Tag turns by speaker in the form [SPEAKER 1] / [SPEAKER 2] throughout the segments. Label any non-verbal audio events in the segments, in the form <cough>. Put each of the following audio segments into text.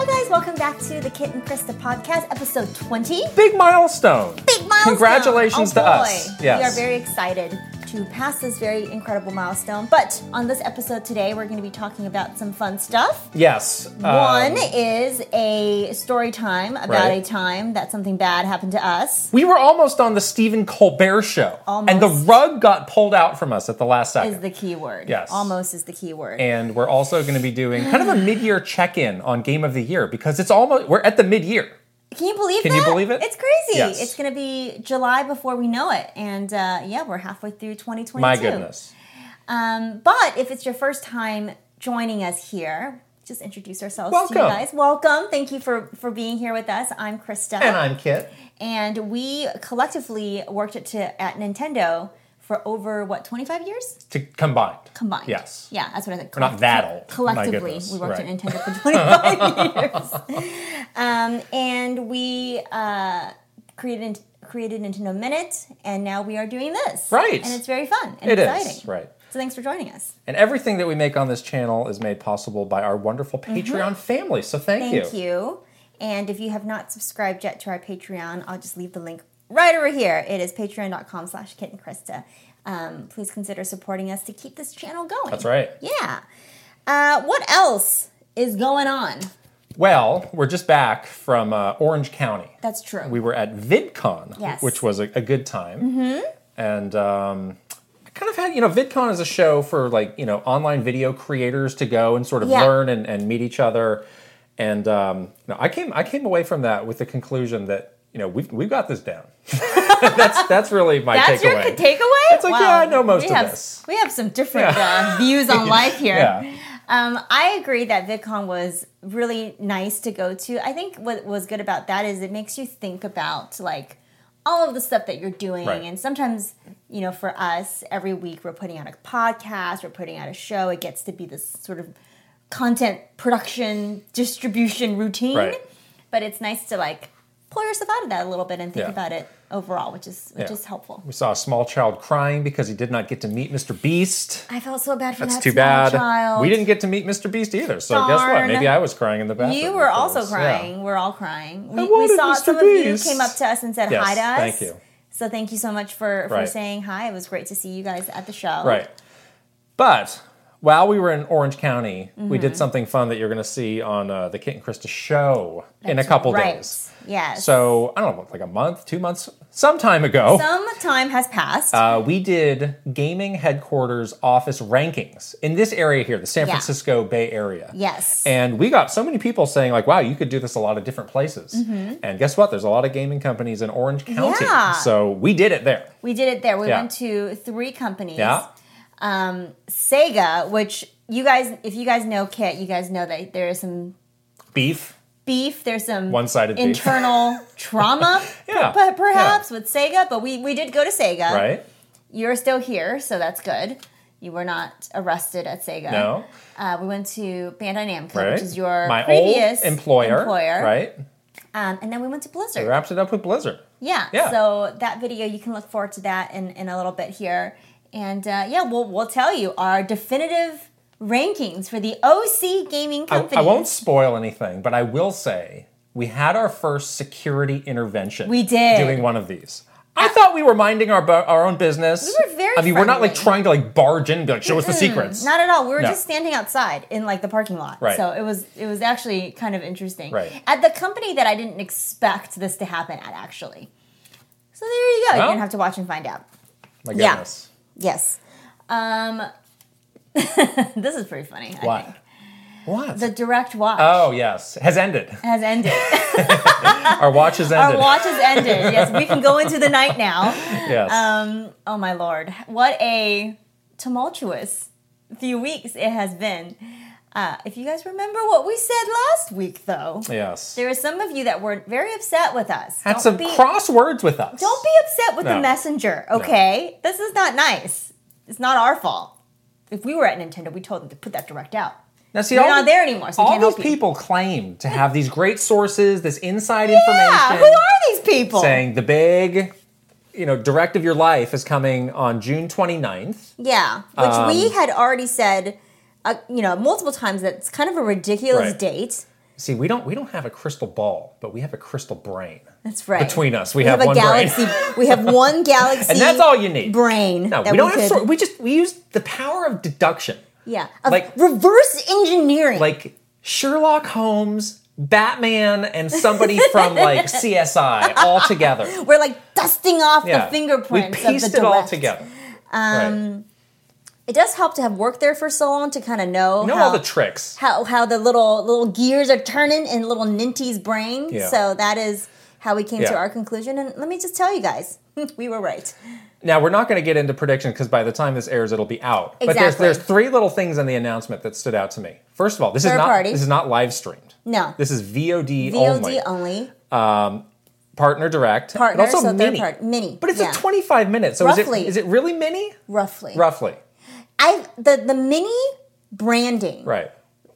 [SPEAKER 1] Hi guys, welcome back to the Kit and Krista podcast, episode 20.
[SPEAKER 2] Big milestone.
[SPEAKER 1] Big milestone!
[SPEAKER 2] Congratulations
[SPEAKER 1] Oh,
[SPEAKER 2] to
[SPEAKER 1] boy.
[SPEAKER 2] us. Yes.
[SPEAKER 1] We are very excited to pass this very incredible milestone. But on this episode today, we're going to be talking about some fun stuff.
[SPEAKER 2] Yes.
[SPEAKER 1] One
[SPEAKER 2] Um,
[SPEAKER 1] is a story time about a
[SPEAKER 2] Right.
[SPEAKER 1] time that something bad happened to us.
[SPEAKER 2] we were almost on the Stephen Colbert show, and the
[SPEAKER 1] Almost.
[SPEAKER 2] rug got pulled out from us at the last
[SPEAKER 1] Is
[SPEAKER 2] second.
[SPEAKER 1] the key word.
[SPEAKER 2] Yes.
[SPEAKER 1] Almost is the key word.
[SPEAKER 2] and we're also going to be doing kind of a mid-year check-in on Game of the Year because it's almost we're at the mid-year.
[SPEAKER 1] Can you believe
[SPEAKER 2] Can
[SPEAKER 1] that?
[SPEAKER 2] you believe it?
[SPEAKER 1] It's crazy.
[SPEAKER 2] Yes.
[SPEAKER 1] It's going to be July before we know it. And uh, yeah, we're halfway through 2022.
[SPEAKER 2] My goodness.
[SPEAKER 1] Um, but if it's your first time joining us here, just introduce ourselves to you
[SPEAKER 2] Welcome.
[SPEAKER 1] guys. Welcome. Thank you for, for being here with us. I'm Krista.
[SPEAKER 2] And I'm Kit.
[SPEAKER 1] And we collectively worked at, to, at Nintendo for over, what, 25 years?
[SPEAKER 2] To combined.
[SPEAKER 1] Combined.
[SPEAKER 2] Yes.
[SPEAKER 1] Yeah, that's what I said.
[SPEAKER 2] We're not that old. Oh My
[SPEAKER 1] Collectively,
[SPEAKER 2] goodness.
[SPEAKER 1] we worked
[SPEAKER 2] Right.
[SPEAKER 1] at Nintendo for 25
[SPEAKER 2] <laughs>
[SPEAKER 1] years. Um, and we uh, created created Nintendo Minute, and now we are doing this.
[SPEAKER 2] Right.
[SPEAKER 1] And it's very fun and
[SPEAKER 2] It is,
[SPEAKER 1] exciting.
[SPEAKER 2] right.
[SPEAKER 1] So thanks for joining us.
[SPEAKER 2] And everything that we make on this channel is made possible by our wonderful Patreon family. So thank,
[SPEAKER 1] Mm-hmm. Thank you. And if you have not subscribed yet to our Patreon, I'll just leave the link right over here. It is patreon.com slash Kit and Krista. Um, please consider supporting us to keep this channel going.
[SPEAKER 2] That's right.
[SPEAKER 1] Yeah. Uh, what else is going on?
[SPEAKER 2] Well, we're just back from uh, Orange County.
[SPEAKER 1] That's true.
[SPEAKER 2] we were at VidCon,
[SPEAKER 1] Yes. Mm-hmm.
[SPEAKER 2] which was a, a good time. And um, I kind of had, you know, VidCon is a show for like, you know, online video creators to go and sort of
[SPEAKER 1] Yeah.
[SPEAKER 2] learn and, and meet each other. And um, you know, I came I came away from that with the conclusion that, you know, we've, we've got this down. <laughs> that's that's really my
[SPEAKER 1] That's your
[SPEAKER 2] takeaway.
[SPEAKER 1] co- takeaway?
[SPEAKER 2] It's like, yeah, I know most
[SPEAKER 1] we
[SPEAKER 2] of
[SPEAKER 1] have,
[SPEAKER 2] this.
[SPEAKER 1] We have some different uh, views
[SPEAKER 2] <laughs>
[SPEAKER 1] on life here.
[SPEAKER 2] Yeah.
[SPEAKER 1] Um, I agree that VidCon was really nice to go to. I think what was good about that is it makes you think about like all of the stuff that you're doing,
[SPEAKER 2] Right.
[SPEAKER 1] and sometimes you know, for us, every week we're putting out a podcast, we're putting out a show. It gets to be this sort of content production distribution routine,
[SPEAKER 2] Right.
[SPEAKER 1] but it's nice to like pull yourself out of that a little bit and think
[SPEAKER 2] Yeah.
[SPEAKER 1] about it overall, which is which
[SPEAKER 2] Yeah.
[SPEAKER 1] is helpful.
[SPEAKER 2] We saw a small child crying because he did not get to meet Mr. Beast.
[SPEAKER 1] I felt so bad for
[SPEAKER 2] That's
[SPEAKER 1] that
[SPEAKER 2] too
[SPEAKER 1] small
[SPEAKER 2] bad.
[SPEAKER 1] child.
[SPEAKER 2] We didn't get to meet Mr. Beast either. So guess what?
[SPEAKER 1] Darn.
[SPEAKER 2] Maybe I was crying in the bathroom.
[SPEAKER 1] You were also
[SPEAKER 2] afterwards. Yeah.
[SPEAKER 1] crying. We're all crying. We, we
[SPEAKER 2] wanted
[SPEAKER 1] saw
[SPEAKER 2] Mr.
[SPEAKER 1] some
[SPEAKER 2] Beast.
[SPEAKER 1] of you came up to us and said
[SPEAKER 2] Yes,
[SPEAKER 1] hi to us.
[SPEAKER 2] thank you.
[SPEAKER 1] So thank you so much for, for
[SPEAKER 2] Right.
[SPEAKER 1] saying hi. It was great to see you guys at the show.
[SPEAKER 2] Right. But while we were in Orange County, we did
[SPEAKER 1] Mm-hmm.
[SPEAKER 2] something fun that you're going to see on uh, the Kit and Krista show in a couple
[SPEAKER 1] right.
[SPEAKER 2] days.
[SPEAKER 1] Yes.
[SPEAKER 2] So I don't know, like a month, two months, some time ago,
[SPEAKER 1] some time has passed.
[SPEAKER 2] uh, we did gaming headquarters office rankings in this area here, the San
[SPEAKER 1] Yeah.
[SPEAKER 2] Francisco Bay Area.
[SPEAKER 1] yes.
[SPEAKER 2] And we got so many people saying, like, wow, you could do this a lot of different places. And guess what? There's a lot of gaming companies in Orange County.
[SPEAKER 1] Mm-hmm. Yeah.
[SPEAKER 2] So we did it there.
[SPEAKER 1] we did it there. We
[SPEAKER 2] Yeah.
[SPEAKER 1] went to three companies.
[SPEAKER 2] Yeah.
[SPEAKER 1] Um, Sega, which you guys, if you guys know Kit, you guys know that there is some
[SPEAKER 2] Beef.
[SPEAKER 1] beef. There's some
[SPEAKER 2] One-sided beef. <laughs>
[SPEAKER 1] internal trauma,
[SPEAKER 2] Yeah.
[SPEAKER 1] but perhaps with Sega. But we we did go to Sega.
[SPEAKER 2] Right?
[SPEAKER 1] You're still here, so that's good. You were not arrested at Sega.
[SPEAKER 2] No.
[SPEAKER 1] Uh, we went to Bandai Namco,
[SPEAKER 2] right?
[SPEAKER 1] which is your
[SPEAKER 2] my
[SPEAKER 1] previous
[SPEAKER 2] old employer,
[SPEAKER 1] employer.
[SPEAKER 2] right?
[SPEAKER 1] Um, and then we went to Blizzard.
[SPEAKER 2] We wrapped it up with Blizzard.
[SPEAKER 1] Yeah.
[SPEAKER 2] Yeah.
[SPEAKER 1] So that video, you can look forward to that in, in a little bit here. And uh, yeah, we'll, we'll tell you our definitive rankings for the OC gaming
[SPEAKER 2] I-
[SPEAKER 1] company.
[SPEAKER 2] I, won't spoil anything, but I will say we had our first security intervention.
[SPEAKER 1] We did.
[SPEAKER 2] doing one of these. I thought we were minding our bu- our own business.
[SPEAKER 1] We were very
[SPEAKER 2] I mean, we're not like
[SPEAKER 1] friendly.
[SPEAKER 2] trying to like barge in and be like, show us the secrets.
[SPEAKER 1] Not at all. We were
[SPEAKER 2] No.
[SPEAKER 1] just standing outside in like the parking lot.
[SPEAKER 2] Right.
[SPEAKER 1] So it was it was actually kind of interesting.
[SPEAKER 2] Right.
[SPEAKER 1] At the company that I didn't expect this to happen at actually. So there you go. You're
[SPEAKER 2] Well.
[SPEAKER 1] gonna have to watch and find out.
[SPEAKER 2] My
[SPEAKER 1] Yeah.
[SPEAKER 2] goodness.
[SPEAKER 1] Yes. Um <laughs> this is pretty funny. I
[SPEAKER 2] What?
[SPEAKER 1] think.
[SPEAKER 2] What?
[SPEAKER 1] The direct watch
[SPEAKER 2] oh yes,
[SPEAKER 1] <laughs>
[SPEAKER 2] has ended.
[SPEAKER 1] has
[SPEAKER 2] <laughs>
[SPEAKER 1] ended.
[SPEAKER 2] Our watch has ended.
[SPEAKER 1] Our watch has ended. Yes, we can go into the night now.
[SPEAKER 2] yes.
[SPEAKER 1] Um, oh my lord, what a tumultuous few weeks it has been. Uh, if you guys remember what we said last week, though,
[SPEAKER 2] yes.
[SPEAKER 1] there are some of you that were very upset with us.
[SPEAKER 2] Had some
[SPEAKER 1] be,
[SPEAKER 2] crosswords with us.
[SPEAKER 1] don't be upset with the
[SPEAKER 2] No.
[SPEAKER 1] messenger, okay? This is not nice. It's not our fault. If we were at Nintendo, we told them to put that direct out.
[SPEAKER 2] Now, see,
[SPEAKER 1] They're
[SPEAKER 2] all
[SPEAKER 1] not
[SPEAKER 2] the-
[SPEAKER 1] there anymore, so we
[SPEAKER 2] all
[SPEAKER 1] can't
[SPEAKER 2] these
[SPEAKER 1] help you.
[SPEAKER 2] people claim to have these great sources, this inside
[SPEAKER 1] Yeah,
[SPEAKER 2] information.
[SPEAKER 1] who are these people?
[SPEAKER 2] saying the big you know direct of your life is coming on june 29th
[SPEAKER 1] Yeah, which
[SPEAKER 2] um,
[SPEAKER 1] we had already said, uh, you know, multiple times that it's kind of a ridiculous
[SPEAKER 2] Right.
[SPEAKER 1] date.
[SPEAKER 2] See, we don't we don't have a crystal ball, but we have a crystal brain.
[SPEAKER 1] That's right.
[SPEAKER 2] Between us, we,
[SPEAKER 1] We have,
[SPEAKER 2] one
[SPEAKER 1] a
[SPEAKER 2] brain.
[SPEAKER 1] galaxy. we
[SPEAKER 2] <laughs>
[SPEAKER 1] have one galaxy.
[SPEAKER 2] And that's all you need.
[SPEAKER 1] Brain.
[SPEAKER 2] No,
[SPEAKER 1] that
[SPEAKER 2] we don't have
[SPEAKER 1] could-
[SPEAKER 2] sort. We just we use the power of deduction.
[SPEAKER 1] Yeah. Of
[SPEAKER 2] like-
[SPEAKER 1] reverse engineering.
[SPEAKER 2] like Sherlock Holmes, Batman,
[SPEAKER 1] <laughs>
[SPEAKER 2] and somebody from like CSI all together.
[SPEAKER 1] We're like dusting off
[SPEAKER 2] Yeah.
[SPEAKER 1] the fingerprints
[SPEAKER 2] We pieced
[SPEAKER 1] of the
[SPEAKER 2] it all
[SPEAKER 1] direct.
[SPEAKER 2] together. Um,
[SPEAKER 1] It does help to have worked there for so long to kind of know,
[SPEAKER 2] Know
[SPEAKER 1] how,
[SPEAKER 2] all the tricks.
[SPEAKER 1] how how the little little gears are turning in little Ninty's brain.
[SPEAKER 2] Yeah.
[SPEAKER 1] So that is how we came to
[SPEAKER 2] Yeah.
[SPEAKER 1] our conclusion. And let me just tell you guys, <laughs> we were right.
[SPEAKER 2] Now we're not going to get into predictions because by the time this airs, it'll be out. But there's
[SPEAKER 1] Exactly.
[SPEAKER 2] there's three little things in the announcement that stood out to me. First of all, this is
[SPEAKER 1] Third
[SPEAKER 2] not
[SPEAKER 1] party.
[SPEAKER 2] this is not live streamed.
[SPEAKER 1] No.
[SPEAKER 2] This is VOD, only.
[SPEAKER 1] VOD only.
[SPEAKER 2] Partner direct. and
[SPEAKER 1] Partner,
[SPEAKER 2] also
[SPEAKER 1] so third
[SPEAKER 2] mini.
[SPEAKER 1] part- mini,
[SPEAKER 2] But it's
[SPEAKER 1] yeah.
[SPEAKER 2] a 25 minutes. So
[SPEAKER 1] Roughly.
[SPEAKER 2] is it is it really mini?
[SPEAKER 1] Roughly.
[SPEAKER 2] Roughly.
[SPEAKER 1] I the the mini branding
[SPEAKER 2] Right.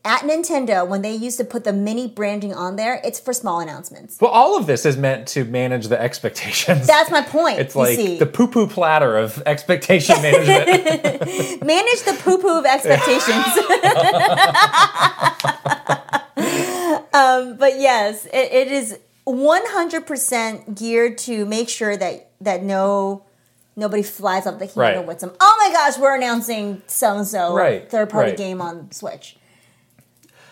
[SPEAKER 1] at Nintendo when they used to put the mini branding on there, it's for small announcements.
[SPEAKER 2] Well, all of this is meant to manage the expectations.
[SPEAKER 1] That's my point.
[SPEAKER 2] It's
[SPEAKER 1] you
[SPEAKER 2] like
[SPEAKER 1] see.
[SPEAKER 2] the poo poo platter of expectation
[SPEAKER 1] <laughs>
[SPEAKER 2] management.
[SPEAKER 1] manage the poo poo of expectations.
[SPEAKER 2] <laughs>
[SPEAKER 1] um, but yes, it, it is 100% geared to make sure that that no nobody flies off the handle
[SPEAKER 2] Right.
[SPEAKER 1] with some. Oh my gosh, we're announcing so and so
[SPEAKER 2] Right,
[SPEAKER 1] third party
[SPEAKER 2] right.
[SPEAKER 1] game on Switch.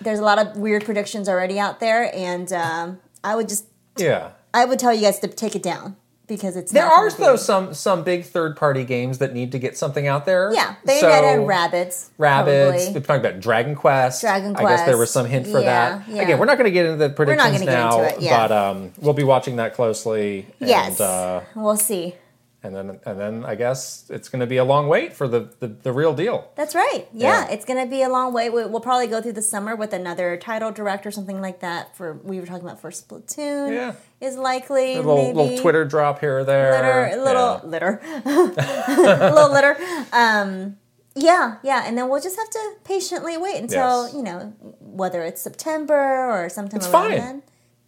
[SPEAKER 1] There's a lot of weird predictions already out there, and um, I would just
[SPEAKER 2] yeah.
[SPEAKER 1] I would tell you guys to take it down because it's
[SPEAKER 2] There
[SPEAKER 1] not
[SPEAKER 2] are
[SPEAKER 1] gonna be-
[SPEAKER 2] though some some big third party games that need to get something out there.
[SPEAKER 1] Yeah, Bayonetta and rabbits.
[SPEAKER 2] Rabbits.
[SPEAKER 1] probably.
[SPEAKER 2] We're talking about Dragon Quest.
[SPEAKER 1] Dragon
[SPEAKER 2] I guess there
[SPEAKER 1] Quest.
[SPEAKER 2] was some hint for
[SPEAKER 1] Yeah,
[SPEAKER 2] that.
[SPEAKER 1] yeah.
[SPEAKER 2] Again, we're not going to get into the
[SPEAKER 1] not
[SPEAKER 2] predictions
[SPEAKER 1] gonna get
[SPEAKER 2] now,
[SPEAKER 1] into it, yeah.
[SPEAKER 2] but um, we'll be watching that closely.
[SPEAKER 1] Yes,
[SPEAKER 2] And, uh,
[SPEAKER 1] we'll see.
[SPEAKER 2] and then and then I guess it's going to be a long wait for the the, the real deal.
[SPEAKER 1] That's right. Yeah,
[SPEAKER 2] Yeah.
[SPEAKER 1] it's going to be a long way. We- We'll probably go through the summer with another title direct or something like that. For we were talking about for Splatoon
[SPEAKER 2] Yeah.
[SPEAKER 1] is likely
[SPEAKER 2] A little,
[SPEAKER 1] maybe
[SPEAKER 2] little Twitter drop here or there.
[SPEAKER 1] litter, a little litter, <laughs> a little litter. Um, yeah, yeah, and then we'll just have to patiently wait until
[SPEAKER 2] Yes.
[SPEAKER 1] you know whether it's September or sometime
[SPEAKER 2] It's
[SPEAKER 1] around
[SPEAKER 2] fine.
[SPEAKER 1] then.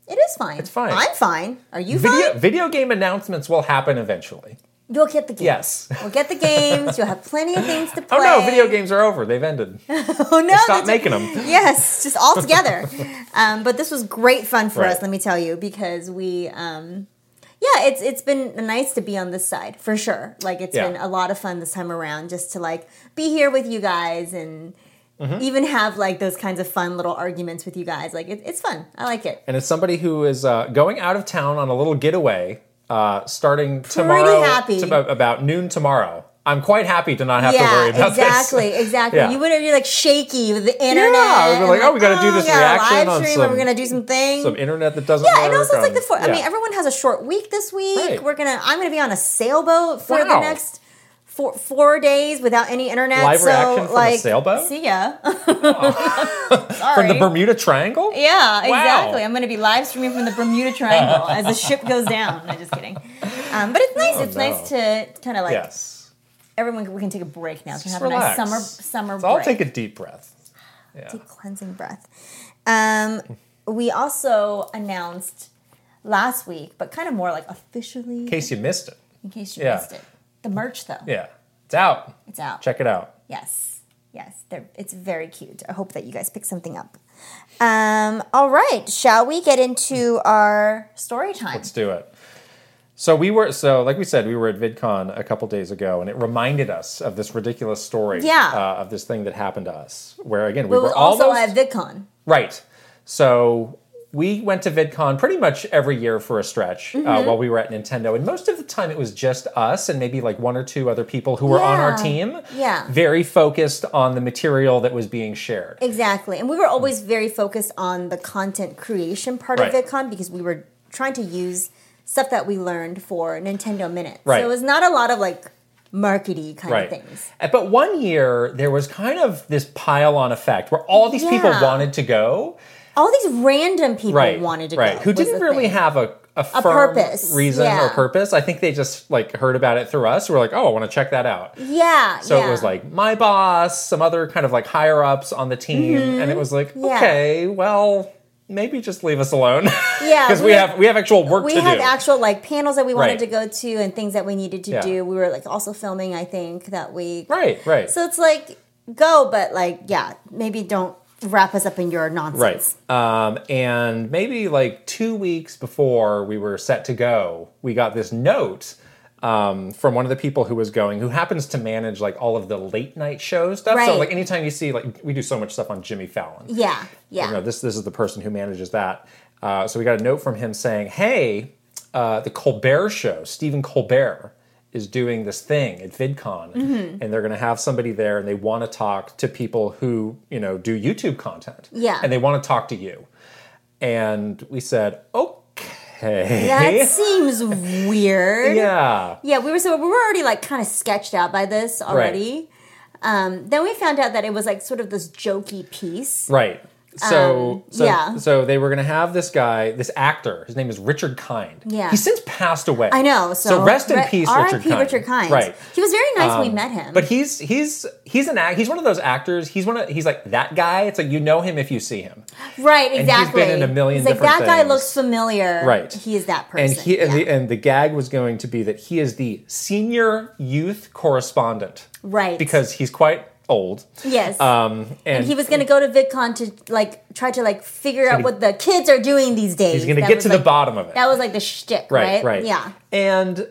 [SPEAKER 1] It is fine. It's
[SPEAKER 2] fine.
[SPEAKER 1] I'm fine. Are you
[SPEAKER 2] Yeah. Video,
[SPEAKER 1] fine?
[SPEAKER 2] video game announcements will happen eventually.
[SPEAKER 1] You'll get the games.
[SPEAKER 2] Yes. <laughs>
[SPEAKER 1] We'll get the games. You'll have plenty of things to play.
[SPEAKER 2] Oh no, video games are over. They've ended.
[SPEAKER 1] <laughs> Oh no!
[SPEAKER 2] Stop
[SPEAKER 1] that's-
[SPEAKER 2] making them.
[SPEAKER 1] yes, just all
[SPEAKER 2] <laughs>
[SPEAKER 1] together. um, but this was great fun for us,
[SPEAKER 2] Right.
[SPEAKER 1] let me tell you, because we, um, yeah, it's it's been nice to be on this side for sure. Like it's
[SPEAKER 2] Yeah.
[SPEAKER 1] been a lot of fun this time around, just to like be here with you guys and
[SPEAKER 2] Mm-hmm.
[SPEAKER 1] even have like those kinds of fun little arguments with you guys. Like it, it's fun. I like it.
[SPEAKER 2] And as somebody who is uh, going out of town on a little getaway, uh, starting tomorrow,
[SPEAKER 1] happy.
[SPEAKER 2] to about, about noon tomorrow, I'm quite happy to not have to worry about
[SPEAKER 1] exactly,
[SPEAKER 2] this.
[SPEAKER 1] exactly.
[SPEAKER 2] Yeah.
[SPEAKER 1] You would have you're like shaky with the internet.
[SPEAKER 2] I would've been
[SPEAKER 1] and,
[SPEAKER 2] like, oh, we gotta do this
[SPEAKER 1] we got a
[SPEAKER 2] reaction
[SPEAKER 1] live
[SPEAKER 2] on
[SPEAKER 1] stream,
[SPEAKER 2] some-
[SPEAKER 1] and we're gonna do some things.
[SPEAKER 2] <laughs> Some internet that doesn't
[SPEAKER 1] Yeah,
[SPEAKER 2] work.
[SPEAKER 1] and also it's like
[SPEAKER 2] on-
[SPEAKER 1] the fourth. I
[SPEAKER 2] yeah.
[SPEAKER 1] mean, everyone has a short week this week.
[SPEAKER 2] Right.
[SPEAKER 1] We're gonna. I'm gonna be on a sailboat for the
[SPEAKER 2] Wow.
[SPEAKER 1] next four four days without any internet.
[SPEAKER 2] Live
[SPEAKER 1] so
[SPEAKER 2] reaction from a
[SPEAKER 1] like,
[SPEAKER 2] sailboat?
[SPEAKER 1] See ya. <laughs>
[SPEAKER 2] From
[SPEAKER 1] Sorry.
[SPEAKER 2] the Bermuda Triangle?
[SPEAKER 1] yeah,
[SPEAKER 2] Wow.
[SPEAKER 1] exactly. I'm gonna be live streaming from the Bermuda Triangle as the ship
[SPEAKER 2] <laughs>
[SPEAKER 1] goes down. I'm just kidding. Um, but it's nice. it's
[SPEAKER 2] Oh, no.
[SPEAKER 1] nice to kind of like
[SPEAKER 2] Yes.
[SPEAKER 1] everyone. We can take a break now. We can
[SPEAKER 2] Just
[SPEAKER 1] have a nice
[SPEAKER 2] relax.
[SPEAKER 1] summer summer
[SPEAKER 2] So I'll
[SPEAKER 1] break.
[SPEAKER 2] take a deep breath. Yeah.
[SPEAKER 1] Deep cleansing breath. Um, we also announced last week, but kind of more like officially.
[SPEAKER 2] In case you missed it.
[SPEAKER 1] in case you
[SPEAKER 2] Yeah.
[SPEAKER 1] missed it. The merch, though,
[SPEAKER 2] Yeah. It's out.
[SPEAKER 1] it's out.
[SPEAKER 2] Check it out.
[SPEAKER 1] Yes, yes, they're, it's very cute. I hope that you guys pick something up. Um, all right, shall we get into our story time?
[SPEAKER 2] Let's do it. So we were so like we said we were at VidCon a couple days ago, and it reminded us of this ridiculous story
[SPEAKER 1] Yeah.
[SPEAKER 2] uh, of this thing that happened to us, where again we
[SPEAKER 1] But it
[SPEAKER 2] were
[SPEAKER 1] was also
[SPEAKER 2] almost
[SPEAKER 1] at VidCon.
[SPEAKER 2] right. So we went to VidCon pretty much every year for a stretch
[SPEAKER 1] Mm-hmm.
[SPEAKER 2] uh, while we were at Nintendo, and most of the time it was just us and maybe like one or two other people who were on our
[SPEAKER 1] Yeah.
[SPEAKER 2] team.
[SPEAKER 1] Yeah.
[SPEAKER 2] very focused on the material that was being shared.
[SPEAKER 1] Exactly. And we
[SPEAKER 2] Hmm.
[SPEAKER 1] were always very focused on the content creation part of
[SPEAKER 2] Right.
[SPEAKER 1] VidCon because we were trying to use stuff that we learned for Nintendo Minute.
[SPEAKER 2] Right.
[SPEAKER 1] So it was not a lot of like markety kind
[SPEAKER 2] Right.
[SPEAKER 1] of things.
[SPEAKER 2] Uh, But one year there was kind of this pile on effect where all these people
[SPEAKER 1] Yeah.
[SPEAKER 2] wanted to go,
[SPEAKER 1] All these random people
[SPEAKER 2] right,
[SPEAKER 1] wanted to
[SPEAKER 2] right,
[SPEAKER 1] go.
[SPEAKER 2] who
[SPEAKER 1] was
[SPEAKER 2] didn't
[SPEAKER 1] the
[SPEAKER 2] really
[SPEAKER 1] thing.
[SPEAKER 2] have a a, firm
[SPEAKER 1] purpose,
[SPEAKER 2] reason
[SPEAKER 1] yeah.
[SPEAKER 2] or purpose. I think they just like heard about it through us. We're like, oh, I want to check that out.
[SPEAKER 1] Yeah.
[SPEAKER 2] So
[SPEAKER 1] yeah.
[SPEAKER 2] it was like my boss, some other kind of like higher ups on the team, and it was like,
[SPEAKER 1] Mm-hmm. Yeah.
[SPEAKER 2] okay, well, maybe just leave us alone. <laughs>
[SPEAKER 1] Yeah,
[SPEAKER 2] because we,
[SPEAKER 1] we-
[SPEAKER 2] have we have actual work
[SPEAKER 1] we
[SPEAKER 2] to
[SPEAKER 1] had
[SPEAKER 2] do.
[SPEAKER 1] actual like panels that we wanted
[SPEAKER 2] Right.
[SPEAKER 1] to go to and things that we needed to
[SPEAKER 2] Yeah.
[SPEAKER 1] do. We were like also filming, I think, that week.
[SPEAKER 2] right, right.
[SPEAKER 1] So it's like go, but like yeah, maybe don't wrap us up in your nonsense.
[SPEAKER 2] Right. Um, and maybe like two weeks before we were set to go, we got this note um, from one of the people who was going, who happens to manage like all of the late night show stuff. So
[SPEAKER 1] Right.
[SPEAKER 2] like anytime you see like we do so much stuff on Jimmy Fallon.
[SPEAKER 1] Yeah,
[SPEAKER 2] You know,
[SPEAKER 1] yeah.
[SPEAKER 2] this this is the person who manages that. Uh, so we got a note from him saying, "Hey, uh, the Colbert Show, Stephen Colbert." Is doing this thing at VidCon,
[SPEAKER 1] Mm-hmm.
[SPEAKER 2] and they're going to have somebody there, and they want to talk to people who you know do YouTube content,
[SPEAKER 1] Yeah.
[SPEAKER 2] and they want to talk to you. And we said, okay,
[SPEAKER 1] That seems weird.
[SPEAKER 2] <laughs> yeah,
[SPEAKER 1] Yeah, we were so we were already like kind of sketched out by this already. Um, then we found out that it was like sort of this jokey piece.
[SPEAKER 2] Right.
[SPEAKER 1] Um,
[SPEAKER 2] So, so,
[SPEAKER 1] yeah.
[SPEAKER 2] so they were going to have this guy, this actor. His name is Richard Kind.
[SPEAKER 1] Yeah.
[SPEAKER 2] He's since passed away.
[SPEAKER 1] I know. So,
[SPEAKER 2] rest in
[SPEAKER 1] re-
[SPEAKER 2] peace,
[SPEAKER 1] R.I.P.
[SPEAKER 2] Richard Kind.
[SPEAKER 1] Richard Kind.
[SPEAKER 2] Right. Um,
[SPEAKER 1] He was very nice when we met him.
[SPEAKER 2] But he's he's he's an act. He's one of those actors. He's one of he's like that guy. It's like you know him if you see him.
[SPEAKER 1] right,
[SPEAKER 2] he's been
[SPEAKER 1] exactly.
[SPEAKER 2] in a million
[SPEAKER 1] He's like,
[SPEAKER 2] different
[SPEAKER 1] that guy
[SPEAKER 2] things."
[SPEAKER 1] looks familiar.
[SPEAKER 2] Right.
[SPEAKER 1] He is that person.
[SPEAKER 2] And he and,
[SPEAKER 1] Yeah.
[SPEAKER 2] the, and the gag was going to be that he is the senior youth correspondent
[SPEAKER 1] right.
[SPEAKER 2] because he's quite old.
[SPEAKER 1] yes.
[SPEAKER 2] Um, and,
[SPEAKER 1] he was going to go to VidCon to like try to like figure out
[SPEAKER 2] gonna-
[SPEAKER 1] what the kids are doing these days.
[SPEAKER 2] he's going to
[SPEAKER 1] That
[SPEAKER 2] get
[SPEAKER 1] was,
[SPEAKER 2] to
[SPEAKER 1] like,
[SPEAKER 2] the bottom of it.
[SPEAKER 1] That was like the shtick, right?
[SPEAKER 2] right, right.
[SPEAKER 1] Yeah.
[SPEAKER 2] And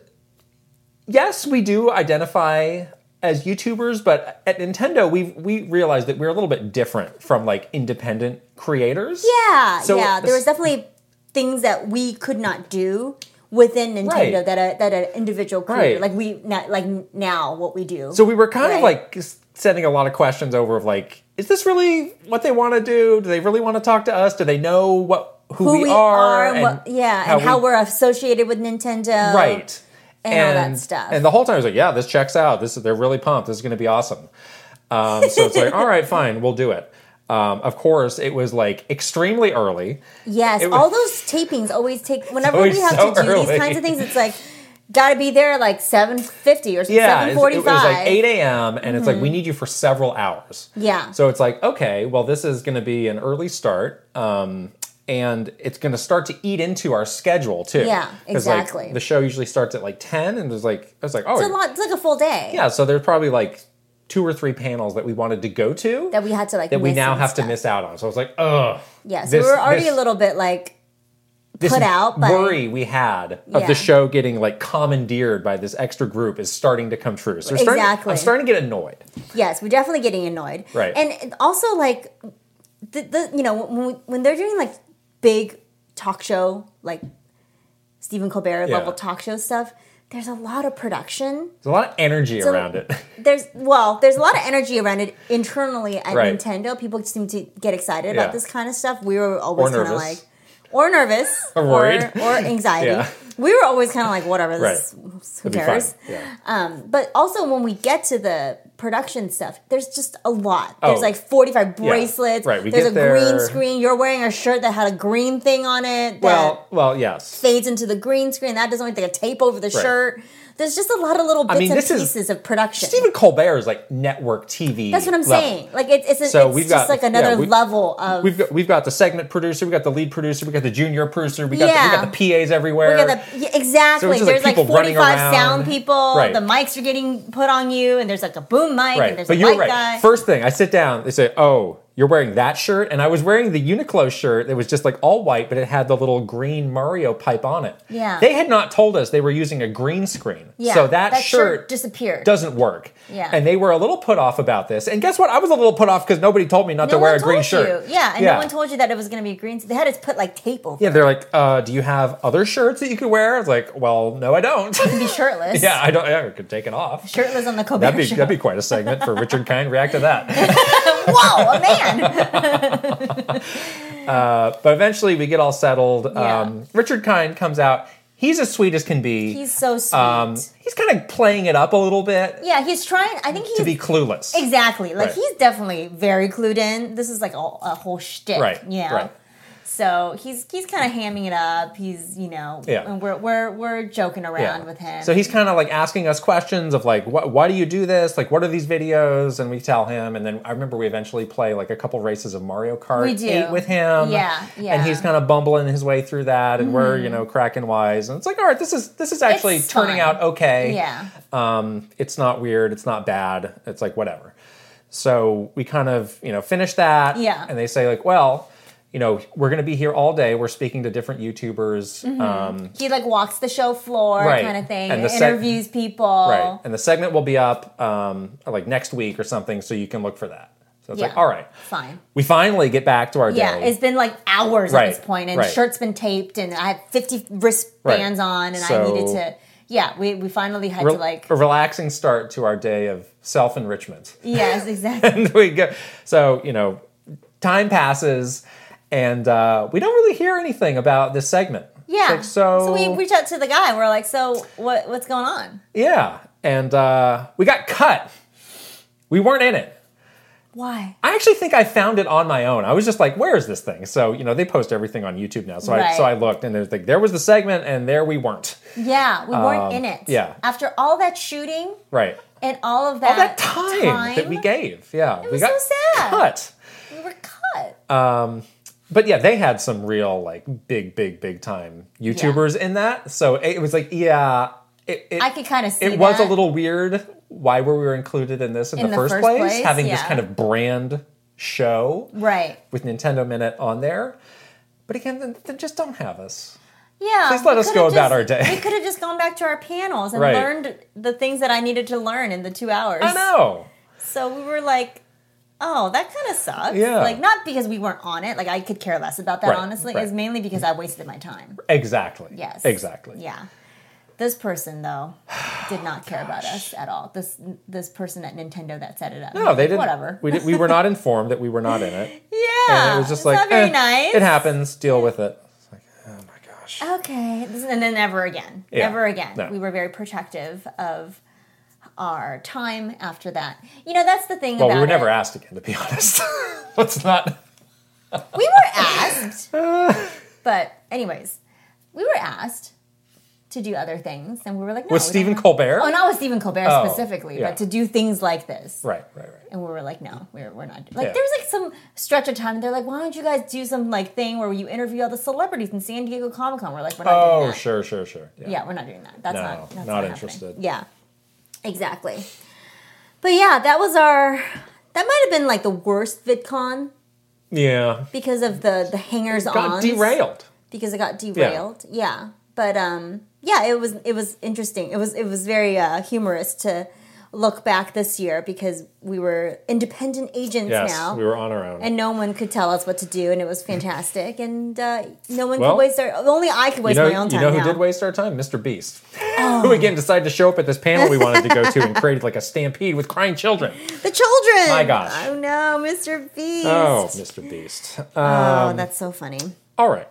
[SPEAKER 2] yes, we do identify as YouTubers, but at Nintendo, we we realized that we're a little bit different from like independent creators.
[SPEAKER 1] Yeah,
[SPEAKER 2] So-
[SPEAKER 1] yeah. There was definitely things that we could not do within Nintendo
[SPEAKER 2] Right.
[SPEAKER 1] that a, that an individual creator
[SPEAKER 2] Right.
[SPEAKER 1] like we na- like now what we do.
[SPEAKER 2] So we were kind of
[SPEAKER 1] Right.
[SPEAKER 2] like s- sending a lot of questions over of like, is this really what they want to do? Do they really want to talk to us? Do they know what who,
[SPEAKER 1] who we, are,
[SPEAKER 2] and
[SPEAKER 1] and what, yeah,
[SPEAKER 2] how
[SPEAKER 1] and how
[SPEAKER 2] we-
[SPEAKER 1] we're associated with Nintendo,
[SPEAKER 2] right
[SPEAKER 1] and all that stuff.
[SPEAKER 2] And the whole time I was like, yeah, this checks out. This they're really pumped. This is going to be awesome. Um, so it's like, <laughs> all right, fine, we'll do it. Um, of course, it was like extremely early.
[SPEAKER 1] Yes,
[SPEAKER 2] It was-
[SPEAKER 1] all those tapings always take. Whenever we
[SPEAKER 2] always
[SPEAKER 1] have
[SPEAKER 2] so
[SPEAKER 1] to do
[SPEAKER 2] early.
[SPEAKER 1] these kinds of things, it's like got to be there like seven fifty or
[SPEAKER 2] Yeah,
[SPEAKER 1] seven
[SPEAKER 2] it's- it
[SPEAKER 1] forty
[SPEAKER 2] was like
[SPEAKER 1] five.
[SPEAKER 2] eight a.m. and it's like we need you for several hours.
[SPEAKER 1] Yeah.
[SPEAKER 2] So it's like, okay, well, this is going to be an early start. Um, and it's going to start to eat into our schedule too.
[SPEAKER 1] Yeah,
[SPEAKER 2] 'Cause, like,
[SPEAKER 1] exactly.
[SPEAKER 2] the show usually starts at like ten, and there's like, I was like, oh,
[SPEAKER 1] It's a lot. It's like a full day.
[SPEAKER 2] yeah. So there's probably like two or three panels that we wanted to go to
[SPEAKER 1] That we had to like.
[SPEAKER 2] that we
[SPEAKER 1] miss
[SPEAKER 2] now
[SPEAKER 1] and
[SPEAKER 2] have
[SPEAKER 1] stuff.
[SPEAKER 2] to miss out on. So I was like, ugh.
[SPEAKER 1] Yeah, so
[SPEAKER 2] this-
[SPEAKER 1] we were already
[SPEAKER 2] this-
[SPEAKER 1] a little bit like
[SPEAKER 2] this
[SPEAKER 1] put out by-
[SPEAKER 2] worry we had of
[SPEAKER 1] Yeah.
[SPEAKER 2] the show getting like commandeered by this extra group is starting to come true. So we're starting,
[SPEAKER 1] Exactly.
[SPEAKER 2] I'm starting to get annoyed.
[SPEAKER 1] Yes, we're definitely getting annoyed.
[SPEAKER 2] Right.
[SPEAKER 1] And also, like, the, the you know when, we- when they're doing like big talk show like Stephen Colbert level
[SPEAKER 2] Yeah.
[SPEAKER 1] talk show stuff, there's a lot of production.
[SPEAKER 2] There's a lot of energy around it. <laughs>
[SPEAKER 1] There's well, there's a lot of energy around it internally at
[SPEAKER 2] Right.
[SPEAKER 1] Nintendo. People seem to get excited
[SPEAKER 2] Yeah.
[SPEAKER 1] about this kind of stuff. We were always
[SPEAKER 2] Or
[SPEAKER 1] kind of
[SPEAKER 2] nervous.
[SPEAKER 1] like, or nervous,
[SPEAKER 2] <laughs> Or worried.
[SPEAKER 1] or, or anxiety.
[SPEAKER 2] <laughs> Yeah.
[SPEAKER 1] We were always kind of like, whatever, this who
[SPEAKER 2] It'd be fine.
[SPEAKER 1] cares.
[SPEAKER 2] Yeah.
[SPEAKER 1] Um, but also when we get to the production stuff, there's just a lot. There's
[SPEAKER 2] Oh.
[SPEAKER 1] like 45 bracelets.
[SPEAKER 2] Right, we
[SPEAKER 1] there's
[SPEAKER 2] get
[SPEAKER 1] a
[SPEAKER 2] there-
[SPEAKER 1] green screen. You're wearing a shirt that had a green thing on it that
[SPEAKER 2] Well, well, yes.
[SPEAKER 1] fades into the green screen. That doesn't look like a tape over the shirt. There's just a lot of little bits
[SPEAKER 2] mean,
[SPEAKER 1] and
[SPEAKER 2] this is-
[SPEAKER 1] pieces of production.
[SPEAKER 2] Stephen Colbert is like network TV.
[SPEAKER 1] That's what I'm
[SPEAKER 2] level.
[SPEAKER 1] saying. Like it's it's, a,
[SPEAKER 2] So
[SPEAKER 1] it's
[SPEAKER 2] we've
[SPEAKER 1] just
[SPEAKER 2] got-
[SPEAKER 1] like another
[SPEAKER 2] yeah, we-
[SPEAKER 1] level of
[SPEAKER 2] We've got we've got the segment producer, we got the lead producer, we got the junior producer, we got the,
[SPEAKER 1] Yeah.
[SPEAKER 2] we got the PAs everywhere.
[SPEAKER 1] we got the, yeah, exactly.
[SPEAKER 2] just, like,
[SPEAKER 1] there's like,
[SPEAKER 2] people running
[SPEAKER 1] 45
[SPEAKER 2] around.
[SPEAKER 1] sound people.
[SPEAKER 2] Right.
[SPEAKER 1] The mics are getting put on you, and there's like a boom mic, and
[SPEAKER 2] Right,
[SPEAKER 1] there's
[SPEAKER 2] but
[SPEAKER 1] a
[SPEAKER 2] you're
[SPEAKER 1] white
[SPEAKER 2] right.
[SPEAKER 1] guy.
[SPEAKER 2] First thing, I sit down. They say, "Oh, you're wearing that shirt," and I was wearing the Uniqlo shirt that was just like all white, but it had the little green Mario pipe on it.
[SPEAKER 1] Yeah.
[SPEAKER 2] they had not told us they were using a green screen,
[SPEAKER 1] yeah,
[SPEAKER 2] so that, shirt,
[SPEAKER 1] disappeared.
[SPEAKER 2] doesn't work.
[SPEAKER 1] Yeah.
[SPEAKER 2] and they were a little put off about this. And guess what? I was a little put off because nobody told me not
[SPEAKER 1] no
[SPEAKER 2] to wear
[SPEAKER 1] one
[SPEAKER 2] a green
[SPEAKER 1] told
[SPEAKER 2] shirt.
[SPEAKER 1] you. Yeah, and no one told you that it was going to be green. They had us put like tape over.
[SPEAKER 2] Yeah, they're like, uh, "Do you have other shirts that you could wear?" I was like, "Well, no, I don't." <laughs>
[SPEAKER 1] it. be shirtless.
[SPEAKER 2] yeah, I don't. I could take
[SPEAKER 1] <laughs>
[SPEAKER 2] it off.
[SPEAKER 1] shirtless on the Colbert
[SPEAKER 2] That'd be
[SPEAKER 1] Show.
[SPEAKER 2] that'd be quite a segment for Richard Kind. React to that. <laughs>
[SPEAKER 1] Whoa, a man!
[SPEAKER 2] But eventually, we get all settled.
[SPEAKER 1] Yeah.
[SPEAKER 2] Um, Richard Kind comes out. He's as sweet as can be.
[SPEAKER 1] He's so sweet.
[SPEAKER 2] um, he's kind of playing it up a little bit
[SPEAKER 1] yeah, he's trying. I think he's
[SPEAKER 2] to be clueless.
[SPEAKER 1] exactly like
[SPEAKER 2] Right.
[SPEAKER 1] he's definitely very clued in. This is like a, a whole shtick.
[SPEAKER 2] Right,
[SPEAKER 1] Yeah.
[SPEAKER 2] right.
[SPEAKER 1] So he's he's kind of hamming it up. He's you know,
[SPEAKER 2] Yeah.
[SPEAKER 1] and we're we're we're joking
[SPEAKER 2] Yeah.
[SPEAKER 1] around with him.
[SPEAKER 2] So he's kind of like asking us questions of like, what, why do you do this? Like, what are these videos? And we tell him. And then I remember we eventually play like a couple races of Mario Kart
[SPEAKER 1] We do.
[SPEAKER 2] 8 with him.
[SPEAKER 1] Yeah,
[SPEAKER 2] And
[SPEAKER 1] yeah. Mm-hmm.
[SPEAKER 2] he's kind of bumbling his way through that. And we're, you know, cracking wise. And it's like, all right, this is this is actually
[SPEAKER 1] It's
[SPEAKER 2] turning
[SPEAKER 1] fine.
[SPEAKER 2] out okay.
[SPEAKER 1] yeah.
[SPEAKER 2] Um, it's not weird. It's not bad. It's like, whatever. So we kind of, you know, finish that.
[SPEAKER 1] Yeah.
[SPEAKER 2] And they say, like, well, you know, we're going to be here all day. We're speaking to different YouTubers. Um,
[SPEAKER 1] He like walks the show floor
[SPEAKER 2] Right.
[SPEAKER 1] kind of thing,
[SPEAKER 2] And the sec-
[SPEAKER 1] interviews people.
[SPEAKER 2] Right. And the segment will be up um, like next week or something, so you can look for that. So it's like,
[SPEAKER 1] Yeah.
[SPEAKER 2] all right.
[SPEAKER 1] Fine.
[SPEAKER 2] We finally get back to our
[SPEAKER 1] Yeah,
[SPEAKER 2] day.
[SPEAKER 1] it's been like hours
[SPEAKER 2] Right,
[SPEAKER 1] at this point, and
[SPEAKER 2] right.
[SPEAKER 1] shirt's been taped, and I had fifty wristbands on, and I
[SPEAKER 2] So-
[SPEAKER 1] needed to. Yeah, we, we finally had
[SPEAKER 2] Re-
[SPEAKER 1] to like.
[SPEAKER 2] a relaxing start to our day of self enrichment.
[SPEAKER 1] yes, exactly.
[SPEAKER 2] <laughs> and we go. So you know, time passes, and uh, we don't really hear anything about this segment. It's
[SPEAKER 1] Yeah.
[SPEAKER 2] like, so
[SPEAKER 1] we reached out to the guy. and We're like, so what what's going on?
[SPEAKER 2] yeah, and uh, we got cut. We weren't in it.
[SPEAKER 1] Why?
[SPEAKER 2] I actually think I found it on my own. I was just like, "Where is this thing?" So you know, they post everything on YouTube now. So I
[SPEAKER 1] Right.
[SPEAKER 2] so I looked, and there's like there was the segment, and there we weren't.
[SPEAKER 1] Yeah, we weren't in it.
[SPEAKER 2] Um, yeah.
[SPEAKER 1] After all that shooting
[SPEAKER 2] Right.
[SPEAKER 1] and all of that,
[SPEAKER 2] All that time, that we gave, yeah, we
[SPEAKER 1] was
[SPEAKER 2] got
[SPEAKER 1] so sad.
[SPEAKER 2] cut.
[SPEAKER 1] we were cut.
[SPEAKER 2] but yeah, they had some real like big, big, big time YouTubers in that. So it was like, yeah, it it,
[SPEAKER 1] I could kind of see
[SPEAKER 2] it was a
[SPEAKER 1] that.
[SPEAKER 2] little weird. Why were we included in this in, the, first, place? Having this
[SPEAKER 1] yeah.
[SPEAKER 2] kind of brand show
[SPEAKER 1] right.
[SPEAKER 2] with Nintendo Minute on there. But again, then, then just don't have us.
[SPEAKER 1] Yeah.
[SPEAKER 2] Please let
[SPEAKER 1] we
[SPEAKER 2] us
[SPEAKER 1] could've
[SPEAKER 2] go about
[SPEAKER 1] just-
[SPEAKER 2] our day.
[SPEAKER 1] We could have just gone back to our panels and
[SPEAKER 2] Right.
[SPEAKER 1] learned the things that I needed to learn in the two hours.
[SPEAKER 2] I know.
[SPEAKER 1] So we were like, oh, that kind of sucks.
[SPEAKER 2] Yeah.
[SPEAKER 1] Like, not because we weren't on it. Like, I could care less about that,
[SPEAKER 2] Right,
[SPEAKER 1] honestly.
[SPEAKER 2] right.
[SPEAKER 1] It's mainly because I wasted my time.
[SPEAKER 2] Exactly.
[SPEAKER 1] Yes.
[SPEAKER 2] Exactly.
[SPEAKER 1] Yeah. This person,
[SPEAKER 2] <sighs>
[SPEAKER 1] though, did not care about us at all. This this person at Nintendo that set it up.
[SPEAKER 2] No, they didn't.
[SPEAKER 1] Whatever.
[SPEAKER 2] We, did, we were not informed that we were not in
[SPEAKER 1] <laughs>
[SPEAKER 2] it.
[SPEAKER 1] yeah.
[SPEAKER 2] and it was just
[SPEAKER 1] it's
[SPEAKER 2] like,
[SPEAKER 1] not very
[SPEAKER 2] eh,
[SPEAKER 1] nice.
[SPEAKER 2] it happens. Deal with it. It's like, oh my gosh.
[SPEAKER 1] Okay. This- And then never again.
[SPEAKER 2] Yeah.
[SPEAKER 1] Never again.
[SPEAKER 2] No.
[SPEAKER 1] We were very protective of our time after that. You know, that's the thing
[SPEAKER 2] Well,
[SPEAKER 1] about
[SPEAKER 2] we were
[SPEAKER 1] it.
[SPEAKER 2] never asked again, to be <laughs> honest. Let's not.
[SPEAKER 1] We were asked.
[SPEAKER 2] <laughs>
[SPEAKER 1] but anyways, we were asked to do other things and we were like no.
[SPEAKER 2] With
[SPEAKER 1] we
[SPEAKER 2] Stephen
[SPEAKER 1] don't-
[SPEAKER 2] Colbert?
[SPEAKER 1] Oh, not with Stephen Colbert
[SPEAKER 2] Oh,
[SPEAKER 1] specifically,
[SPEAKER 2] yeah.
[SPEAKER 1] but to do things like this.
[SPEAKER 2] Right, right, right.
[SPEAKER 1] And we were like, no, we're, we're not. Like,
[SPEAKER 2] Yeah.
[SPEAKER 1] there was like some stretch of time. They're like, why don't you guys do some like thing where you interview all the celebrities in San Diego Comic Con? We're like, we're not doing
[SPEAKER 2] Oh,
[SPEAKER 1] that.
[SPEAKER 2] sure, sure, sure. Yeah.
[SPEAKER 1] Yeah, we're not doing that. That's
[SPEAKER 2] No,
[SPEAKER 1] not. That's
[SPEAKER 2] not
[SPEAKER 1] not, happening.
[SPEAKER 2] interested.
[SPEAKER 1] Yeah, exactly. But yeah, that was our. That might have been like the worst VidCon
[SPEAKER 2] Yeah.
[SPEAKER 1] because of the the hangers
[SPEAKER 2] Got
[SPEAKER 1] on
[SPEAKER 2] derailed.
[SPEAKER 1] because it got derailed. Yeah. But um yeah, it was it was interesting. It was it was very uh humorous to look back this year because we were independent agents
[SPEAKER 2] Yes,
[SPEAKER 1] now.
[SPEAKER 2] we were on our own.
[SPEAKER 1] and no one could tell us what to do, and it was fantastic. And uh, no one
[SPEAKER 2] Well,
[SPEAKER 1] could waste our. Only I could
[SPEAKER 2] you
[SPEAKER 1] waste
[SPEAKER 2] know,
[SPEAKER 1] my own
[SPEAKER 2] you
[SPEAKER 1] time.
[SPEAKER 2] know who
[SPEAKER 1] now. Oh.
[SPEAKER 2] did waste our time? Mr. Beast. <laughs> who again decided to show up at this panel we wanted to go
[SPEAKER 1] <laughs>
[SPEAKER 2] to and created like a stampede with crying children.
[SPEAKER 1] The children.
[SPEAKER 2] My gosh.
[SPEAKER 1] Oh no, Mr. Beast.
[SPEAKER 2] Oh, um,
[SPEAKER 1] Oh,
[SPEAKER 2] Mr. Beast.
[SPEAKER 1] that's so funny.
[SPEAKER 2] All right.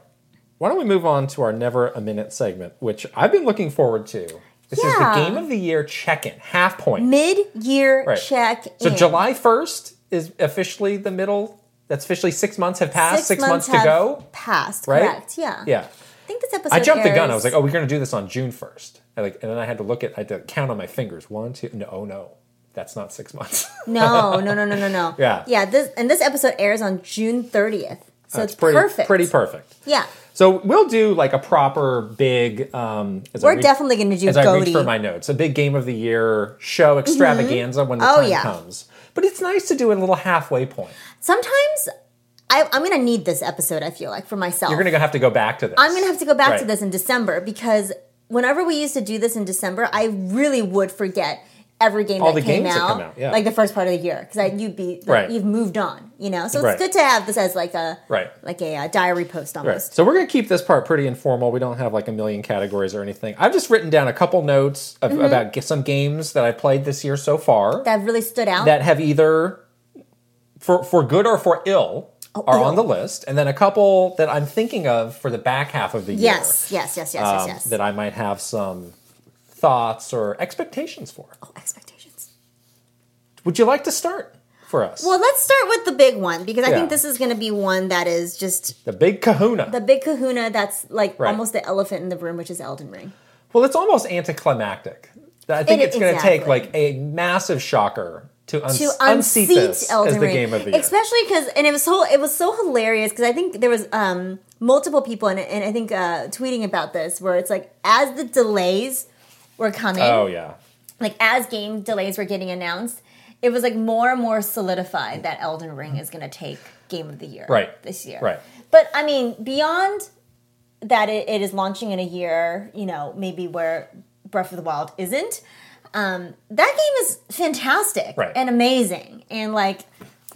[SPEAKER 2] Why don't we move on to our Never a Minute segment, which I've been looking forward to. This is the
[SPEAKER 1] Yeah.
[SPEAKER 2] Game of the Year check-in, half point.
[SPEAKER 1] Mid-year
[SPEAKER 2] Right.
[SPEAKER 1] check.
[SPEAKER 2] So July 1st is officially the middle. That's officially six months have passed, six, months, to
[SPEAKER 1] have
[SPEAKER 2] go,
[SPEAKER 1] Passed.
[SPEAKER 2] right?
[SPEAKER 1] Correct. Yeah.
[SPEAKER 2] Yeah.
[SPEAKER 1] I think this episode.
[SPEAKER 2] I jumped the gun. I
[SPEAKER 1] airs-
[SPEAKER 2] was like, oh, we're going to do this on June 1st. I like, and then I had to look at, I had to count on my fingers. One, two, no, oh, no. That's not six months. <laughs>
[SPEAKER 1] No, no, no, no, no, no.
[SPEAKER 2] Yeah.
[SPEAKER 1] Yeah, this and this episode airs on June 30th. So
[SPEAKER 2] That's
[SPEAKER 1] it's
[SPEAKER 2] pretty
[SPEAKER 1] perfect.
[SPEAKER 2] Pretty perfect.
[SPEAKER 1] Yeah.
[SPEAKER 2] So we'll do like a proper big. Um, as I
[SPEAKER 1] We're
[SPEAKER 2] reach-
[SPEAKER 1] definitely going to do
[SPEAKER 2] As I reach
[SPEAKER 1] Goaty.
[SPEAKER 2] for my notes, a big game of the year show extravaganza when the
[SPEAKER 1] Mm-hmm. Oh,
[SPEAKER 2] time
[SPEAKER 1] yeah.
[SPEAKER 2] comes. But it's nice to do a little halfway point.
[SPEAKER 1] Sometimes I, I'm going to need this episode, I feel like, for myself.
[SPEAKER 2] You're going to have to go back to this.
[SPEAKER 1] I'm going to have to go back to
[SPEAKER 2] Right.
[SPEAKER 1] this in December because whenever we used to do this in December, I really would forget every game
[SPEAKER 2] All
[SPEAKER 1] that
[SPEAKER 2] the
[SPEAKER 1] came
[SPEAKER 2] games that
[SPEAKER 1] out,
[SPEAKER 2] come out, yeah.
[SPEAKER 1] like the first part of the year because you'd be like,
[SPEAKER 2] Right.
[SPEAKER 1] you've moved on, you know. So it's
[SPEAKER 2] Right.
[SPEAKER 1] good to have this as like a
[SPEAKER 2] Right.
[SPEAKER 1] like a, uh diary post
[SPEAKER 2] Right.
[SPEAKER 1] almost.
[SPEAKER 2] So we're going to keep this part pretty informal. We don't have like a million categories or anything. I've just written down a couple notes of,
[SPEAKER 1] Mm-hmm.
[SPEAKER 2] about g- some games that I played this year so far
[SPEAKER 1] That really stood out.
[SPEAKER 2] that have either for for good or for ill are
[SPEAKER 1] Oh, ill.
[SPEAKER 2] on the list, and then a couple that I'm thinking of for the back half of the year.
[SPEAKER 1] yes, yes, yes, yes,
[SPEAKER 2] um,
[SPEAKER 1] yes, yes.
[SPEAKER 2] That I might have some thoughts or expectations for.
[SPEAKER 1] oh, expectations.
[SPEAKER 2] Would you like to start for us?
[SPEAKER 1] Well, let's start with the big one because I
[SPEAKER 2] Yeah.
[SPEAKER 1] think this is going to be one that is just
[SPEAKER 2] the big Kahuna.
[SPEAKER 1] the big kahuna that's like
[SPEAKER 2] Right.
[SPEAKER 1] almost the elephant in the room, which is Elden Ring.
[SPEAKER 2] Well, it's almost anticlimactic. I think
[SPEAKER 1] It-
[SPEAKER 2] it's going to take
[SPEAKER 1] exactly.
[SPEAKER 2] like a massive shocker to, un-
[SPEAKER 1] To
[SPEAKER 2] unseat,
[SPEAKER 1] unseat
[SPEAKER 2] this
[SPEAKER 1] Elden
[SPEAKER 2] as the
[SPEAKER 1] Ring,
[SPEAKER 2] game of the year.
[SPEAKER 1] especially because and it was so it was so hilarious because I think there was um multiple people and, and I think uh, tweeting about this where it's like as the delays were coming,
[SPEAKER 2] oh yeah,
[SPEAKER 1] like as game delays were getting announced it was like more and more solidified that Elden Ring is going to take Game of the Year
[SPEAKER 2] Right.
[SPEAKER 1] this year.
[SPEAKER 2] Right.
[SPEAKER 1] But I mean, beyond that, it, it is launching in a year, you know, maybe where Breath of the Wild isn't. Um, that game is fantastic
[SPEAKER 2] Right.
[SPEAKER 1] and amazing, and like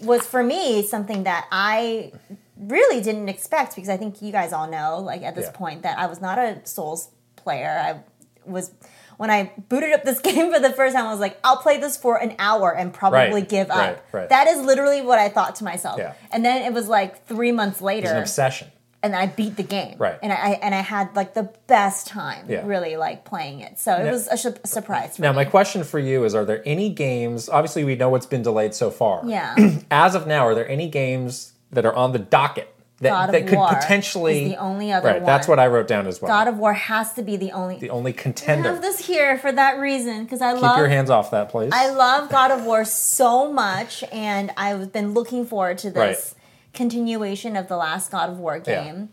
[SPEAKER 1] was for me something that I really didn't expect because I think you guys all know, like at this
[SPEAKER 2] Yeah.
[SPEAKER 1] point, that I was not a Souls player. I was when I booted up this <laughs> game for the first time. I was like, I'll play this for an hour and probably
[SPEAKER 2] Right,
[SPEAKER 1] give up.
[SPEAKER 2] right, right.
[SPEAKER 1] That is literally what I thought to myself.
[SPEAKER 2] Yeah.
[SPEAKER 1] And then it was like three months
[SPEAKER 2] It's an
[SPEAKER 1] later,
[SPEAKER 2] obsession.
[SPEAKER 1] and I beat the game.
[SPEAKER 2] Right.
[SPEAKER 1] And I I- and I had like the best time,
[SPEAKER 2] Yeah.
[SPEAKER 1] really like playing it. So it
[SPEAKER 2] Now-
[SPEAKER 1] was a sh- surprise. For
[SPEAKER 2] Now,
[SPEAKER 1] me.
[SPEAKER 2] my question for you is: Are there any games? Obviously, we know what's been delayed so far.
[SPEAKER 1] yeah, <clears throat>
[SPEAKER 2] As of now, are there any games that are on the docket that,
[SPEAKER 1] God of
[SPEAKER 2] that could
[SPEAKER 1] War
[SPEAKER 2] potentially
[SPEAKER 1] is the only other
[SPEAKER 2] right? That's
[SPEAKER 1] one.
[SPEAKER 2] what I wrote down as well.
[SPEAKER 1] God of War has to be the only.
[SPEAKER 2] the only
[SPEAKER 1] I
[SPEAKER 2] contender.
[SPEAKER 1] have this here for that reason because I
[SPEAKER 2] Keep your
[SPEAKER 1] love
[SPEAKER 2] hands off that, please.
[SPEAKER 1] I love God of War so much, and I've been looking forward to this continuation of the last God of War
[SPEAKER 2] Yeah.
[SPEAKER 1] game.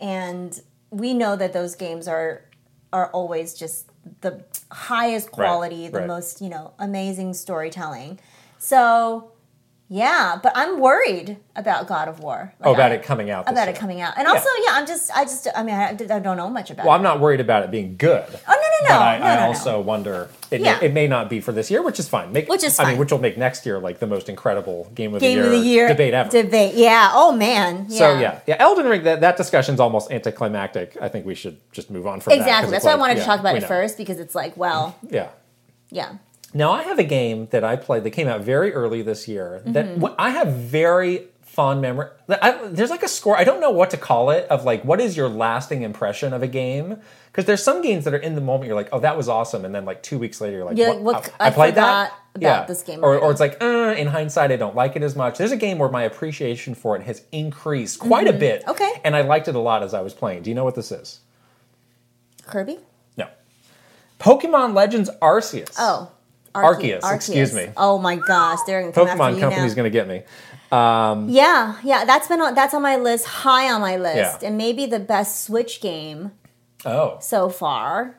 [SPEAKER 1] And we know that those games are are always just the highest quality, the
[SPEAKER 2] right.
[SPEAKER 1] most you know amazing storytelling. So, yeah, but I'm worried about God of War. Like,
[SPEAKER 2] oh, about
[SPEAKER 1] I-
[SPEAKER 2] it coming out.
[SPEAKER 1] about
[SPEAKER 2] this
[SPEAKER 1] it
[SPEAKER 2] year.
[SPEAKER 1] coming out, and also yeah, I'm just I just I mean I, I don't know much about
[SPEAKER 2] Well,
[SPEAKER 1] it.
[SPEAKER 2] I'm not worried about it being good.
[SPEAKER 1] Oh no no
[SPEAKER 2] But
[SPEAKER 1] no
[SPEAKER 2] I,
[SPEAKER 1] no,
[SPEAKER 2] I
[SPEAKER 1] no, no.
[SPEAKER 2] also wonder it,
[SPEAKER 1] Yeah.
[SPEAKER 2] may, it may not be for this year, which is fine. Make,
[SPEAKER 1] Which is
[SPEAKER 2] I
[SPEAKER 1] fine.
[SPEAKER 2] mean, which will make next year like the most incredible game of
[SPEAKER 1] game
[SPEAKER 2] the year
[SPEAKER 1] of the year
[SPEAKER 2] debate ever.
[SPEAKER 1] Debate, yeah. Oh man, yeah.
[SPEAKER 2] So yeah, yeah. Elden Ring. That, that discussion's almost anticlimactic. I think we should just move on from
[SPEAKER 1] Exactly.
[SPEAKER 2] that. 'cause it's
[SPEAKER 1] That's why I
[SPEAKER 2] like,
[SPEAKER 1] wanted to
[SPEAKER 2] yeah,
[SPEAKER 1] talk about
[SPEAKER 2] we
[SPEAKER 1] it
[SPEAKER 2] know.
[SPEAKER 1] first because it's like, well,
[SPEAKER 2] Yeah.
[SPEAKER 1] yeah.
[SPEAKER 2] Now I have a game that I played that came out very early this year that
[SPEAKER 1] Mm-hmm.
[SPEAKER 2] wh- I have very fond memory. that I, there's like a score. I don't know what to call it of like what is your lasting impression of a game because there's some games that are in the moment you're like oh that was awesome and then like two weeks later you're like
[SPEAKER 1] You're like, what- I forgot about this game
[SPEAKER 2] or,
[SPEAKER 1] already.
[SPEAKER 2] or it's like uh, in hindsight I don't like it as much. There's a game where my appreciation for it has increased quite a bit.
[SPEAKER 1] Mm-hmm. Okay.
[SPEAKER 2] and I liked it a lot as I was playing. Do you know what this is?
[SPEAKER 1] Kirby?
[SPEAKER 2] No. Pokemon Legends Arceus.
[SPEAKER 1] Oh.
[SPEAKER 2] Arceus, excuse me.
[SPEAKER 1] Oh my gosh, they're going to come after
[SPEAKER 2] Pokemon
[SPEAKER 1] you
[SPEAKER 2] Company's
[SPEAKER 1] now.
[SPEAKER 2] going to get me.
[SPEAKER 1] yeah, yeah, that's been on, that's on my list, high on my list,
[SPEAKER 2] Yeah.
[SPEAKER 1] and maybe the best Switch game
[SPEAKER 2] Oh.
[SPEAKER 1] so far.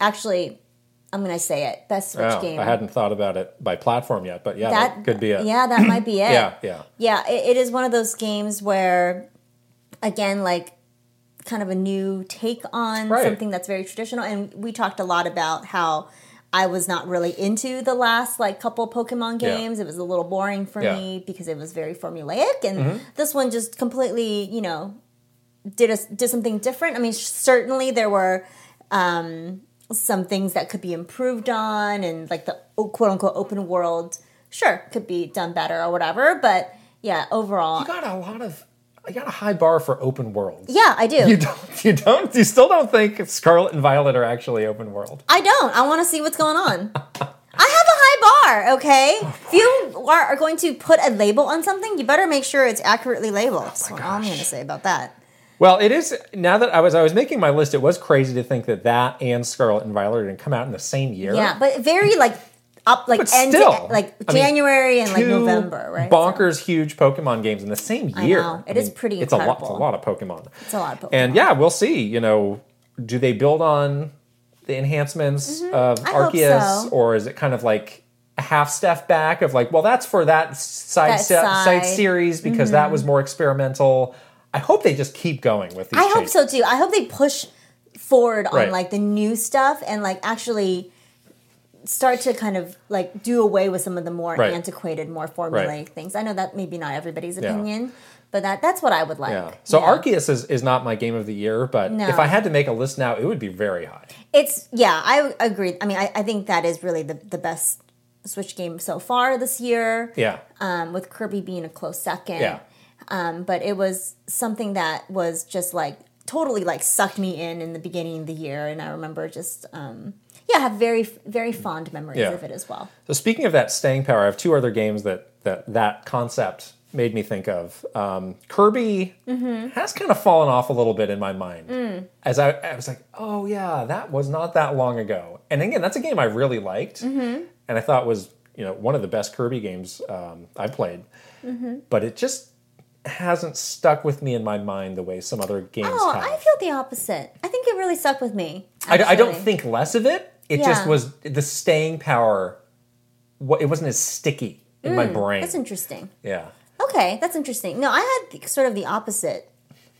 [SPEAKER 1] Actually, I'm going to say it, best Switch
[SPEAKER 2] Oh,
[SPEAKER 1] game.
[SPEAKER 2] I hadn't thought about it by platform yet, but yeah, that,
[SPEAKER 1] that
[SPEAKER 2] could be it.
[SPEAKER 1] Yeah, that might be
[SPEAKER 2] <clears throat>
[SPEAKER 1] it.
[SPEAKER 2] yeah, yeah.
[SPEAKER 1] Yeah, it, it is one of those games where, again, like kind of a new take on
[SPEAKER 2] Right.
[SPEAKER 1] something that's very traditional. And we talked a lot about how I was not really into the last like couple Pokemon
[SPEAKER 2] Yeah.
[SPEAKER 1] games. It was a little boring for
[SPEAKER 2] Yeah. Mm-hmm.
[SPEAKER 1] me because it was very formulaic, and this one just completely, you know, did a, did something different. I mean, certainly there were um, some things that could be improved on and like the o- quote unquote open world sure could be done better or whatever but yeah overall
[SPEAKER 2] You got a lot of. I got a high bar for open world.
[SPEAKER 1] yeah i do
[SPEAKER 2] You don't. You don't. You still don't think Scarlet and Violet are actually open world.
[SPEAKER 1] i don't i want to see what's going on i have a high bar okay if you are, are going to put a label on something you better make sure it's accurately labeled that's what i'm going to say about that
[SPEAKER 2] Well, it is now that I was. I was making my list. It was crazy to think that that and Scarlet and Violet are going to come out in the same year.
[SPEAKER 1] yeah but very like up like
[SPEAKER 2] But
[SPEAKER 1] end
[SPEAKER 2] still,
[SPEAKER 1] to, like
[SPEAKER 2] I mean,
[SPEAKER 1] january and like
[SPEAKER 2] Two
[SPEAKER 1] november right So-
[SPEAKER 2] Bonkers, huge Pokemon games in the same year.
[SPEAKER 1] know.
[SPEAKER 2] It
[SPEAKER 1] It
[SPEAKER 2] is
[SPEAKER 1] is pretty
[SPEAKER 2] It's a lot. It's a
[SPEAKER 1] incredible.
[SPEAKER 2] lot of Pokemon.
[SPEAKER 1] it's a lot of Pokemon.
[SPEAKER 2] And yeah, we'll see. You know, do they build on the enhancements of
[SPEAKER 1] Mm-hmm. hope
[SPEAKER 2] Arceus,
[SPEAKER 1] so.
[SPEAKER 2] or is it kind of like a half step back of like, well, that's for that side
[SPEAKER 1] That
[SPEAKER 2] se- side.
[SPEAKER 1] side. Mm-hmm.
[SPEAKER 2] series because that was more experimental. I hope they just keep going with these.
[SPEAKER 1] I hope so too. I hope they push forward on
[SPEAKER 2] Right.
[SPEAKER 1] like the new stuff and like actually start to kind of like do away with some of the more
[SPEAKER 2] Right.
[SPEAKER 1] antiquated, more formulaic things. I know that maybe not everybody's
[SPEAKER 2] Yeah.
[SPEAKER 1] opinion, but that that's what I would like.
[SPEAKER 2] Yeah. So
[SPEAKER 1] Yeah.
[SPEAKER 2] Arceus is, is not my game of the year, but
[SPEAKER 1] No.
[SPEAKER 2] if I had to make a list now, it would be very high.
[SPEAKER 1] it's yeah, I agree. I mean, I, I think that is really the the best Switch game so far this year.
[SPEAKER 2] Yeah.
[SPEAKER 1] Um, with Kirby being a close second.
[SPEAKER 2] Yeah.
[SPEAKER 1] Um, but it was something that was just like totally like sucked me in in the beginning of the year, and I remember just um, yeah, I have very very fond memories
[SPEAKER 2] Yeah.
[SPEAKER 1] of it as well.
[SPEAKER 2] So speaking of that staying power, I have two other games that that that concept made me think of. Um, Kirby
[SPEAKER 1] Mm-hmm.
[SPEAKER 2] has kind of fallen off a little bit in my mind
[SPEAKER 1] Mm.
[SPEAKER 2] as I, I was like, oh yeah, that was not that long ago. And again, that's a game I really liked,
[SPEAKER 1] Mm-hmm.
[SPEAKER 2] and I thought was you know one of the best Kirby games um, I played.
[SPEAKER 1] Mm-hmm.
[SPEAKER 2] But it just hasn't stuck with me in my mind the way some other games
[SPEAKER 1] Oh,
[SPEAKER 2] have.
[SPEAKER 1] I feel the opposite. I think it really stuck with me.
[SPEAKER 2] I, I don't
[SPEAKER 1] actually.
[SPEAKER 2] think less of it. It just
[SPEAKER 1] Yeah.
[SPEAKER 2] was the staying power what it wasn't as sticky in my brain.
[SPEAKER 1] Mm, That's interesting.
[SPEAKER 2] yeah.
[SPEAKER 1] Okay, that's interesting. No, I had the, sort of the opposite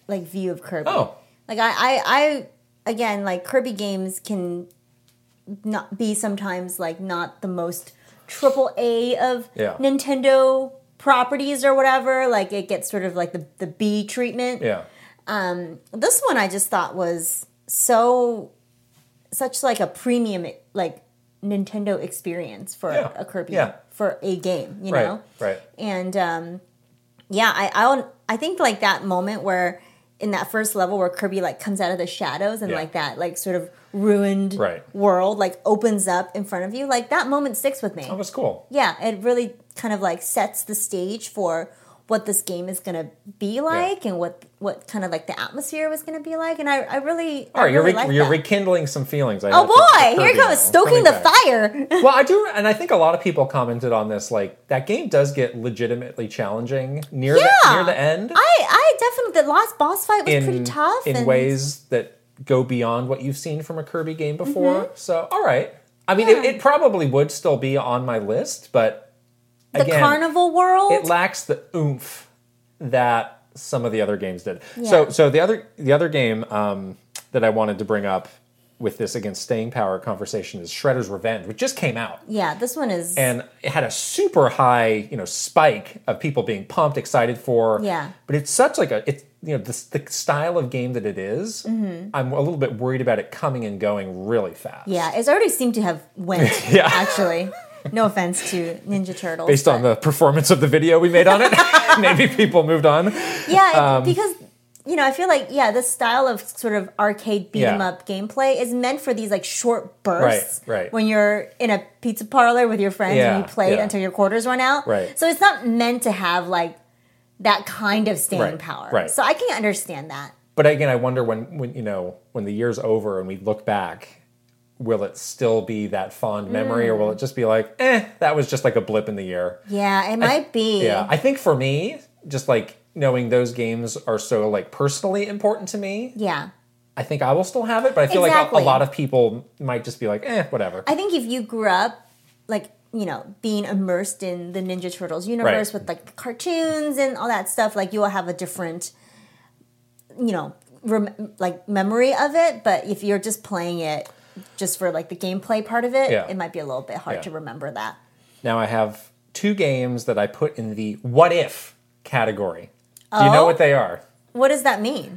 [SPEAKER 1] like view of Kirby.
[SPEAKER 2] Oh.
[SPEAKER 1] Like I, I I again like Kirby games can not be sometimes like not the most triple A of
[SPEAKER 2] Yeah.
[SPEAKER 1] Nintendo properties or whatever. Like it gets sort of like the, the B treatment.
[SPEAKER 2] Yeah.
[SPEAKER 1] This one I just thought was so such like a premium like Nintendo experience for
[SPEAKER 2] Yeah.
[SPEAKER 1] a Kirby
[SPEAKER 2] Yeah.
[SPEAKER 1] for a game, you
[SPEAKER 2] Right.
[SPEAKER 1] know?
[SPEAKER 2] Right.
[SPEAKER 1] and um, yeah, I I, don't, I think like that moment where in that first level where Kirby like comes out of the shadows and
[SPEAKER 2] Yeah.
[SPEAKER 1] like that like sort of ruined
[SPEAKER 2] Right.
[SPEAKER 1] world like opens up in front of you, like that moment sticks with me.
[SPEAKER 2] That was cool.
[SPEAKER 1] Yeah, it really kind of like sets the stage for what this game is gonna be like and what what kind of like the atmosphere was gonna be like, and I I really
[SPEAKER 2] All right,
[SPEAKER 1] I
[SPEAKER 2] you're,
[SPEAKER 1] really
[SPEAKER 2] re-
[SPEAKER 1] like
[SPEAKER 2] you're
[SPEAKER 1] that.
[SPEAKER 2] rekindling some feelings. I
[SPEAKER 1] Oh
[SPEAKER 2] had for- for
[SPEAKER 1] boy, here
[SPEAKER 2] Kirby
[SPEAKER 1] it comes
[SPEAKER 2] now.
[SPEAKER 1] stoking
[SPEAKER 2] Coming
[SPEAKER 1] the
[SPEAKER 2] back.
[SPEAKER 1] fire.
[SPEAKER 2] well, I do, and I think a lot of people commented on this. Like that game does get legitimately challenging near the,
[SPEAKER 1] Yeah.
[SPEAKER 2] near the end
[SPEAKER 1] I I definitely the last boss fight was
[SPEAKER 2] in
[SPEAKER 1] pretty tough
[SPEAKER 2] in
[SPEAKER 1] and
[SPEAKER 2] ways that go beyond what you've seen from a Kirby game before.
[SPEAKER 1] Mm-hmm.
[SPEAKER 2] So, all right. I mean, it, it probably would still be on my list, but
[SPEAKER 1] the
[SPEAKER 2] again,
[SPEAKER 1] carnival world.
[SPEAKER 2] it lacks the oomph that some of the other games did. So,
[SPEAKER 1] Yeah.
[SPEAKER 2] so the other the other game um, that I wanted to bring up with this against staying power conversation is Shredder's Revenge, which just came out.
[SPEAKER 1] yeah, this one is.
[SPEAKER 2] and it had a super high you know spike of people being pumped excited for
[SPEAKER 1] Yeah.
[SPEAKER 2] but it's such like a it's you know the, the style of game that it is, i'm a little bit worried about it coming and going really fast
[SPEAKER 1] Mm-hmm. yeah, it's already seemed to have went.
[SPEAKER 2] <laughs> Yeah.
[SPEAKER 1] actually, no offense to Ninja Turtles.
[SPEAKER 2] based on the performance of the video we made on
[SPEAKER 1] <laughs>
[SPEAKER 2] it <laughs> maybe people moved on
[SPEAKER 1] yeah, it-
[SPEAKER 2] um,
[SPEAKER 1] because you know, I feel like yeah, this style of sort of arcade beat 'em
[SPEAKER 2] Yeah.
[SPEAKER 1] up gameplay is meant for these like short bursts.
[SPEAKER 2] Right, right.
[SPEAKER 1] When you're in a pizza parlor with your friends
[SPEAKER 2] Yeah,
[SPEAKER 1] and you play it
[SPEAKER 2] yeah.
[SPEAKER 1] until your quarters run out.
[SPEAKER 2] Right.
[SPEAKER 1] So it's not meant to have like that kind of staying
[SPEAKER 2] Right,
[SPEAKER 1] power.
[SPEAKER 2] right.
[SPEAKER 1] So I can understand that.
[SPEAKER 2] but again i wonder when when you know when the year's over and we look back will it still be that fond memory or
[SPEAKER 1] Mm.
[SPEAKER 2] will it just be like eh that was just like a blip in the year
[SPEAKER 1] Yeah, it might be.
[SPEAKER 2] Yeah, I think for me, just like knowing those games are so like personally important to me,
[SPEAKER 1] Yeah.
[SPEAKER 2] I think I will still have it. But I feel like
[SPEAKER 1] Exactly.
[SPEAKER 2] a- a, lot of people might just be like, eh, whatever.
[SPEAKER 1] I think if you grew up like you know being immersed in the Ninja Turtles universe
[SPEAKER 2] Right.
[SPEAKER 1] with like the cartoons and all that stuff, like you will have a different, you know, rem- like memory of it. But if you're just playing it just for like the gameplay part of it,
[SPEAKER 2] Yeah.
[SPEAKER 1] it might be a little bit hard
[SPEAKER 2] Yeah.
[SPEAKER 1] to remember that.
[SPEAKER 2] now I have two games that I put in the what if category. Do you know
[SPEAKER 1] Oh?
[SPEAKER 2] what they are?
[SPEAKER 1] What does that mean?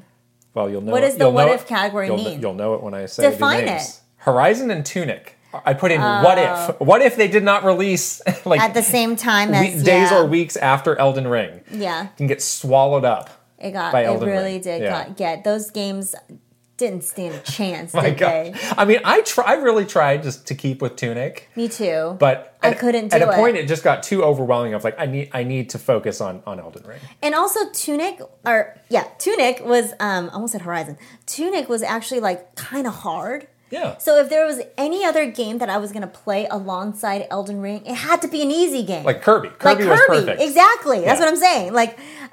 [SPEAKER 2] Well, you'll know.
[SPEAKER 1] What does the
[SPEAKER 2] you'll know
[SPEAKER 1] what
[SPEAKER 2] it-
[SPEAKER 1] if category
[SPEAKER 2] you'll,
[SPEAKER 1] mean?
[SPEAKER 2] You'll know it when I say
[SPEAKER 1] Define
[SPEAKER 2] the names.
[SPEAKER 1] it. Oh.
[SPEAKER 2] Horizon and Tunic. I put in what if. What if they did not release <laughs> like
[SPEAKER 1] At the same time as
[SPEAKER 2] we- days
[SPEAKER 1] yeah,
[SPEAKER 2] or weeks after Elden Ring?
[SPEAKER 1] yeah,
[SPEAKER 2] Can get swallowed up.
[SPEAKER 1] it got
[SPEAKER 2] by
[SPEAKER 1] it
[SPEAKER 2] Elden
[SPEAKER 1] really
[SPEAKER 2] Ring.
[SPEAKER 1] did
[SPEAKER 2] Yeah.
[SPEAKER 1] got, get those games didn't stand a chance,
[SPEAKER 2] <laughs> my
[SPEAKER 1] did they?
[SPEAKER 2] gosh. I mean, I try, I really tried just to keep with Tunic,
[SPEAKER 1] Me too.
[SPEAKER 2] but
[SPEAKER 1] I
[SPEAKER 2] at-
[SPEAKER 1] couldn't
[SPEAKER 2] At
[SPEAKER 1] do
[SPEAKER 2] a
[SPEAKER 1] it.
[SPEAKER 2] point, it just got too overwhelming. I was like, I need, I need to focus on on Elden Ring.
[SPEAKER 1] And also Tunic or yeah, Tunic was um I almost said Horizon. Tunic was actually like kind of hard.
[SPEAKER 2] Yeah.
[SPEAKER 1] So if there was any other game that I was going to play alongside Elden Ring, it had to be an easy game.
[SPEAKER 2] like Kirby. Kirby,
[SPEAKER 1] Like
[SPEAKER 2] was perfect.
[SPEAKER 1] Exactly. That's
[SPEAKER 2] Yeah.
[SPEAKER 1] what I'm saying. Like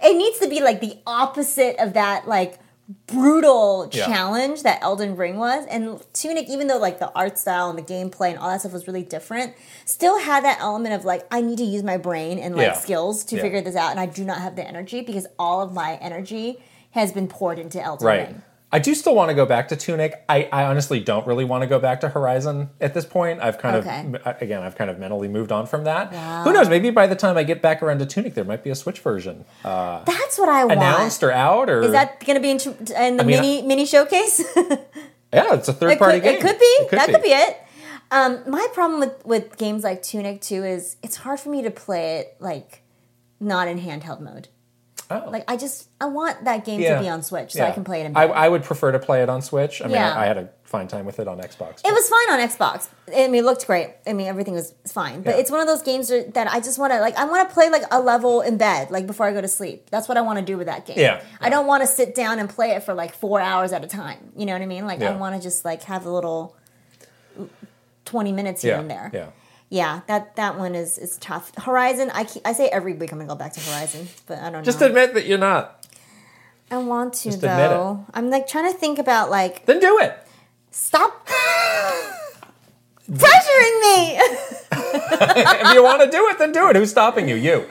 [SPEAKER 1] it needs to be like the opposite of that like brutal
[SPEAKER 2] Yeah.
[SPEAKER 1] challenge that Elden Ring was. And Tunic, even though like the art style and the gameplay and all that stuff was really different, still had that element of like I need to use my brain and like
[SPEAKER 2] Yeah.
[SPEAKER 1] skills to
[SPEAKER 2] Yeah.
[SPEAKER 1] figure this out and I do not have the energy because all of my energy has been poured into Elden
[SPEAKER 2] Right.
[SPEAKER 1] Ring.
[SPEAKER 2] I do still want to go back to Tunic. I, I honestly don't really want to go back to Horizon at this point. I've kind
[SPEAKER 1] Okay.
[SPEAKER 2] of uh, again, I've kind of mentally moved on from that.
[SPEAKER 1] Wow.
[SPEAKER 2] Who knows? Maybe by the time I get back around to Tunic, there might be a Switch version
[SPEAKER 1] That's what I
[SPEAKER 2] announced
[SPEAKER 1] want.
[SPEAKER 2] or out or
[SPEAKER 1] Is that going to be in, in the
[SPEAKER 2] mean,
[SPEAKER 1] mini mini showcase? <laughs>
[SPEAKER 2] yeah, it's a third
[SPEAKER 1] it
[SPEAKER 2] party
[SPEAKER 1] could,
[SPEAKER 2] game.
[SPEAKER 1] It could be. that could be it. Um, my problem with, with games like Tunic 2 is it's hard for me to play it like not in handheld mode.
[SPEAKER 2] Oh.
[SPEAKER 1] Like I just I want that game
[SPEAKER 2] Yeah.
[SPEAKER 1] to be on Switch so I
[SPEAKER 2] Yeah.
[SPEAKER 1] can play it in
[SPEAKER 2] I,
[SPEAKER 1] bed.
[SPEAKER 2] I would prefer to play it on Switch. I mean,
[SPEAKER 1] Yeah.
[SPEAKER 2] I, I had a fine time with it on Xbox.
[SPEAKER 1] it was fine on Xbox. I mean, it looked great. I mean, everything was fine. But
[SPEAKER 2] Yeah.
[SPEAKER 1] it's one of those games that that I just want to like. I want to play like a level in bed, like before I go to sleep. That's what I want to do with that game.
[SPEAKER 2] Yeah.
[SPEAKER 1] I don't want to sit down and play it for like four hours at a time. You know what I mean? Like I
[SPEAKER 2] Yeah.
[SPEAKER 1] want to just like have a little twenty minutes here
[SPEAKER 2] yeah,
[SPEAKER 1] and there.
[SPEAKER 2] yeah.
[SPEAKER 1] Yeah, that that one is is tough. Horizon, I keep, I say every week I'm gonna go back to Horizon, but I don't
[SPEAKER 2] Just
[SPEAKER 1] know.
[SPEAKER 2] admit that you're not.
[SPEAKER 1] I want to
[SPEAKER 2] admit it. <laughs>
[SPEAKER 1] though. I'm like trying to think about like
[SPEAKER 2] Then do it.
[SPEAKER 1] stop. pressuring me. <laughs>
[SPEAKER 2] if you want to do it, then do it. Who's stopping you? You.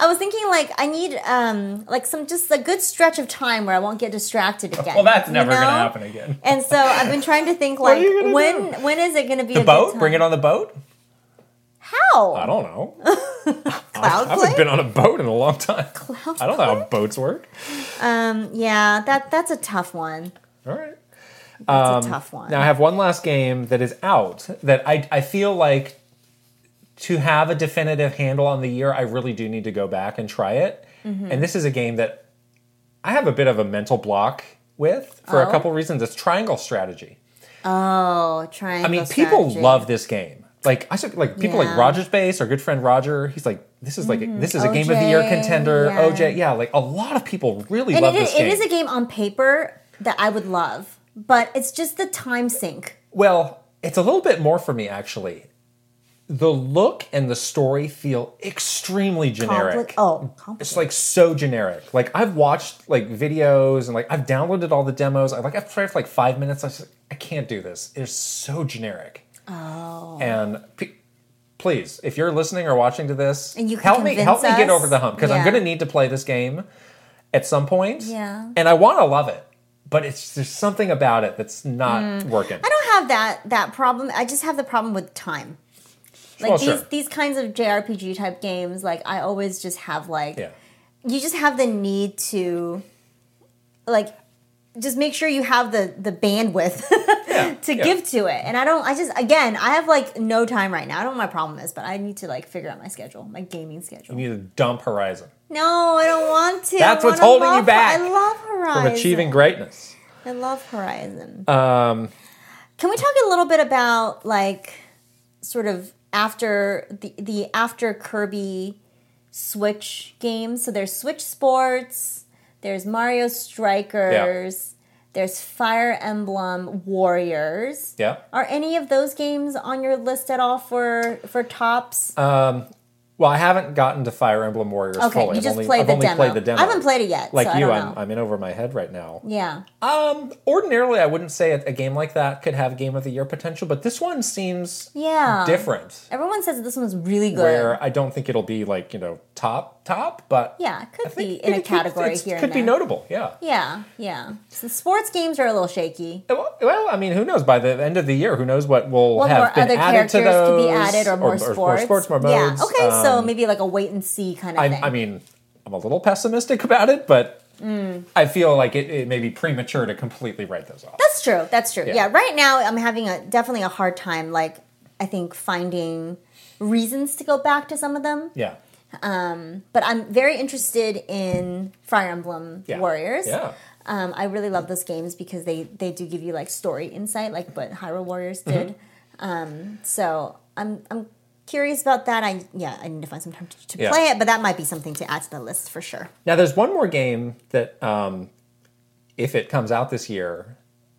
[SPEAKER 1] I was thinking like I need um like some just a good stretch of time where I won't get distracted again.
[SPEAKER 2] Well, that's never
[SPEAKER 1] you
[SPEAKER 2] going to
[SPEAKER 1] know?
[SPEAKER 2] happen again.
[SPEAKER 1] And so I've been trying to
[SPEAKER 2] <laughs>
[SPEAKER 1] think like
[SPEAKER 2] are you gonna
[SPEAKER 1] when when is it going to be
[SPEAKER 2] The
[SPEAKER 1] a
[SPEAKER 2] boat?
[SPEAKER 1] Good
[SPEAKER 2] Bring it on the boat?
[SPEAKER 1] How?
[SPEAKER 2] I don't know.
[SPEAKER 1] Cloud
[SPEAKER 2] I haven't
[SPEAKER 1] play?
[SPEAKER 2] been on a boat in a long time.
[SPEAKER 1] Cloud
[SPEAKER 2] I don't know how boats work. <laughs>
[SPEAKER 1] um, yeah, that that's a tough one.
[SPEAKER 2] All right. Um,
[SPEAKER 1] That's a tough one.
[SPEAKER 2] Now I have one last game that is out that I I feel like to have a definitive handle on the year, I really do need to go back and try it.
[SPEAKER 1] Mm-hmm.
[SPEAKER 2] And this is a game that I have a bit of a mental block with for
[SPEAKER 1] Oh.
[SPEAKER 2] a couple reasons. It's triangle strategy.
[SPEAKER 1] oh, trying.
[SPEAKER 2] I mean, people love this game. Like I said, like people
[SPEAKER 1] Yeah.
[SPEAKER 2] like Roger's base, our good friend Roger. He's like, this is like this is a game of the year
[SPEAKER 1] OJ,
[SPEAKER 2] contender.
[SPEAKER 1] yeah.
[SPEAKER 2] OJ, yeah, like a lot of people really
[SPEAKER 1] And
[SPEAKER 2] love
[SPEAKER 1] it is,
[SPEAKER 2] this game.
[SPEAKER 1] it is a game on paper that I would love, but it's just the time sink.
[SPEAKER 2] Well, it's a little bit more for me actually. The look and the story feel extremely generic.
[SPEAKER 1] Compli- oh,
[SPEAKER 2] It's
[SPEAKER 1] complicated.
[SPEAKER 2] like so generic. Like I've watched like videos and like I've downloaded all the demos. I like I've tried for like five minutes. I was just like, I can't do this. It's so generic. Oh. And p- please, if you're listening or watching to this,
[SPEAKER 1] And you can
[SPEAKER 2] help me help
[SPEAKER 1] convince
[SPEAKER 2] me get
[SPEAKER 1] us.
[SPEAKER 2] over the hump because I'm
[SPEAKER 1] Yeah.
[SPEAKER 2] going to need to play this game at some point.
[SPEAKER 1] Yeah.
[SPEAKER 2] And I want to love it, but it's there's something about it that's not working.
[SPEAKER 1] Mm. I don't have that that problem. I just have the problem with time. Like
[SPEAKER 2] Well,
[SPEAKER 1] these
[SPEAKER 2] sure.
[SPEAKER 1] these kinds of JRPG type games, like I always just have like
[SPEAKER 2] yeah.
[SPEAKER 1] you just have the need to like just make sure you have the the bandwidth <laughs> to
[SPEAKER 2] yeah.
[SPEAKER 1] give to it. And I don't I just again, I have like no time right now. I don't know what my problem is, but I need to like figure out my schedule, my gaming schedule.
[SPEAKER 2] You need to dump Horizon
[SPEAKER 1] No, I don't want to. I
[SPEAKER 2] That's what's
[SPEAKER 1] wanna
[SPEAKER 2] holding you
[SPEAKER 1] love-
[SPEAKER 2] back
[SPEAKER 1] I love
[SPEAKER 2] from
[SPEAKER 1] Horizon.
[SPEAKER 2] achieving greatness.
[SPEAKER 1] I love Horizon.
[SPEAKER 2] Um,
[SPEAKER 1] Can we talk a little bit about like sort of after the the after Kirby Switch games? So there's Switch Sports, there's Mario Strikers, there's Fire Emblem Warriors.
[SPEAKER 2] yeah.
[SPEAKER 1] Are any of those games on your list at all for for tops?
[SPEAKER 2] Well, I haven't gotten to Fire Emblem Warriors
[SPEAKER 1] okay,
[SPEAKER 2] Uh, fully.
[SPEAKER 1] you
[SPEAKER 2] I've
[SPEAKER 1] just
[SPEAKER 2] only,
[SPEAKER 1] played,
[SPEAKER 2] I've
[SPEAKER 1] the
[SPEAKER 2] only
[SPEAKER 1] demo.
[SPEAKER 2] played the demo.
[SPEAKER 1] I haven't played it yet,
[SPEAKER 2] Like
[SPEAKER 1] so I
[SPEAKER 2] you,
[SPEAKER 1] don't
[SPEAKER 2] I'm,
[SPEAKER 1] know.
[SPEAKER 2] I'm in over my head right now.
[SPEAKER 1] yeah,
[SPEAKER 2] Um, ordinarily, I wouldn't say a, a game like that could have game of the year potential, but this one seems
[SPEAKER 1] yeah.
[SPEAKER 2] different.
[SPEAKER 1] Everyone says that this one's really good.
[SPEAKER 2] Where I don't think it'll be like you know top top, but
[SPEAKER 1] yeah, it could
[SPEAKER 2] I think
[SPEAKER 1] be in a
[SPEAKER 2] it could-
[SPEAKER 1] category
[SPEAKER 2] it's-
[SPEAKER 1] here.
[SPEAKER 2] Could
[SPEAKER 1] and
[SPEAKER 2] be
[SPEAKER 1] there.
[SPEAKER 2] notable. Yeah.
[SPEAKER 1] Yeah, yeah. So the sports games are a little shaky.
[SPEAKER 2] Well, well, I mean, who knows? By the end of the year, who knows what will
[SPEAKER 1] What
[SPEAKER 2] have
[SPEAKER 1] more
[SPEAKER 2] been
[SPEAKER 1] other
[SPEAKER 2] added
[SPEAKER 1] characters
[SPEAKER 2] to
[SPEAKER 1] could
[SPEAKER 2] those,
[SPEAKER 1] be added, or more sports?
[SPEAKER 2] more sports, more modes.
[SPEAKER 1] Yeah. Okay,
[SPEAKER 2] um,
[SPEAKER 1] so maybe like a wait and see kind of
[SPEAKER 2] I,
[SPEAKER 1] thing.
[SPEAKER 2] I mean, I'm a little pessimistic about it, but I feel like it, it may be premature to completely write
[SPEAKER 1] <laughs>
[SPEAKER 2] those off.
[SPEAKER 1] that's true. That's true. Yeah.
[SPEAKER 2] Yeah.
[SPEAKER 1] Right now, I'm having a definitely a hard time. Like, I think finding reasons to go back to some of them.
[SPEAKER 2] yeah.
[SPEAKER 1] But I'm very interested in Fire Emblem
[SPEAKER 2] yeah.
[SPEAKER 1] Warriors.
[SPEAKER 2] Yeah.
[SPEAKER 1] Um, I really love those games because they they do give you like story insight, like what Hyrule Warriors
[SPEAKER 2] Mm-hmm.
[SPEAKER 1] did. Um, so I'm I'm curious about that. I yeah, I need to find some time to, to
[SPEAKER 2] Yeah.
[SPEAKER 1] play it, but that might be something to add to the list for sure.
[SPEAKER 2] Now, there's one more game that, um, if it comes out this year,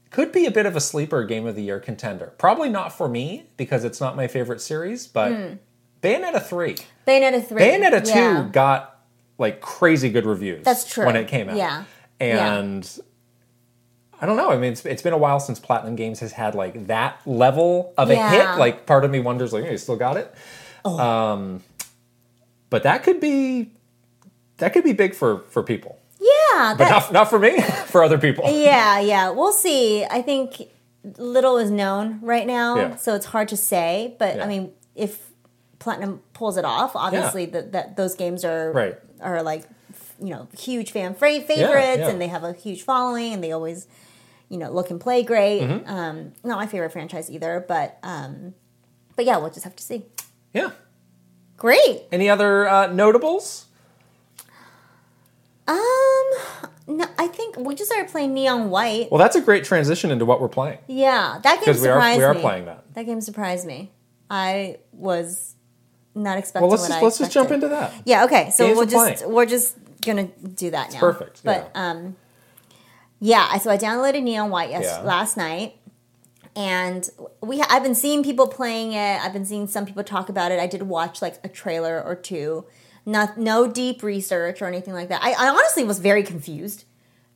[SPEAKER 2] could be a bit of a sleeper game of the year contender. Probably not for me because it's not my favorite series, but Bayonetta 3.
[SPEAKER 1] Bayonetta three.
[SPEAKER 2] Bayonetta 2
[SPEAKER 1] Hmm. yeah.
[SPEAKER 2] got like crazy good reviews.
[SPEAKER 1] That's true.
[SPEAKER 2] When it came out.
[SPEAKER 1] Yeah.
[SPEAKER 2] And I don't know. I mean, it's, it's been a while since Platinum Games has had like that level of
[SPEAKER 1] Yeah. Oh.
[SPEAKER 2] a hit. Like, part of me wonders, like, hey, you still got it? Um, but that could be that could be big for for people,
[SPEAKER 1] Yeah,
[SPEAKER 2] but
[SPEAKER 1] that-
[SPEAKER 2] not not for me, <laughs> for other people.
[SPEAKER 1] yeah, yeah. We'll see. I think little is known right now,
[SPEAKER 2] Yeah.
[SPEAKER 1] so it's hard to say. But
[SPEAKER 2] Yeah.
[SPEAKER 1] I mean, if Platinum pulls it off, obviously that that those games are
[SPEAKER 2] Right.
[SPEAKER 1] are like you know huge fan fra- favorites,
[SPEAKER 2] yeah.
[SPEAKER 1] and they have a huge following, and they always you know look and play great.
[SPEAKER 2] Mm-hmm.
[SPEAKER 1] Um, not my favorite franchise either, but um, but yeah, we'll just have to see.
[SPEAKER 2] Yeah.
[SPEAKER 1] Great.
[SPEAKER 2] Any other uh, notables?
[SPEAKER 1] Um, no, I think we just started playing Neon White.
[SPEAKER 2] Well, that's a great transition into what we're playing.
[SPEAKER 1] Yeah, that game
[SPEAKER 2] Because we are-
[SPEAKER 1] surprised
[SPEAKER 2] we are
[SPEAKER 1] me.
[SPEAKER 2] playing that.
[SPEAKER 1] That game surprised me. I was not expecting.
[SPEAKER 2] Well, let's
[SPEAKER 1] what
[SPEAKER 2] just
[SPEAKER 1] I
[SPEAKER 2] let's just jump
[SPEAKER 1] expected.
[SPEAKER 2] into that.
[SPEAKER 1] Yeah. Okay. So
[SPEAKER 2] Games
[SPEAKER 1] we'll
[SPEAKER 2] we're
[SPEAKER 1] just
[SPEAKER 2] playing.
[SPEAKER 1] we're just gonna do that now.
[SPEAKER 2] perfect,
[SPEAKER 1] But
[SPEAKER 2] yeah.
[SPEAKER 1] um, yeah. I- So I downloaded Neon White yes
[SPEAKER 2] Yeah.
[SPEAKER 1] last night, and we I've been seeing people playing it. I've been seeing some people talk about it. I did watch like a trailer or two. Not no deep research or anything like that. I, I honestly was very confused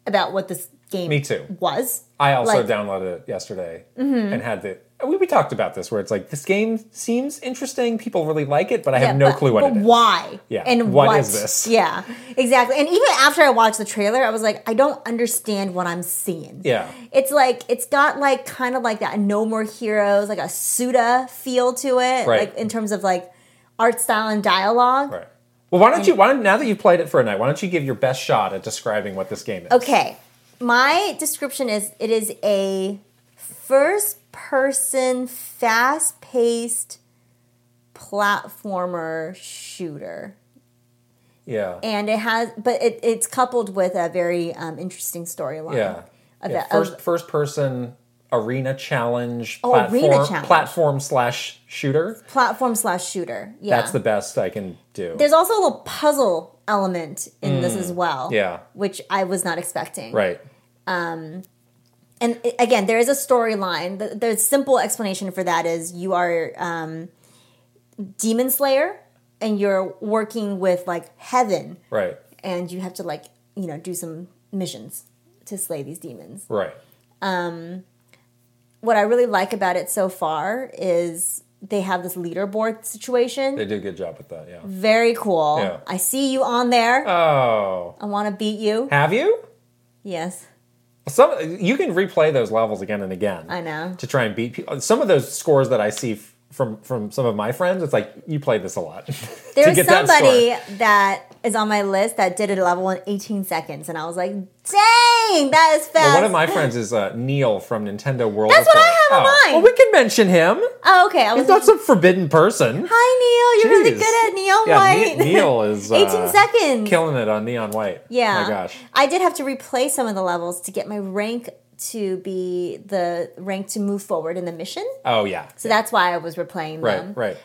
[SPEAKER 1] about what this game
[SPEAKER 2] Me too.
[SPEAKER 1] was.
[SPEAKER 2] I also
[SPEAKER 1] Like-
[SPEAKER 2] downloaded it yesterday and had the we, we talked about this where it's like this game seems interesting, people really like it, but I have
[SPEAKER 1] Yeah,
[SPEAKER 2] no
[SPEAKER 1] but-
[SPEAKER 2] clue what
[SPEAKER 1] but
[SPEAKER 2] it is.
[SPEAKER 1] Why?
[SPEAKER 2] Yeah,
[SPEAKER 1] And
[SPEAKER 2] what
[SPEAKER 1] what,
[SPEAKER 2] is this?
[SPEAKER 1] Yeah, exactly. And even after I watched the trailer, I was like, I don't understand what I'm seeing.
[SPEAKER 2] Yeah.
[SPEAKER 1] It's like it's got like kind of like that No More Heroes, like a Suda feel to it,
[SPEAKER 2] Right.
[SPEAKER 1] like in terms of like art style and dialogue.
[SPEAKER 2] Right. Well, why
[SPEAKER 1] Mm.
[SPEAKER 2] don't you? Why don't, now that you've played it for a night, why don't you give your best shot at describing what this game is?
[SPEAKER 1] Okay. My description is it is a first person, fast paced platformer shooter.
[SPEAKER 2] Yeah.
[SPEAKER 1] And it has, but it, it's coupled with a very um, interesting storyline.
[SPEAKER 2] yeah.
[SPEAKER 1] Of
[SPEAKER 2] Yeah,
[SPEAKER 1] the-
[SPEAKER 2] First,
[SPEAKER 1] of-
[SPEAKER 2] first person arena challenge
[SPEAKER 1] Oh, arena
[SPEAKER 2] platform
[SPEAKER 1] challenge.
[SPEAKER 2] platform slash shooter.
[SPEAKER 1] Platform slash shooter. Yeah.
[SPEAKER 2] That's the best I can do.
[SPEAKER 1] There's also a little puzzle element in this as well.
[SPEAKER 2] Mm. Yeah.
[SPEAKER 1] Which I was not expecting.
[SPEAKER 2] right.
[SPEAKER 1] and i- again, there is a storyline. The, the simple explanation for that is you are um, demon slayer, and you're working with like heaven,
[SPEAKER 2] Right.
[SPEAKER 1] and you have to like you know do some missions to slay these demons.
[SPEAKER 2] Right.
[SPEAKER 1] What I really like about it so far is they have this leaderboard situation.
[SPEAKER 2] They did a good job with that. Yeah.
[SPEAKER 1] Very cool.
[SPEAKER 2] Yeah.
[SPEAKER 1] I see you on there.
[SPEAKER 2] Oh,
[SPEAKER 1] I want to beat you.
[SPEAKER 2] have you?
[SPEAKER 1] Yes,
[SPEAKER 2] Some you can replay those levels again and again.
[SPEAKER 1] I know.
[SPEAKER 2] to try and beat people. Some of those scores that I see f- from from some of my friends, it's like you played this a lot. <laughs>
[SPEAKER 1] There's
[SPEAKER 2] get that
[SPEAKER 1] somebody that is on my list that did it a level in 18 seconds, and I was like, dang, that is fast.
[SPEAKER 2] Well, one of my friends is uh, Neil from Nintendo World.
[SPEAKER 1] That's what I
[SPEAKER 2] Report.
[SPEAKER 1] have in
[SPEAKER 2] Oh,
[SPEAKER 1] mind.
[SPEAKER 2] Well, we can mention him.
[SPEAKER 1] oh, okay. I was
[SPEAKER 2] He's <laughs> not some forbidden person.
[SPEAKER 1] hi, Neil. You're really
[SPEAKER 2] Jeez.
[SPEAKER 1] good at Neon
[SPEAKER 2] Yeah,
[SPEAKER 1] White. <laughs>
[SPEAKER 2] Ne- Neil is uh,
[SPEAKER 1] 18 seconds.
[SPEAKER 2] killing it on Neon White.
[SPEAKER 1] yeah.
[SPEAKER 2] my gosh.
[SPEAKER 1] I did have to replay some of the levels to get my rank to be the rank to move forward in the mission.
[SPEAKER 2] Oh yeah.
[SPEAKER 1] So that's why I was replaying
[SPEAKER 2] right,
[SPEAKER 1] them.
[SPEAKER 2] right.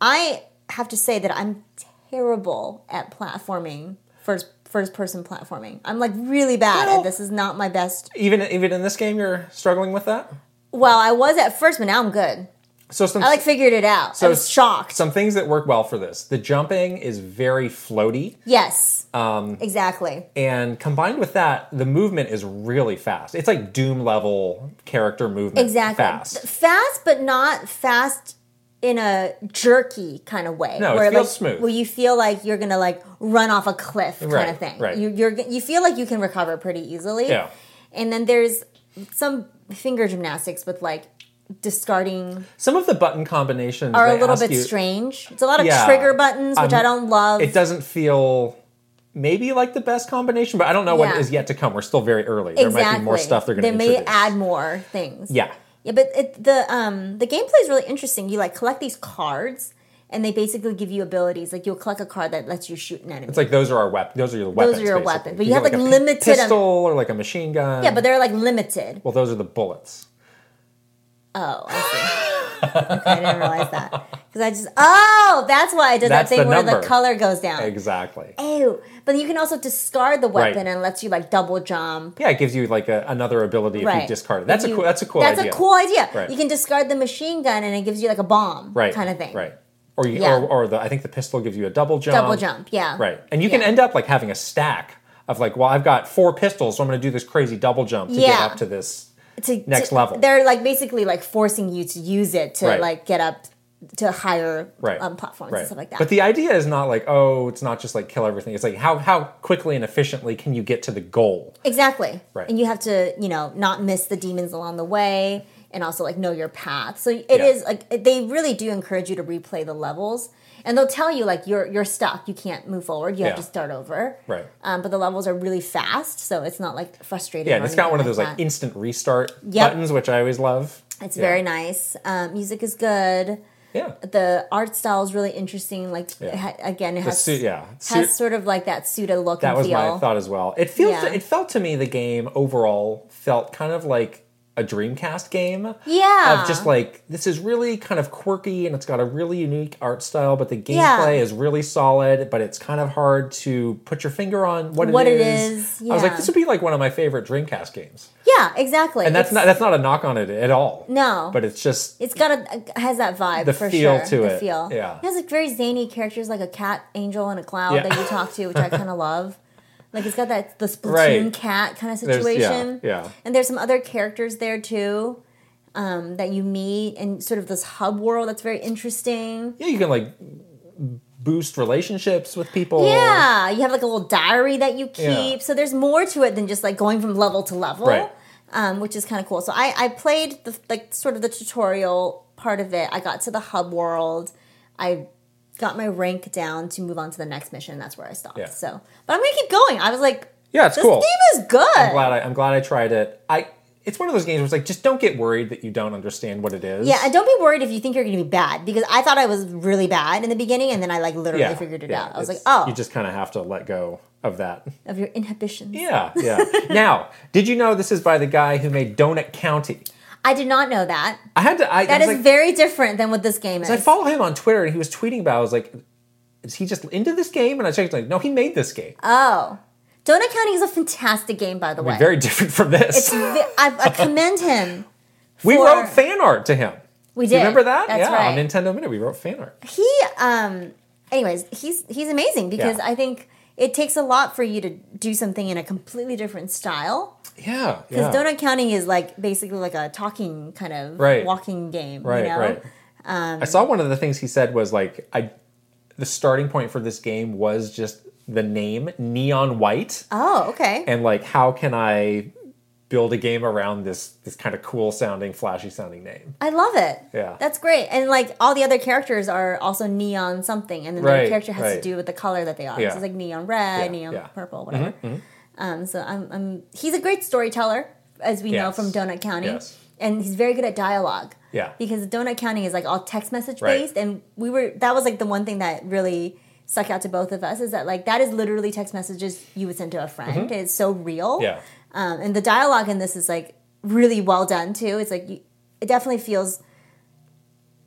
[SPEAKER 1] I have to say that I'm terrible at platforming first first person platforming. I'm like really bad
[SPEAKER 2] Well-
[SPEAKER 1] and this is not my best.
[SPEAKER 2] Even even in this game, you're struggling with that.
[SPEAKER 1] Well, I was at first, but now I'm good.
[SPEAKER 2] So some
[SPEAKER 1] I like figured it out. I was
[SPEAKER 2] s-
[SPEAKER 1] shocked.
[SPEAKER 2] some things that work well for this. The jumping is very floaty.
[SPEAKER 1] yes. Um exactly.
[SPEAKER 2] And combined with that, the movement is really fast. It's like Doom level character movement.
[SPEAKER 1] Exactly.
[SPEAKER 2] Fast.
[SPEAKER 1] Fast but not fast in a jerky kind of way.
[SPEAKER 2] No, it
[SPEAKER 1] like,
[SPEAKER 2] feels smooth.
[SPEAKER 1] Where you feel like you're gonna like run off a cliff kind
[SPEAKER 2] Right,
[SPEAKER 1] of thing.
[SPEAKER 2] right.
[SPEAKER 1] You, you're you feel like you can recover pretty easily.
[SPEAKER 2] Yeah.
[SPEAKER 1] And then there's some finger gymnastics with like discarding
[SPEAKER 2] Some of the button combinations
[SPEAKER 1] are
[SPEAKER 2] they
[SPEAKER 1] a little
[SPEAKER 2] ask
[SPEAKER 1] bit
[SPEAKER 2] you-
[SPEAKER 1] strange. It's a lot of
[SPEAKER 2] Yeah.
[SPEAKER 1] trigger buttons, which
[SPEAKER 2] Um,
[SPEAKER 1] I don't love.
[SPEAKER 2] It doesn't feel maybe like the best combination, but I don't know what
[SPEAKER 1] Yeah.
[SPEAKER 2] is yet to come. We're still very early.
[SPEAKER 1] exactly.
[SPEAKER 2] There might be more stuff they're going to
[SPEAKER 1] They
[SPEAKER 2] introduce.
[SPEAKER 1] may add more things.
[SPEAKER 2] yeah.
[SPEAKER 1] Yeah, but it, the um the gameplay is really interesting. You like collect these cards, and they basically give you abilities. Like you'll collect a card that lets you shoot an enemy.
[SPEAKER 2] It's like those are our weapons. Those are your weapons.
[SPEAKER 1] your
[SPEAKER 2] basically.
[SPEAKER 1] weapons, but you have,
[SPEAKER 2] get,
[SPEAKER 1] like,
[SPEAKER 2] a pi-
[SPEAKER 1] limited am-
[SPEAKER 2] pistol or like a machine gun.
[SPEAKER 1] yeah, but they're like limited.
[SPEAKER 2] well, those are the bullets.
[SPEAKER 1] Oh, I see.
[SPEAKER 2] <laughs>
[SPEAKER 1] okay, I didn't realize that because I just oh that's why I did
[SPEAKER 2] That's
[SPEAKER 1] that
[SPEAKER 2] the
[SPEAKER 1] thing where
[SPEAKER 2] number.
[SPEAKER 1] the color goes down.
[SPEAKER 2] Exactly.
[SPEAKER 1] Ew. But you can also discard the weapon
[SPEAKER 2] Right.
[SPEAKER 1] and lets you like double jump.
[SPEAKER 2] Yeah, it gives you like a, another ability if
[SPEAKER 1] Right.
[SPEAKER 2] you discard it. That's
[SPEAKER 1] You-
[SPEAKER 2] a cool. That's a cool
[SPEAKER 1] That's
[SPEAKER 2] idea.
[SPEAKER 1] a cool idea.
[SPEAKER 2] Right.
[SPEAKER 1] You can discard the machine gun and it gives you like a bomb
[SPEAKER 2] right
[SPEAKER 1] kind of thing.
[SPEAKER 2] right or you
[SPEAKER 1] Yeah.
[SPEAKER 2] or, or the i think the pistol gives you a double jump
[SPEAKER 1] Double jump, yeah.
[SPEAKER 2] right and you can
[SPEAKER 1] Yeah.
[SPEAKER 2] end up like having a stack of like well i've got four pistols so i'm going to do this crazy double jump to get
[SPEAKER 1] Yeah.
[SPEAKER 2] up to this
[SPEAKER 1] to
[SPEAKER 2] Next
[SPEAKER 1] to-
[SPEAKER 2] level.
[SPEAKER 1] They're like basically like forcing you to use it to
[SPEAKER 2] Right.
[SPEAKER 1] like get up to higher
[SPEAKER 2] right
[SPEAKER 1] um, platforms and stuff like that.
[SPEAKER 2] but the idea is not like oh it's not just like kill everything it's like how how quickly and efficiently can you get to the goal
[SPEAKER 1] exactly.
[SPEAKER 2] Right.
[SPEAKER 1] And you have to you know not miss the demons along the way and also like know your path. So it is
[SPEAKER 2] Yeah.
[SPEAKER 1] like they really do encourage you to replay the levels. And they'll tell you like you're you're stuck, you can't move forward, you
[SPEAKER 2] Yeah.
[SPEAKER 1] have to start over.
[SPEAKER 2] Right.
[SPEAKER 1] Um, but the levels are really fast, so it's not like frustrating.
[SPEAKER 2] yeah
[SPEAKER 1] or
[SPEAKER 2] and it's got one of
[SPEAKER 1] anything
[SPEAKER 2] those like
[SPEAKER 1] that.
[SPEAKER 2] instant restart
[SPEAKER 1] Yep.
[SPEAKER 2] buttons which i always love
[SPEAKER 1] it's
[SPEAKER 2] Yeah.
[SPEAKER 1] very nice. Um, music is good.
[SPEAKER 2] yeah
[SPEAKER 1] the art style is really interesting. Like it ha- again, it
[SPEAKER 2] the
[SPEAKER 1] has
[SPEAKER 2] suit yeah Suit-
[SPEAKER 1] has sort of like that Suda look
[SPEAKER 2] That
[SPEAKER 1] and
[SPEAKER 2] was
[SPEAKER 1] feel.
[SPEAKER 2] my thought as well. It feels
[SPEAKER 1] Yeah.
[SPEAKER 2] it felt to me the game overall felt kind of like a Dreamcast game.
[SPEAKER 1] Yeah.
[SPEAKER 2] Of just like this is really kind of quirky and it's got a really unique art style, but the gameplay
[SPEAKER 1] Yeah.
[SPEAKER 2] is really solid, but it's kind of hard to put your finger on what,
[SPEAKER 1] What
[SPEAKER 2] it
[SPEAKER 1] it
[SPEAKER 2] is.
[SPEAKER 1] is,
[SPEAKER 2] I was like,
[SPEAKER 1] yeah.
[SPEAKER 2] this would be like one of my favorite Dreamcast games.
[SPEAKER 1] yeah, exactly.
[SPEAKER 2] And that's
[SPEAKER 1] It's-
[SPEAKER 2] not that's not a knock on it at all.
[SPEAKER 1] No.
[SPEAKER 2] But it's just
[SPEAKER 1] It's got a has that vibe
[SPEAKER 2] The
[SPEAKER 1] for
[SPEAKER 2] feel
[SPEAKER 1] sure.
[SPEAKER 2] to
[SPEAKER 1] the
[SPEAKER 2] it,
[SPEAKER 1] feel.
[SPEAKER 2] yeah.
[SPEAKER 1] It has like very zany characters like a cat, angel, and a cloud
[SPEAKER 2] Yeah.
[SPEAKER 1] that you talk to, which I kind of love. Like it's got that the Splatoon
[SPEAKER 2] Right.
[SPEAKER 1] cat kind of
[SPEAKER 2] There's- yeah,
[SPEAKER 1] situation.
[SPEAKER 2] yeah.
[SPEAKER 1] And there's some other characters there too. um, that you meet and sort of this hub world that's very interesting.
[SPEAKER 2] Yeah, you can like boost relationships with people.
[SPEAKER 1] Yeah, you have like a little diary that you keep.
[SPEAKER 2] Yeah.
[SPEAKER 1] So there's more to it than just like going from level to level,
[SPEAKER 2] Right.
[SPEAKER 1] um, which is kind of cool. So I, I played the like sort of the tutorial part of it. I got to the hub world. I got my rank down to move on to the next mission. That's where I stopped.
[SPEAKER 2] Yeah.
[SPEAKER 1] So, but I'm gonna keep going. I was like,
[SPEAKER 2] Yeah, it's
[SPEAKER 1] this
[SPEAKER 2] cool.
[SPEAKER 1] game is good.
[SPEAKER 2] I'm glad I, I'm glad I tried it. I it's one of those games where it's like just don't get worried that you don't understand what it is.
[SPEAKER 1] Yeah, and don't be worried if you think you're going to be bad because I thought I was really bad in the beginning, and then I like literally
[SPEAKER 2] yeah,
[SPEAKER 1] figured it
[SPEAKER 2] yeah,
[SPEAKER 1] out. I was like,
[SPEAKER 2] it's-
[SPEAKER 1] oh,
[SPEAKER 2] you just kind of have to let go of that.
[SPEAKER 1] of your inhibitions.
[SPEAKER 2] Yeah,
[SPEAKER 1] <laughs>
[SPEAKER 2] yeah. now, did you know this is by the guy who made Donut County?
[SPEAKER 1] I did not know that.
[SPEAKER 2] I had to. I, I
[SPEAKER 1] That
[SPEAKER 2] was
[SPEAKER 1] is
[SPEAKER 2] like,
[SPEAKER 1] very different than what this game is.
[SPEAKER 2] I follow him on Twitter, and he was tweeting about. it. I was like, "Is he just into this game?" And I checked. Like, no, he made this game.
[SPEAKER 1] oh, Donut County is a fantastic game, by the way.
[SPEAKER 2] Very different from
[SPEAKER 1] It's
[SPEAKER 2] this.
[SPEAKER 1] ve- I, I commend him.
[SPEAKER 2] <laughs> We
[SPEAKER 1] for-
[SPEAKER 2] wrote fan art to him.
[SPEAKER 1] We
[SPEAKER 2] Do
[SPEAKER 1] did.
[SPEAKER 2] <laughs> you remember that?
[SPEAKER 1] That's
[SPEAKER 2] yeah,
[SPEAKER 1] right.
[SPEAKER 2] on Nintendo Minute, we wrote
[SPEAKER 1] <laughs>
[SPEAKER 2] fan art.
[SPEAKER 1] he, um, anyways, he's he's amazing because
[SPEAKER 2] Yeah.
[SPEAKER 1] I think it takes a lot for you to do something in a completely different style.
[SPEAKER 2] Yeah, yeah.
[SPEAKER 1] Because Donut County is like basically like a talking kind of
[SPEAKER 2] Right.
[SPEAKER 1] walking game.
[SPEAKER 2] right,
[SPEAKER 1] you know? um,
[SPEAKER 2] right. I saw one of the things he said was like, "I." The starting point for this game was just the name Neon White.
[SPEAKER 1] Oh, okay.
[SPEAKER 2] and like how can I build a game around this this kind of cool sounding, flashy sounding name?
[SPEAKER 1] I love it.
[SPEAKER 2] Yeah.
[SPEAKER 1] That's great. And like all the other characters are also neon something, and then their
[SPEAKER 2] Right,
[SPEAKER 1] character has to
[SPEAKER 2] right.
[SPEAKER 1] do with the color that they are.
[SPEAKER 2] Yeah.
[SPEAKER 1] So it's like neon red,
[SPEAKER 2] Yeah,
[SPEAKER 1] neon
[SPEAKER 2] yeah. Mm-hmm,
[SPEAKER 1] purple, whatever. Um, so I'm, I'm he's a great storyteller, as we know
[SPEAKER 2] Yes.
[SPEAKER 1] from Donut County.
[SPEAKER 2] Yes.
[SPEAKER 1] And he's very good at dialogue.
[SPEAKER 2] Yeah.
[SPEAKER 1] Because Donut County is like all text message
[SPEAKER 2] Right.
[SPEAKER 1] based, and we were that was like the one thing that really stuck out to both of us is that like that is literally text messages you would send to a friend. It's so real.
[SPEAKER 2] Mm-hmm. Yeah.
[SPEAKER 1] Um, and the dialogue in this is like really well done too. It's like you, it definitely feels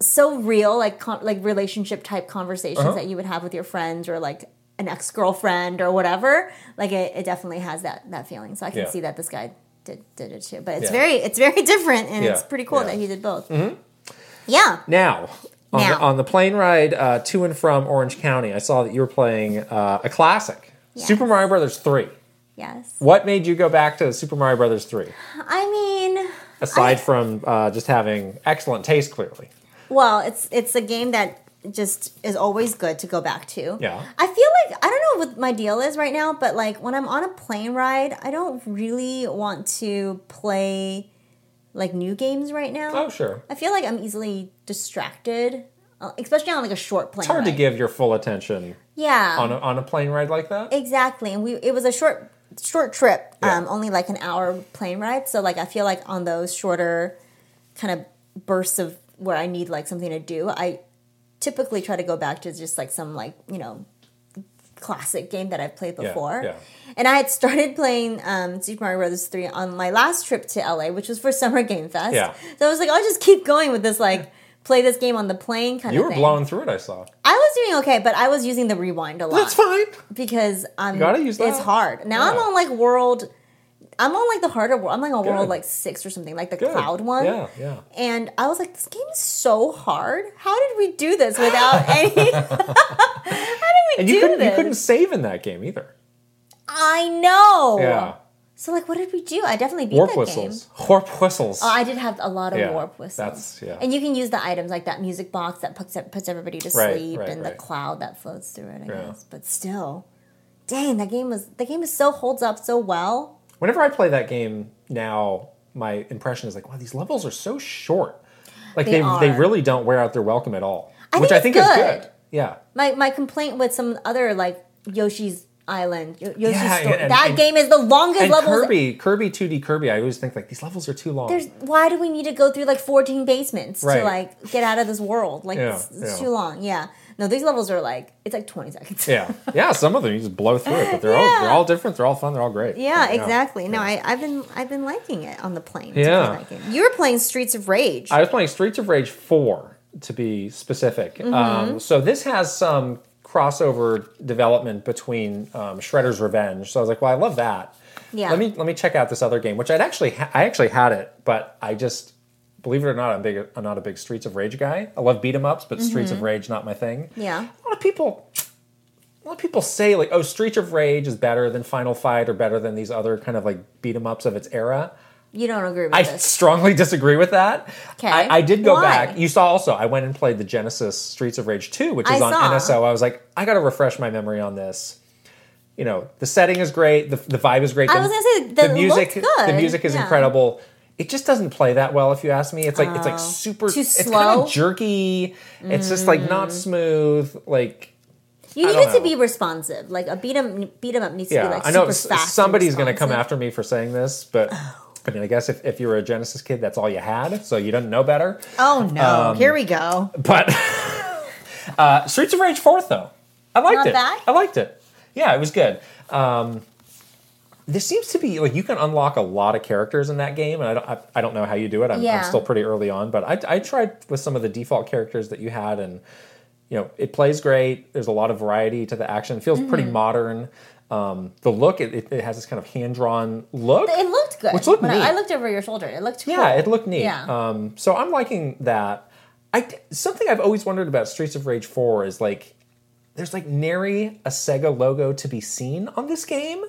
[SPEAKER 1] so real, like con- like relationship type conversations
[SPEAKER 2] Uh-huh.
[SPEAKER 1] that you would have with your friends or like an ex girlfriend or whatever. Like it, it definitely has that that feeling. So I can
[SPEAKER 2] Yeah.
[SPEAKER 1] see that this guy did did it too. But it's
[SPEAKER 2] Yeah.
[SPEAKER 1] very it's very <laughs> different and it's
[SPEAKER 2] Yeah,
[SPEAKER 1] pretty cool
[SPEAKER 2] yeah. Mm-hmm.
[SPEAKER 1] that he did both. Yeah.
[SPEAKER 2] Now, on,
[SPEAKER 1] Now.
[SPEAKER 2] The, on the plane ride uh, to and from Orange County, I saw that you were playing uh, a classic,
[SPEAKER 1] Yes.
[SPEAKER 2] Super Mario Brothers Three.
[SPEAKER 1] Yes.
[SPEAKER 2] What made you go back to Super Mario Brothers Three?
[SPEAKER 1] I mean,
[SPEAKER 2] Aside
[SPEAKER 1] I-
[SPEAKER 2] from uh, just having excellent taste, clearly.
[SPEAKER 1] Well, it's it's a game that just is always good to go back to.
[SPEAKER 2] Yeah.
[SPEAKER 1] I feel like I don't know what my deal is right now, but like when I'm on a plane ride, I don't really want to play like new games right now.
[SPEAKER 2] Oh, sure.
[SPEAKER 1] I feel like I'm easily distracted, uh, especially on like a short plane.
[SPEAKER 2] It's hard to
[SPEAKER 1] ride.
[SPEAKER 2] give your full attention
[SPEAKER 1] Yeah.
[SPEAKER 2] on a, on a plane ride like that.
[SPEAKER 1] Exactly, and we it was a short short trip,
[SPEAKER 2] Yeah.
[SPEAKER 1] um, only like an hour plane ride. So like I feel like on those shorter kind of bursts of where I need like something to do, I typically try to go back to just like some like you know classic game that I've played before.
[SPEAKER 2] yeah.
[SPEAKER 1] And I had started playing um, Super Mario Brothers three on my last trip to LA, which was for Summer Game Fest.
[SPEAKER 2] Yeah.
[SPEAKER 1] So I was like, I'll just keep going with this like. Play this game on the plane, kind
[SPEAKER 2] you
[SPEAKER 1] of
[SPEAKER 2] were
[SPEAKER 1] thing.
[SPEAKER 2] blowing through it. I saw.
[SPEAKER 1] I was doing okay, but I was using the rewind a lot
[SPEAKER 2] That's fine.
[SPEAKER 1] because I'm
[SPEAKER 2] gotta use that.
[SPEAKER 1] it's hard. Now I'm
[SPEAKER 2] Yeah.
[SPEAKER 1] on like world I'm on like the harder world. I'm like on world
[SPEAKER 2] Good.
[SPEAKER 1] like six or something, like the
[SPEAKER 2] Good.
[SPEAKER 1] cloud one.
[SPEAKER 2] Yeah, yeah.
[SPEAKER 1] And I was like, this game is so hard. How did we do this
[SPEAKER 2] <laughs>
[SPEAKER 1] without any How did we
[SPEAKER 2] And
[SPEAKER 1] do
[SPEAKER 2] you couldn't
[SPEAKER 1] this?
[SPEAKER 2] you couldn't save in that game either.
[SPEAKER 1] I know.
[SPEAKER 2] Yeah.
[SPEAKER 1] So like what did we do? I definitely beat
[SPEAKER 2] Warp
[SPEAKER 1] that
[SPEAKER 2] whistles.
[SPEAKER 1] game.
[SPEAKER 2] Warp whistles.
[SPEAKER 1] Oh, I did have a lot of
[SPEAKER 2] Yeah,
[SPEAKER 1] warp whistles.
[SPEAKER 2] that's- yeah.
[SPEAKER 1] And you can use the items like that music box that puts e, puts everybody to
[SPEAKER 2] Right,
[SPEAKER 1] sleep
[SPEAKER 2] right,
[SPEAKER 1] and the
[SPEAKER 2] right.
[SPEAKER 1] cloud that floats through it, I
[SPEAKER 2] Yeah.
[SPEAKER 1] guess. But still. Dang, that game was the game is so holds up so well.
[SPEAKER 2] Whenever I play that game now, my impression is like, wow, these levels are so short. Like
[SPEAKER 1] They
[SPEAKER 2] they, they,
[SPEAKER 1] are.
[SPEAKER 2] really don't wear out their welcome at all,
[SPEAKER 1] I
[SPEAKER 2] which
[SPEAKER 1] think
[SPEAKER 2] I think
[SPEAKER 1] it's
[SPEAKER 2] is
[SPEAKER 1] good.
[SPEAKER 2] good. Yeah.
[SPEAKER 1] My my complaint with some other like Yoshi's Island, Yo- Yoshi's
[SPEAKER 2] Yeah,
[SPEAKER 1] Story.
[SPEAKER 2] and-
[SPEAKER 1] that
[SPEAKER 2] and-
[SPEAKER 1] game is the longest
[SPEAKER 2] And
[SPEAKER 1] level.
[SPEAKER 2] Kirby, Kirby 2D Kirby, I always think like these levels are too long.
[SPEAKER 1] There's why do we need to go through like 14 basements to
[SPEAKER 2] Right.
[SPEAKER 1] like get out of this world? Like
[SPEAKER 2] Yeah,
[SPEAKER 1] it's, it's
[SPEAKER 2] yeah.
[SPEAKER 1] too long. Yeah. No, these levels are like it's like 20 seconds.
[SPEAKER 2] yeah. Yeah, some of them you just blow through it, but they're all
[SPEAKER 1] <laughs> Yeah.
[SPEAKER 2] they're all different, they're all fun, they're all
[SPEAKER 1] <laughs>
[SPEAKER 2] great.
[SPEAKER 1] Yeah, exactly. No, I, I've been I've been liking it on the plane. to play
[SPEAKER 2] Yeah.
[SPEAKER 1] that game. you were playing Streets of Rage.
[SPEAKER 2] I was playing Streets of Rage 4, to be specific.
[SPEAKER 1] Mm-hmm.
[SPEAKER 2] Um, so this has some crossover development between um, Shredder's Revenge. So I was like, well, I love that.
[SPEAKER 1] Yeah.
[SPEAKER 2] Let me let me check out this other game, which I'd actually ha- I actually had it, but I just believe it or not, I'm big I'm not a big Streets of Rage guy. I love beat 'em ups, but Streets of Rage not my thing.
[SPEAKER 1] Mm-hmm. Yeah.
[SPEAKER 2] A lot of people a lot of people say like, oh, Streets of Rage is better than Final Fight or better than these other kind of like beat 'em ups of its era.
[SPEAKER 1] You don't agree with
[SPEAKER 2] I
[SPEAKER 1] this.
[SPEAKER 2] <laughs> strongly disagree with that.
[SPEAKER 1] 'Kay.
[SPEAKER 2] I, I did go
[SPEAKER 1] Why?
[SPEAKER 2] back. You saw also, I went and played the Genesis Streets of Rage 2, which
[SPEAKER 1] I
[SPEAKER 2] is on
[SPEAKER 1] saw.
[SPEAKER 2] NSO. I was like, I got to refresh my memory on this. You know, the setting is great, the, the vibe is great.
[SPEAKER 1] I was
[SPEAKER 2] the-
[SPEAKER 1] gonna say, that
[SPEAKER 2] music,
[SPEAKER 1] looked good.
[SPEAKER 2] The music is
[SPEAKER 1] Yeah.
[SPEAKER 2] incredible. It just doesn't play that well, if you ask me. It's like it's like super
[SPEAKER 1] Oh. Too
[SPEAKER 2] It's kind
[SPEAKER 1] slow? Mm.
[SPEAKER 2] of jerky. It's just like not smooth. Like
[SPEAKER 1] You
[SPEAKER 2] I
[SPEAKER 1] need
[SPEAKER 2] don't
[SPEAKER 1] it to
[SPEAKER 2] know.
[SPEAKER 1] be responsive. Like a beat 'em beat 'em up needs to
[SPEAKER 2] yeah,
[SPEAKER 1] be like
[SPEAKER 2] I know
[SPEAKER 1] super Oh.
[SPEAKER 2] s-
[SPEAKER 1] fast.
[SPEAKER 2] somebody's going to come after me for saying this, but I mean, I guess if, if you were a Genesis kid, that's all you had, so you didn't know better.
[SPEAKER 1] Oh no!
[SPEAKER 2] Um,
[SPEAKER 1] Here we go.
[SPEAKER 2] But <laughs> uh, Streets of Rage 4, though. I liked
[SPEAKER 1] Not
[SPEAKER 2] it.
[SPEAKER 1] bad.
[SPEAKER 2] I liked it. Yeah, it was good. Um, there seems to be, like, you can unlock a lot of characters in that game, and I don't, I, I don't know how you do it. I'm,
[SPEAKER 1] Yeah.
[SPEAKER 2] I'm still pretty early on, but I, I tried with some of the default characters that you had, and, you know, it plays great. There's a lot of variety to the action. It feels
[SPEAKER 1] Mm-hmm.
[SPEAKER 2] pretty modern. Um, the look, it, it, it has this kind of hand drawn look.
[SPEAKER 1] It looked good.
[SPEAKER 2] Which looked
[SPEAKER 1] When I-
[SPEAKER 2] neat.
[SPEAKER 1] I looked over your shoulder. It looked
[SPEAKER 2] Yeah,
[SPEAKER 1] cool.
[SPEAKER 2] it looked neat.
[SPEAKER 1] Yeah.
[SPEAKER 2] Um, so I'm liking that. I d- something I've always wondered about Streets of Rage Four is like, there's like nary a Sega logo to be seen on this game,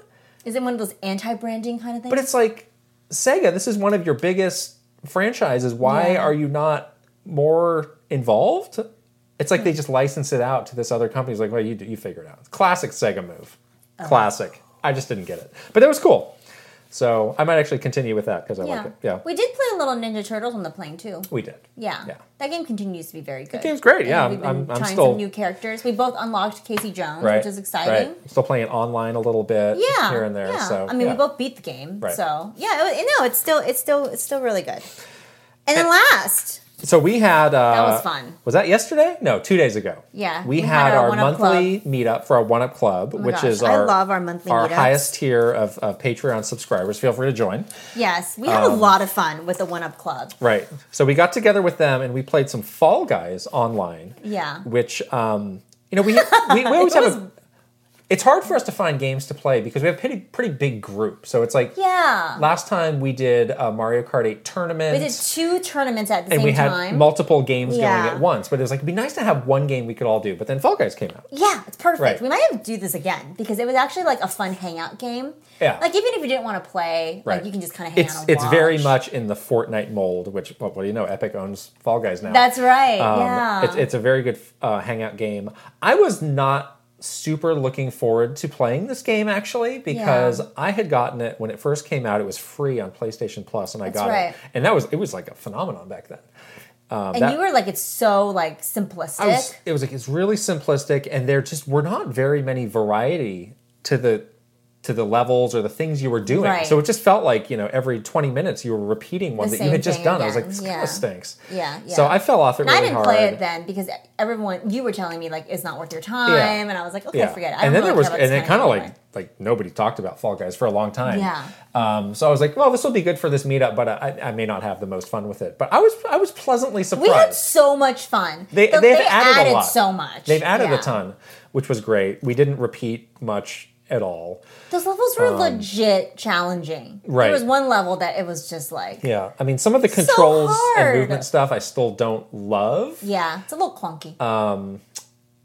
[SPEAKER 1] Is it one of those anti-branding kind of things?
[SPEAKER 2] but it's like Sega. This is one of your biggest franchises. Why
[SPEAKER 1] Yeah.
[SPEAKER 2] are you not more involved? It's like they
[SPEAKER 1] Hmm.
[SPEAKER 2] just license it out to this other company. It's like, well, you do- you figure it out. Classic Sega move.
[SPEAKER 1] Uh-huh.
[SPEAKER 2] Classic. I just didn't get it, but it was cool. So I might actually continue with that because I like it. Yeah,
[SPEAKER 1] We did play a little Ninja Turtles on the plane too.
[SPEAKER 2] we did.
[SPEAKER 1] Yeah.
[SPEAKER 2] Yeah.
[SPEAKER 1] That game continues to be very good. The
[SPEAKER 2] game's great, yeah,
[SPEAKER 1] We've been
[SPEAKER 2] I'm- I'm
[SPEAKER 1] trying
[SPEAKER 2] still-
[SPEAKER 1] some new characters. We both unlocked Casey Jones,
[SPEAKER 2] right,
[SPEAKER 1] which is exciting.
[SPEAKER 2] right. Still playing online a little bit,
[SPEAKER 1] Yeah.
[SPEAKER 2] here and there.
[SPEAKER 1] yeah.
[SPEAKER 2] So
[SPEAKER 1] I mean,
[SPEAKER 2] yeah.
[SPEAKER 1] we both beat the game.
[SPEAKER 2] Right.
[SPEAKER 1] So yeah, it, was- no, it's still it's still it's still really good. And then last, oh
[SPEAKER 2] So we had uh,
[SPEAKER 1] That was fun.
[SPEAKER 2] Was that yesterday? No, two days ago.
[SPEAKER 1] Yeah,
[SPEAKER 2] we, had, our,
[SPEAKER 1] One Up
[SPEAKER 2] monthly meetup for our One Up Club,
[SPEAKER 1] Oh my
[SPEAKER 2] which
[SPEAKER 1] gosh,
[SPEAKER 2] is
[SPEAKER 1] I
[SPEAKER 2] our
[SPEAKER 1] love our monthly
[SPEAKER 2] our
[SPEAKER 1] meetups.
[SPEAKER 2] highest tier of, of Patreon subscribers. Feel free to join.
[SPEAKER 1] yes, we had
[SPEAKER 2] um,
[SPEAKER 1] a lot of fun with the One Up Club.
[SPEAKER 2] Right. So we got together with them and we played some Fall Guys online.
[SPEAKER 1] Yeah.
[SPEAKER 2] Which um, you know we
[SPEAKER 1] <laughs>
[SPEAKER 2] we, we always have a. It's hard for us to find games to play because we have a pretty pretty big group. So it's like
[SPEAKER 1] Yeah.
[SPEAKER 2] last time we did a Mario Kart 8 tournament.
[SPEAKER 1] We did two tournaments at the
[SPEAKER 2] and
[SPEAKER 1] same
[SPEAKER 2] we had
[SPEAKER 1] time.
[SPEAKER 2] multiple games
[SPEAKER 1] Yeah.
[SPEAKER 2] going at once. But it was like it'd be nice to have one game we could all do. But then Fall Guys came out.
[SPEAKER 1] Yeah, it's perfect.
[SPEAKER 2] Right.
[SPEAKER 1] We might have to do this again because it was actually like a fun hangout game.
[SPEAKER 2] Yeah.
[SPEAKER 1] Like even if you didn't want to play,
[SPEAKER 2] Right,
[SPEAKER 1] like you can just kind of hang
[SPEAKER 2] It's
[SPEAKER 1] out. And
[SPEAKER 2] it's
[SPEAKER 1] watch.
[SPEAKER 2] very much in the Fortnite mold. Which what, what do you know? Epic owns Fall Guys now.
[SPEAKER 1] That's right.
[SPEAKER 2] Um,
[SPEAKER 1] yeah.
[SPEAKER 2] It's, it's a very good uh, hangout game. I was not super looking forward to playing this game actually because I had gotten it when it first came out. It was free on PlayStation Plus, and I got
[SPEAKER 1] right.
[SPEAKER 2] it, and that was it was like a phenomenon back then.
[SPEAKER 1] and
[SPEAKER 2] that-
[SPEAKER 1] you were like, it's so like simplistic.
[SPEAKER 2] I was, it was like it's really simplistic, and there just were not very many variety to the to the levels or the things you were doing.
[SPEAKER 1] Right.
[SPEAKER 2] So it just felt like you know every twenty minutes you were repeating one
[SPEAKER 1] The
[SPEAKER 2] that you
[SPEAKER 1] same
[SPEAKER 2] had just
[SPEAKER 1] thing
[SPEAKER 2] done. I was like,
[SPEAKER 1] again.
[SPEAKER 2] this
[SPEAKER 1] Yeah.
[SPEAKER 2] kind of stinks.
[SPEAKER 1] Yeah, yeah.
[SPEAKER 2] So I fell off it
[SPEAKER 1] and I
[SPEAKER 2] really
[SPEAKER 1] didn't
[SPEAKER 2] hard.
[SPEAKER 1] play it then because everyone you were telling me like it's not worth your time, and I was like, okay,
[SPEAKER 2] Yeah.
[SPEAKER 1] forget it. I
[SPEAKER 2] and
[SPEAKER 1] don't
[SPEAKER 2] then
[SPEAKER 1] really
[SPEAKER 2] there was,
[SPEAKER 1] care about this
[SPEAKER 2] and then
[SPEAKER 1] kind
[SPEAKER 2] kind of
[SPEAKER 1] anyway.
[SPEAKER 2] like like nobody talked about Fall Guys for a long time.
[SPEAKER 1] Yeah.
[SPEAKER 2] Um, so I was like, well, this will be good for this meetup, but I, I may not have the most fun with it. But I was I was pleasantly surprised.
[SPEAKER 1] we had so much fun.
[SPEAKER 2] They,
[SPEAKER 1] But
[SPEAKER 2] they've added, a lot.
[SPEAKER 1] so much.
[SPEAKER 2] They've added
[SPEAKER 1] Yeah.
[SPEAKER 2] a ton, which was great. We didn't repeat much at all.
[SPEAKER 1] Those levels were legit challenging.
[SPEAKER 2] Um, right.
[SPEAKER 1] There was one level that it was just like, yeah,
[SPEAKER 2] Yeah, I mean, some of the controls
[SPEAKER 1] hard.
[SPEAKER 2] and movement stuff I still don't love,
[SPEAKER 1] it's a little clunky.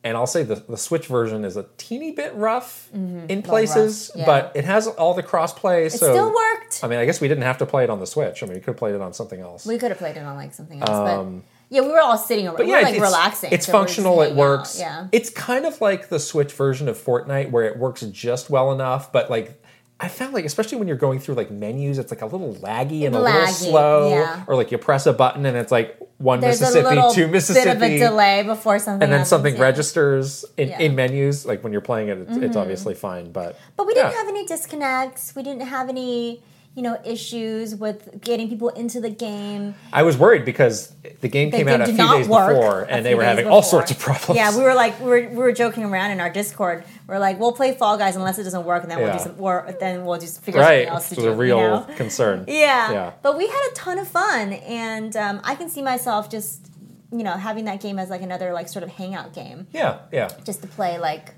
[SPEAKER 2] and I'll say the the Switch version is a teeny bit rough
[SPEAKER 1] Mm-hmm.
[SPEAKER 2] in places,
[SPEAKER 1] yeah.
[SPEAKER 2] but it has all the crossplay.
[SPEAKER 1] it
[SPEAKER 2] So
[SPEAKER 1] still worked.
[SPEAKER 2] I mean, I guess we didn't have to play it on the Switch. I mean, we could have played it on something else.
[SPEAKER 1] We could have played it on like something else,
[SPEAKER 2] um,
[SPEAKER 1] but yeah, we were all sitting around, we were like
[SPEAKER 2] it's-
[SPEAKER 1] relaxing.
[SPEAKER 2] It's
[SPEAKER 1] so we were just
[SPEAKER 2] functional. It
[SPEAKER 1] hanging out,
[SPEAKER 2] works.
[SPEAKER 1] Yeah,
[SPEAKER 2] It's kind of like the Switch version of Fortnite, where it works just well enough, but like. I found like especially when you're going through like menus, it's like a little laggy and a little
[SPEAKER 1] Laggy,
[SPEAKER 2] slow,
[SPEAKER 1] yeah.
[SPEAKER 2] or like you press a button and it's like one
[SPEAKER 1] there's a
[SPEAKER 2] Mississippi,
[SPEAKER 1] little
[SPEAKER 2] two Mississippi,
[SPEAKER 1] bit of a delay before something,
[SPEAKER 2] and then
[SPEAKER 1] happens,
[SPEAKER 2] something
[SPEAKER 1] yeah.
[SPEAKER 2] registers in,
[SPEAKER 1] Yeah. Mm-hmm.
[SPEAKER 2] in menus. Like when you're playing it, it's, it's obviously fine, but
[SPEAKER 1] But we didn't
[SPEAKER 2] yeah.
[SPEAKER 1] have any disconnects. We didn't have any, you know, issues with getting people into the game.
[SPEAKER 2] I was worried because the game
[SPEAKER 1] The
[SPEAKER 2] came
[SPEAKER 1] game
[SPEAKER 2] out a
[SPEAKER 1] did
[SPEAKER 2] few
[SPEAKER 1] not
[SPEAKER 2] days
[SPEAKER 1] work
[SPEAKER 2] before,
[SPEAKER 1] a
[SPEAKER 2] and they
[SPEAKER 1] few
[SPEAKER 2] were
[SPEAKER 1] days
[SPEAKER 2] having all
[SPEAKER 1] before.
[SPEAKER 2] sorts of problems.
[SPEAKER 1] Yeah,
[SPEAKER 2] <laughs>
[SPEAKER 1] we were like, we were, we were joking around in our Discord. We're like, we'll play Fall Guys unless it doesn't work, and then we'll
[SPEAKER 2] Yeah.
[SPEAKER 1] do some, or then we'll just figure
[SPEAKER 2] right.
[SPEAKER 1] something else to
[SPEAKER 2] It was
[SPEAKER 1] do.
[SPEAKER 2] a
[SPEAKER 1] you
[SPEAKER 2] real
[SPEAKER 1] know?
[SPEAKER 2] concern.
[SPEAKER 1] Yeah.
[SPEAKER 2] Yeah.
[SPEAKER 1] But we had a ton of fun, and um, I can see myself just, you know, having that game as like another like sort of hangout game,
[SPEAKER 2] Yeah, yeah.
[SPEAKER 1] just to play like,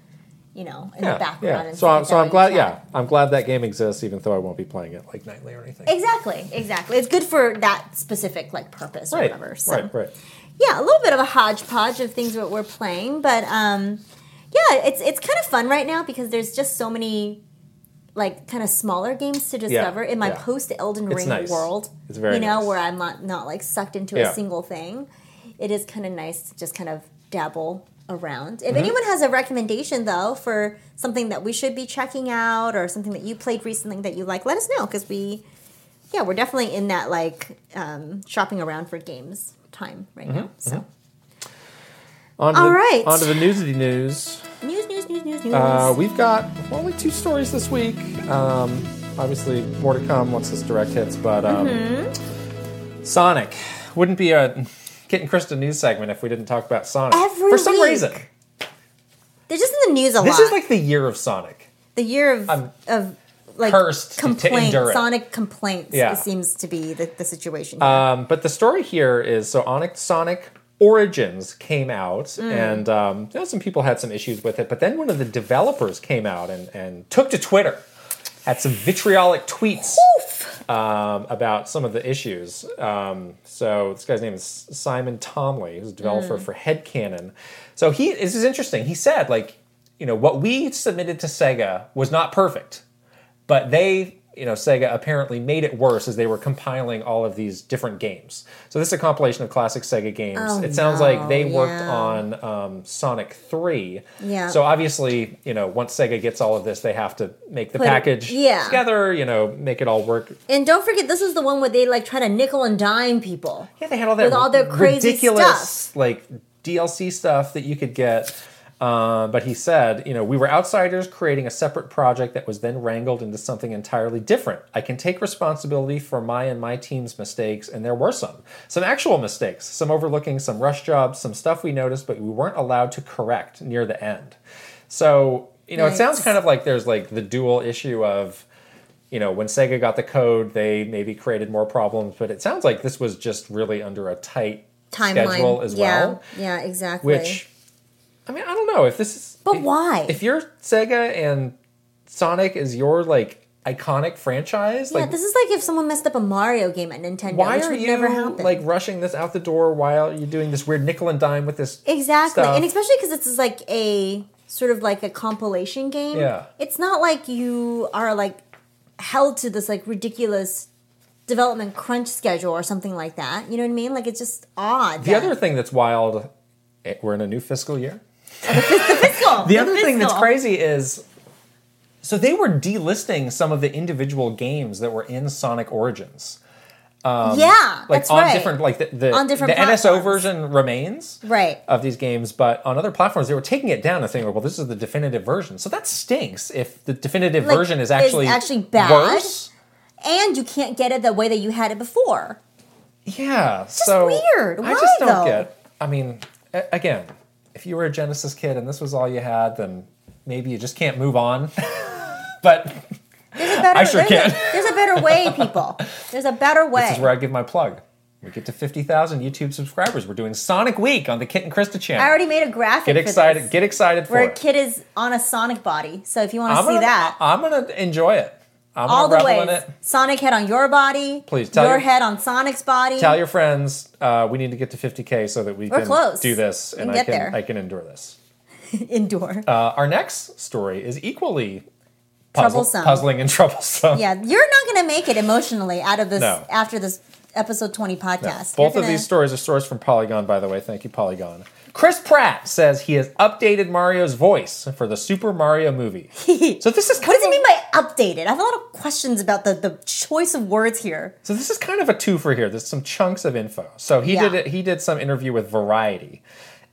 [SPEAKER 1] you know, in
[SPEAKER 2] yeah,
[SPEAKER 1] the background.
[SPEAKER 2] Yeah.
[SPEAKER 1] And
[SPEAKER 2] So,
[SPEAKER 1] stuff
[SPEAKER 2] I'm,
[SPEAKER 1] like
[SPEAKER 2] so
[SPEAKER 1] that
[SPEAKER 2] I'm
[SPEAKER 1] when
[SPEAKER 2] glad.
[SPEAKER 1] you
[SPEAKER 2] Yeah,
[SPEAKER 1] chat.
[SPEAKER 2] I'm glad that game exists, even though I won't be playing it like nightly or anything.
[SPEAKER 1] Exactly. Exactly. It's good for that specific like purpose or
[SPEAKER 2] Right.
[SPEAKER 1] whatever. So
[SPEAKER 2] Right. Right.
[SPEAKER 1] yeah, a little bit of a hodgepodge of things that we're playing, but um, yeah, it's it's kind of fun right now because there's just so many like kind of smaller games to discover in my
[SPEAKER 2] yeah.
[SPEAKER 1] post Elden
[SPEAKER 2] It's
[SPEAKER 1] Ring
[SPEAKER 2] nice.
[SPEAKER 1] world.
[SPEAKER 2] It's very
[SPEAKER 1] you know
[SPEAKER 2] nice.
[SPEAKER 1] where I'm not not like sucked into
[SPEAKER 2] Yeah.
[SPEAKER 1] a single thing. It is kind of nice to just kind of dabble around.
[SPEAKER 2] Mm-hmm.
[SPEAKER 1] If anyone has a recommendation though for something that we should be checking out or something that you played recently that you like, let us know because we, yeah, we're definitely in that like um, shopping around for games time right
[SPEAKER 2] Mm-hmm.
[SPEAKER 1] now. So
[SPEAKER 2] On to
[SPEAKER 1] All
[SPEAKER 2] the,
[SPEAKER 1] right.
[SPEAKER 2] On to the newsy news.
[SPEAKER 1] news, news, news, news, news.
[SPEAKER 2] Uh, we've got only two stories this week. Um, obviously, more to come once this direct hits, but um,
[SPEAKER 1] Mm-hmm.
[SPEAKER 2] Sonic wouldn't be a getting Krista news segment if we didn't talk about Sonic
[SPEAKER 1] Every
[SPEAKER 2] for some
[SPEAKER 1] week.
[SPEAKER 2] reason.
[SPEAKER 1] They're just in the news a lot.
[SPEAKER 2] This is like the year of Sonic.
[SPEAKER 1] the year of
[SPEAKER 2] I'm
[SPEAKER 1] of like
[SPEAKER 2] cursed to- to
[SPEAKER 1] complaint,
[SPEAKER 2] endure it.
[SPEAKER 1] Sonic complaints.
[SPEAKER 2] Yeah.
[SPEAKER 1] It seems to be the, the situation.
[SPEAKER 2] Um, but the story here is so Sonic, Sonic Origins came out,
[SPEAKER 1] Mm.
[SPEAKER 2] and um, you know, some people had some issues with it. But then one of the developers came out and, and took to Twitter, had some vitriolic tweets um, about some of the issues. Um, so this guy's name is Simon Tomley, who's a
[SPEAKER 1] Mm.
[SPEAKER 2] developer for Headcanon. So he this is interesting. He said like, you know, what we submitted to Sega was not perfect but they you know sega apparently made it worse as they were compiling all of these different games so this is a compilation of classic sega games it sounds
[SPEAKER 1] Oh, no,
[SPEAKER 2] like they worked
[SPEAKER 1] yeah.
[SPEAKER 2] on um, sonic 3
[SPEAKER 1] Yeah.
[SPEAKER 2] so obviously you know once sega gets all of this they have to make the
[SPEAKER 1] it-
[SPEAKER 2] package
[SPEAKER 1] yeah.
[SPEAKER 2] together you know make it all work
[SPEAKER 1] and don't forget, this is the one where they like try to nickel and dime people.
[SPEAKER 2] yeah they had all that
[SPEAKER 1] With all their crazy
[SPEAKER 2] ridiculous
[SPEAKER 1] stuff.
[SPEAKER 2] like dlc stuff that you could get uh, but he said, you know, we were outsiders creating a separate project that was then wrangled into something entirely different. I can take responsibility for my and my team's mistakes, and there were some. Some actual mistakes, some overlooking, some rush jobs, some stuff we noticed, but we weren't allowed to correct near the end. So, you know, it sounds
[SPEAKER 1] Yikes.
[SPEAKER 2] kind of like there's like the dual issue of, you know, when Sega got the code, they maybe created more problems, but it sounds like this was just really under a tight
[SPEAKER 1] Timeline
[SPEAKER 2] schedule as
[SPEAKER 1] yeah,
[SPEAKER 2] well.
[SPEAKER 1] Yeah, exactly.
[SPEAKER 2] Which, I mean, I don't know if this is.
[SPEAKER 1] But
[SPEAKER 2] if-
[SPEAKER 1] why?
[SPEAKER 2] If you're Sega and Sonic is your like iconic franchise,
[SPEAKER 1] yeah,
[SPEAKER 2] like
[SPEAKER 1] this is like if someone messed up a Mario game at Nintendo,
[SPEAKER 2] why
[SPEAKER 1] which
[SPEAKER 2] are
[SPEAKER 1] would
[SPEAKER 2] you
[SPEAKER 1] never happen.
[SPEAKER 2] like rushing this out the door while you're doing this weird nickel and dime with this?
[SPEAKER 1] Exactly,
[SPEAKER 2] stuff.
[SPEAKER 1] and especially because this is like a sort of like a compilation game.
[SPEAKER 2] Yeah.
[SPEAKER 1] it's not like you are like held to this like ridiculous development crunch schedule or something like that. You know what I mean? Like it's just odd.
[SPEAKER 2] The other thing that's wild, eh, we're in a new fiscal year.
[SPEAKER 1] fiscal,
[SPEAKER 2] The other thing that's
[SPEAKER 1] fiscal.
[SPEAKER 2] crazy is. So they were delisting some of the individual games that were in Sonic Origins.
[SPEAKER 1] yeah,
[SPEAKER 2] like
[SPEAKER 1] that's
[SPEAKER 2] on
[SPEAKER 1] right.
[SPEAKER 2] different like the, the,
[SPEAKER 1] On different
[SPEAKER 2] the NSO
[SPEAKER 1] platforms.
[SPEAKER 2] version remains
[SPEAKER 1] Right.
[SPEAKER 2] of these games, but on other platforms they were taking it down and thinking, well, this is the definitive version. So that stinks if the definitive
[SPEAKER 1] Like,
[SPEAKER 2] version is
[SPEAKER 1] is
[SPEAKER 2] actually
[SPEAKER 1] actually bad?
[SPEAKER 2] worse.
[SPEAKER 1] and you can't get it the way that you had it before.
[SPEAKER 2] Yeah, so
[SPEAKER 1] weird.
[SPEAKER 2] I
[SPEAKER 1] Why,
[SPEAKER 2] just don't
[SPEAKER 1] though?
[SPEAKER 2] get. I mean, a- again, if you were a Genesis kid and this was all you had, then maybe you just can't move on. <laughs> but
[SPEAKER 1] There's a better,
[SPEAKER 2] I sure
[SPEAKER 1] there's
[SPEAKER 2] can.
[SPEAKER 1] A, there's a better way,
[SPEAKER 2] <laughs>
[SPEAKER 1] people. There's a better way.
[SPEAKER 2] this is where I give my plug. We get to fifty thousand YouTube subscribers. We're doing Sonic Week on the Kit and Krista channel.
[SPEAKER 1] I already made a graphic.
[SPEAKER 2] get
[SPEAKER 1] for
[SPEAKER 2] excited!
[SPEAKER 1] this,
[SPEAKER 2] Get excited for
[SPEAKER 1] where a
[SPEAKER 2] it.
[SPEAKER 1] kid is on a Sonic body. So if you want to
[SPEAKER 2] I'm
[SPEAKER 1] see
[SPEAKER 2] gonna,
[SPEAKER 1] that,
[SPEAKER 2] I'm gonna enjoy it. I'm
[SPEAKER 1] all
[SPEAKER 2] gonna
[SPEAKER 1] the
[SPEAKER 2] revel in
[SPEAKER 1] ways.
[SPEAKER 2] it.
[SPEAKER 1] Sonic head on your body.
[SPEAKER 2] Please, tell
[SPEAKER 1] your
[SPEAKER 2] your-
[SPEAKER 1] head on Sonic's body.
[SPEAKER 2] Tell your friends uh, we need to get to 50k so that we
[SPEAKER 1] We're
[SPEAKER 2] can
[SPEAKER 1] close.
[SPEAKER 2] do this
[SPEAKER 1] We
[SPEAKER 2] and
[SPEAKER 1] can
[SPEAKER 2] I
[SPEAKER 1] get
[SPEAKER 2] can
[SPEAKER 1] there.
[SPEAKER 2] I can endure this.
[SPEAKER 1] <laughs> indoor.
[SPEAKER 2] Uh, our next story is equally puzzle,
[SPEAKER 1] Troublesome.
[SPEAKER 2] puzzling and <laughs> troublesome.
[SPEAKER 1] yeah, you're not going to make it emotionally out of this
[SPEAKER 2] No.
[SPEAKER 1] after this episode 20 podcast.
[SPEAKER 2] Both
[SPEAKER 1] You're
[SPEAKER 2] of
[SPEAKER 1] gonna- <laughs>
[SPEAKER 2] these stories are sourced from Polygon, by the way. Thank you, Polygon. Chris Pratt says he has updated Mario's voice for the Super
[SPEAKER 1] <laughs>
[SPEAKER 2] Mario movie. so this is kind
[SPEAKER 1] What does
[SPEAKER 2] of
[SPEAKER 1] it mean by updated? I have a lot of questions about the, the choice of words here.
[SPEAKER 2] So this is kind of a twofer here. There's some chunks of info. So he
[SPEAKER 1] Yeah.
[SPEAKER 2] did it, he did some interview with Variety,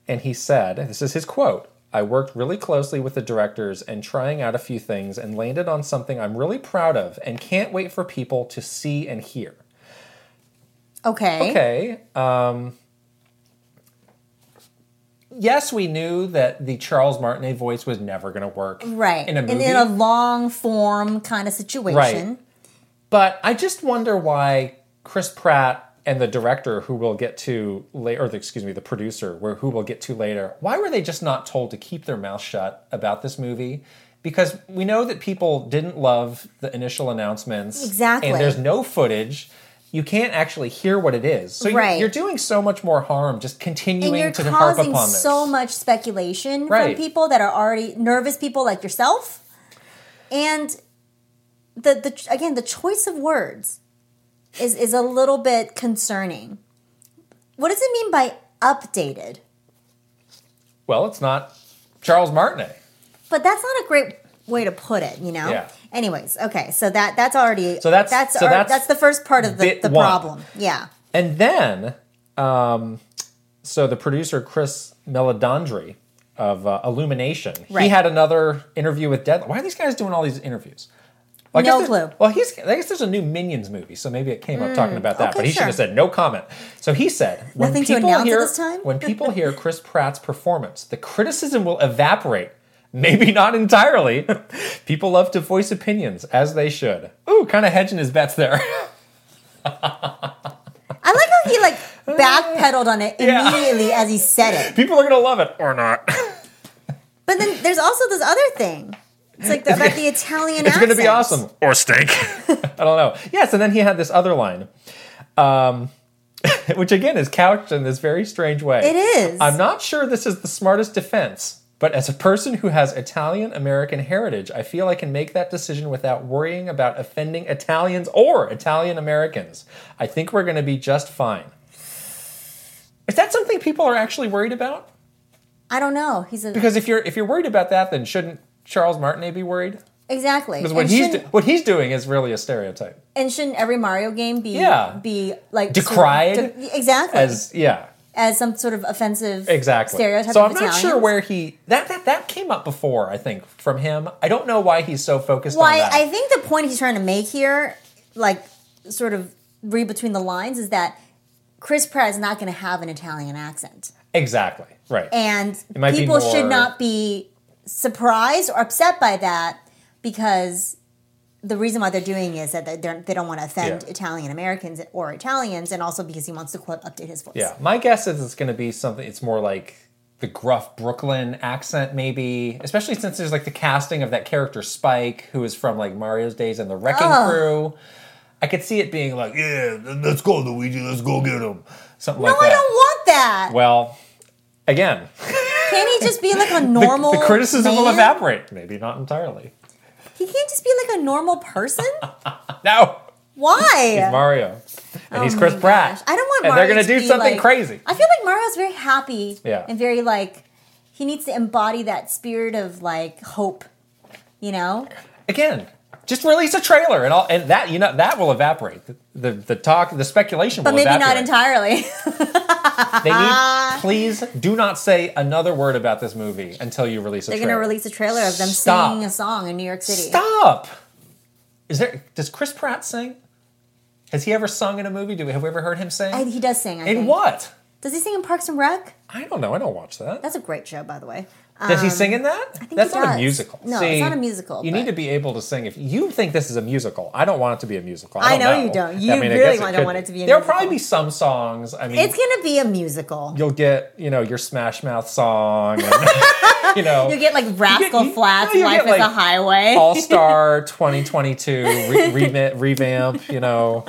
[SPEAKER 2] and he said, "This is his quote." I worked really closely with the directors and trying out a few things and landed on something I'm really proud of and can't wait for people to see and hear.
[SPEAKER 1] Okay.
[SPEAKER 2] Okay. Um, yes, we knew that the Charles Martinet voice was never going to work
[SPEAKER 1] Right.
[SPEAKER 2] in a movie.
[SPEAKER 1] In, in a long form kind of situation.
[SPEAKER 2] But I just wonder why Chris Pratt and the director, who we'll get to later, or the- excuse me, the producer, where who we'll get to later, why were they just not told to keep their mouth shut about this movie? Because we know that people didn't love the initial announcements,
[SPEAKER 1] Exactly.
[SPEAKER 2] and there's no footage. You can't actually hear what it is, so you-
[SPEAKER 1] Right.
[SPEAKER 2] you're doing so much more harm just continuing
[SPEAKER 1] And you're
[SPEAKER 2] to harp
[SPEAKER 1] causing
[SPEAKER 2] upon this.
[SPEAKER 1] so much speculation
[SPEAKER 2] Right.
[SPEAKER 1] from people that are already nervous people like yourself. And the the again the choice of words is is a little bit concerning. What does it mean by updated?
[SPEAKER 2] Well, it's not Charles Martinet.
[SPEAKER 1] But that's not a great way to put it, you know.
[SPEAKER 2] Yeah.
[SPEAKER 1] Anyways, okay, so that that's already
[SPEAKER 2] So that's-
[SPEAKER 1] that's
[SPEAKER 2] so
[SPEAKER 1] our-
[SPEAKER 2] that's
[SPEAKER 1] the first part of the,
[SPEAKER 2] bit
[SPEAKER 1] the
[SPEAKER 2] one.
[SPEAKER 1] problem. Yeah.
[SPEAKER 2] And then, um, so the producer Chris Melodondri of uh, Illumination, he
[SPEAKER 1] Right.
[SPEAKER 2] had another interview with Deadline. Why are these guys doing all these interviews? Well, I guess
[SPEAKER 1] No
[SPEAKER 2] there's-
[SPEAKER 1] clue. Hmm,
[SPEAKER 2] Well, he's, I guess there's a new Minions movie, so maybe it came up talking about that,
[SPEAKER 1] okay,
[SPEAKER 2] but he should
[SPEAKER 1] sure.
[SPEAKER 2] have said no comment. So
[SPEAKER 1] <laughs>
[SPEAKER 2] he said, when
[SPEAKER 1] Nothing to
[SPEAKER 2] people
[SPEAKER 1] announce at
[SPEAKER 2] hear,
[SPEAKER 1] this time?
[SPEAKER 2] when
[SPEAKER 1] <laughs>
[SPEAKER 2] people hear Chris Pratt's performance, the criticism will evaporate. Maybe not entirely. <laughs> People love to voice opinions as they should. Ooh, kind of hedging his bets there. <laughs>
[SPEAKER 1] I like how he
[SPEAKER 2] <laughs>
[SPEAKER 1] like backpedaled on it
[SPEAKER 2] Yeah.
[SPEAKER 1] immediately as he said it.
[SPEAKER 2] people are gonna love it or not. <laughs>
[SPEAKER 1] But then there's also this other thing. It's like the, about the Italian
[SPEAKER 2] It's going to be
[SPEAKER 1] accent.
[SPEAKER 2] awesome. Or stink. <laughs> I don't know. Yes, and then he had this other line, um, <laughs> which again is couched in this very strange way.
[SPEAKER 1] It is.
[SPEAKER 2] I'm not sure this is the smartest defense, but as a person who has Italian American heritage, I feel I can make that decision without worrying about offending Italians or Italian Americans. I think we're going to be just fine. Is that something people are actually worried about?
[SPEAKER 1] I don't know. He's a,
[SPEAKER 2] Because if you're if you're worried about that, then shouldn't Charles Martinet be worried?
[SPEAKER 1] exactly.
[SPEAKER 2] Because what
[SPEAKER 1] and,
[SPEAKER 2] he's
[SPEAKER 1] shouldn't,
[SPEAKER 2] do- what he's doing is really a stereotype.
[SPEAKER 1] and shouldn't every Mario game be
[SPEAKER 2] Yeah.
[SPEAKER 1] be like
[SPEAKER 2] Decried
[SPEAKER 1] de- exactly as,
[SPEAKER 2] As yeah,
[SPEAKER 1] some sort of offensive
[SPEAKER 2] exactly.
[SPEAKER 1] stereotype.
[SPEAKER 2] so
[SPEAKER 1] of
[SPEAKER 2] I'm not sure
[SPEAKER 1] Italians?
[SPEAKER 2] where he that, that that came up before. I think from him. I don't know why he's so focused on
[SPEAKER 1] Why
[SPEAKER 2] that.
[SPEAKER 1] I think the point he's trying to make here, like sort of read between the lines, is that Chris Pratt is not going to have an Italian accent,
[SPEAKER 2] exactly right.
[SPEAKER 1] and
[SPEAKER 2] might be
[SPEAKER 1] people
[SPEAKER 2] more-
[SPEAKER 1] should not be surprised or upset by that because the reason why they're doing is that they don't, they don't want to offend
[SPEAKER 2] Yeah.
[SPEAKER 1] Italian Americans or Italians, and also because he wants to quote update his voice.
[SPEAKER 2] yeah, my guess is it's going to be something. It's more like the gruff Brooklyn accent, maybe. Especially since there's like the casting of that character Spike, who is from like Mario's days and the Wrecking
[SPEAKER 1] Ugh.
[SPEAKER 2] Crew. I could see it being like, yeah, let's go, Luigi, let's go get him, something
[SPEAKER 1] No,
[SPEAKER 2] like that.
[SPEAKER 1] I don't want that.
[SPEAKER 2] Well, again,
[SPEAKER 1] Can he just be like a
[SPEAKER 2] <laughs> the,
[SPEAKER 1] normal?
[SPEAKER 2] the criticism will
[SPEAKER 1] man?
[SPEAKER 2] evaporate. Maybe not entirely.
[SPEAKER 1] He can't just be like a normal person.
[SPEAKER 2] No. <laughs>
[SPEAKER 1] Why?
[SPEAKER 2] Mario. And he's
[SPEAKER 1] Oh
[SPEAKER 2] Chris
[SPEAKER 1] my
[SPEAKER 2] Pratt.
[SPEAKER 1] gosh. I don't want
[SPEAKER 2] And
[SPEAKER 1] Mario
[SPEAKER 2] they're gonna
[SPEAKER 1] to
[SPEAKER 2] do
[SPEAKER 1] be,
[SPEAKER 2] something
[SPEAKER 1] like-
[SPEAKER 2] crazy.
[SPEAKER 1] I feel like Mario's very happy
[SPEAKER 2] Yeah.
[SPEAKER 1] and very like he needs to embody that spirit of like hope, you know?
[SPEAKER 2] Again, just release a trailer and all and that you know that will evaporate. The the, the talk, the speculation
[SPEAKER 1] But
[SPEAKER 2] will
[SPEAKER 1] maybe not Ah.
[SPEAKER 2] evaporate.
[SPEAKER 1] entirely. <laughs>
[SPEAKER 2] They need please do not say another word about this movie until you release a
[SPEAKER 1] They're going
[SPEAKER 2] trailer.
[SPEAKER 1] to release a trailer of them
[SPEAKER 2] Stop.
[SPEAKER 1] singing a song in New York City.
[SPEAKER 2] Stop. Is there does Chris Pratt sing? Has he ever sung in a movie? Do we have we ever heard him sing?
[SPEAKER 1] I- he does sing. I
[SPEAKER 2] in
[SPEAKER 1] think.
[SPEAKER 2] what?
[SPEAKER 1] Does he sing in Parks and Rec?
[SPEAKER 2] I don't know. I don't watch that.
[SPEAKER 1] That's a great show, by the way. Uh,
[SPEAKER 2] Does he sing in that?
[SPEAKER 1] Um, think
[SPEAKER 2] That's
[SPEAKER 1] he
[SPEAKER 2] not a
[SPEAKER 1] does.
[SPEAKER 2] musical.
[SPEAKER 1] No, it's
[SPEAKER 2] See,
[SPEAKER 1] not a musical,
[SPEAKER 2] You
[SPEAKER 1] but-
[SPEAKER 2] need to be able to sing. If you think this is a musical, I don't want it to be a musical. I,
[SPEAKER 1] I
[SPEAKER 2] don't
[SPEAKER 1] know you don't. You really
[SPEAKER 2] guess
[SPEAKER 1] don't
[SPEAKER 2] could
[SPEAKER 1] want
[SPEAKER 2] be.
[SPEAKER 1] it to be a
[SPEAKER 2] There'll
[SPEAKER 1] musical.
[SPEAKER 2] probably be some songs. I mean,
[SPEAKER 1] It's going to be a musical.
[SPEAKER 2] you'll get you know your Smash Mouth song.
[SPEAKER 1] <laughs>
[SPEAKER 2] And, you know,
[SPEAKER 1] You get like Rascal
[SPEAKER 2] you-
[SPEAKER 1] Flats,
[SPEAKER 2] no, you
[SPEAKER 1] Life
[SPEAKER 2] get, like,
[SPEAKER 1] is a Highway.
[SPEAKER 2] All Star
[SPEAKER 1] <laughs>
[SPEAKER 2] 2022 re- remi- revamp. You know,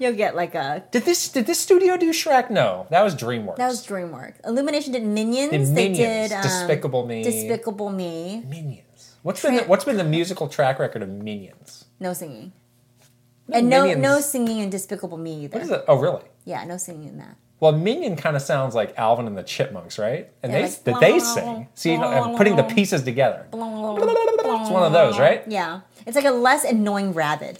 [SPEAKER 1] You'll get like a.
[SPEAKER 2] did this did this studio do Shrek? No, that was DreamWorks.
[SPEAKER 1] That was DreamWorks. Illumination did Minions.
[SPEAKER 2] Did
[SPEAKER 1] they
[SPEAKER 2] Minions,
[SPEAKER 1] did um,
[SPEAKER 2] Despicable Me.
[SPEAKER 1] Despicable Me.
[SPEAKER 2] Minions. What's been the, what's been the musical track record of Minions?
[SPEAKER 1] No singing. And no,
[SPEAKER 2] Minions-
[SPEAKER 1] no singing in Despicable Me either.
[SPEAKER 2] What is it? Oh, really?
[SPEAKER 1] Yeah, no singing in that.
[SPEAKER 2] Well, Minion kind of sounds like Alvin and the Chipmunks, right? And
[SPEAKER 1] Yeah,
[SPEAKER 2] they
[SPEAKER 1] like,
[SPEAKER 2] that they
[SPEAKER 1] blah,
[SPEAKER 2] sing. See,
[SPEAKER 1] blah,
[SPEAKER 2] I'm putting the pieces together. It's one of those, right?
[SPEAKER 1] Yeah, it's like a less annoying rabbit.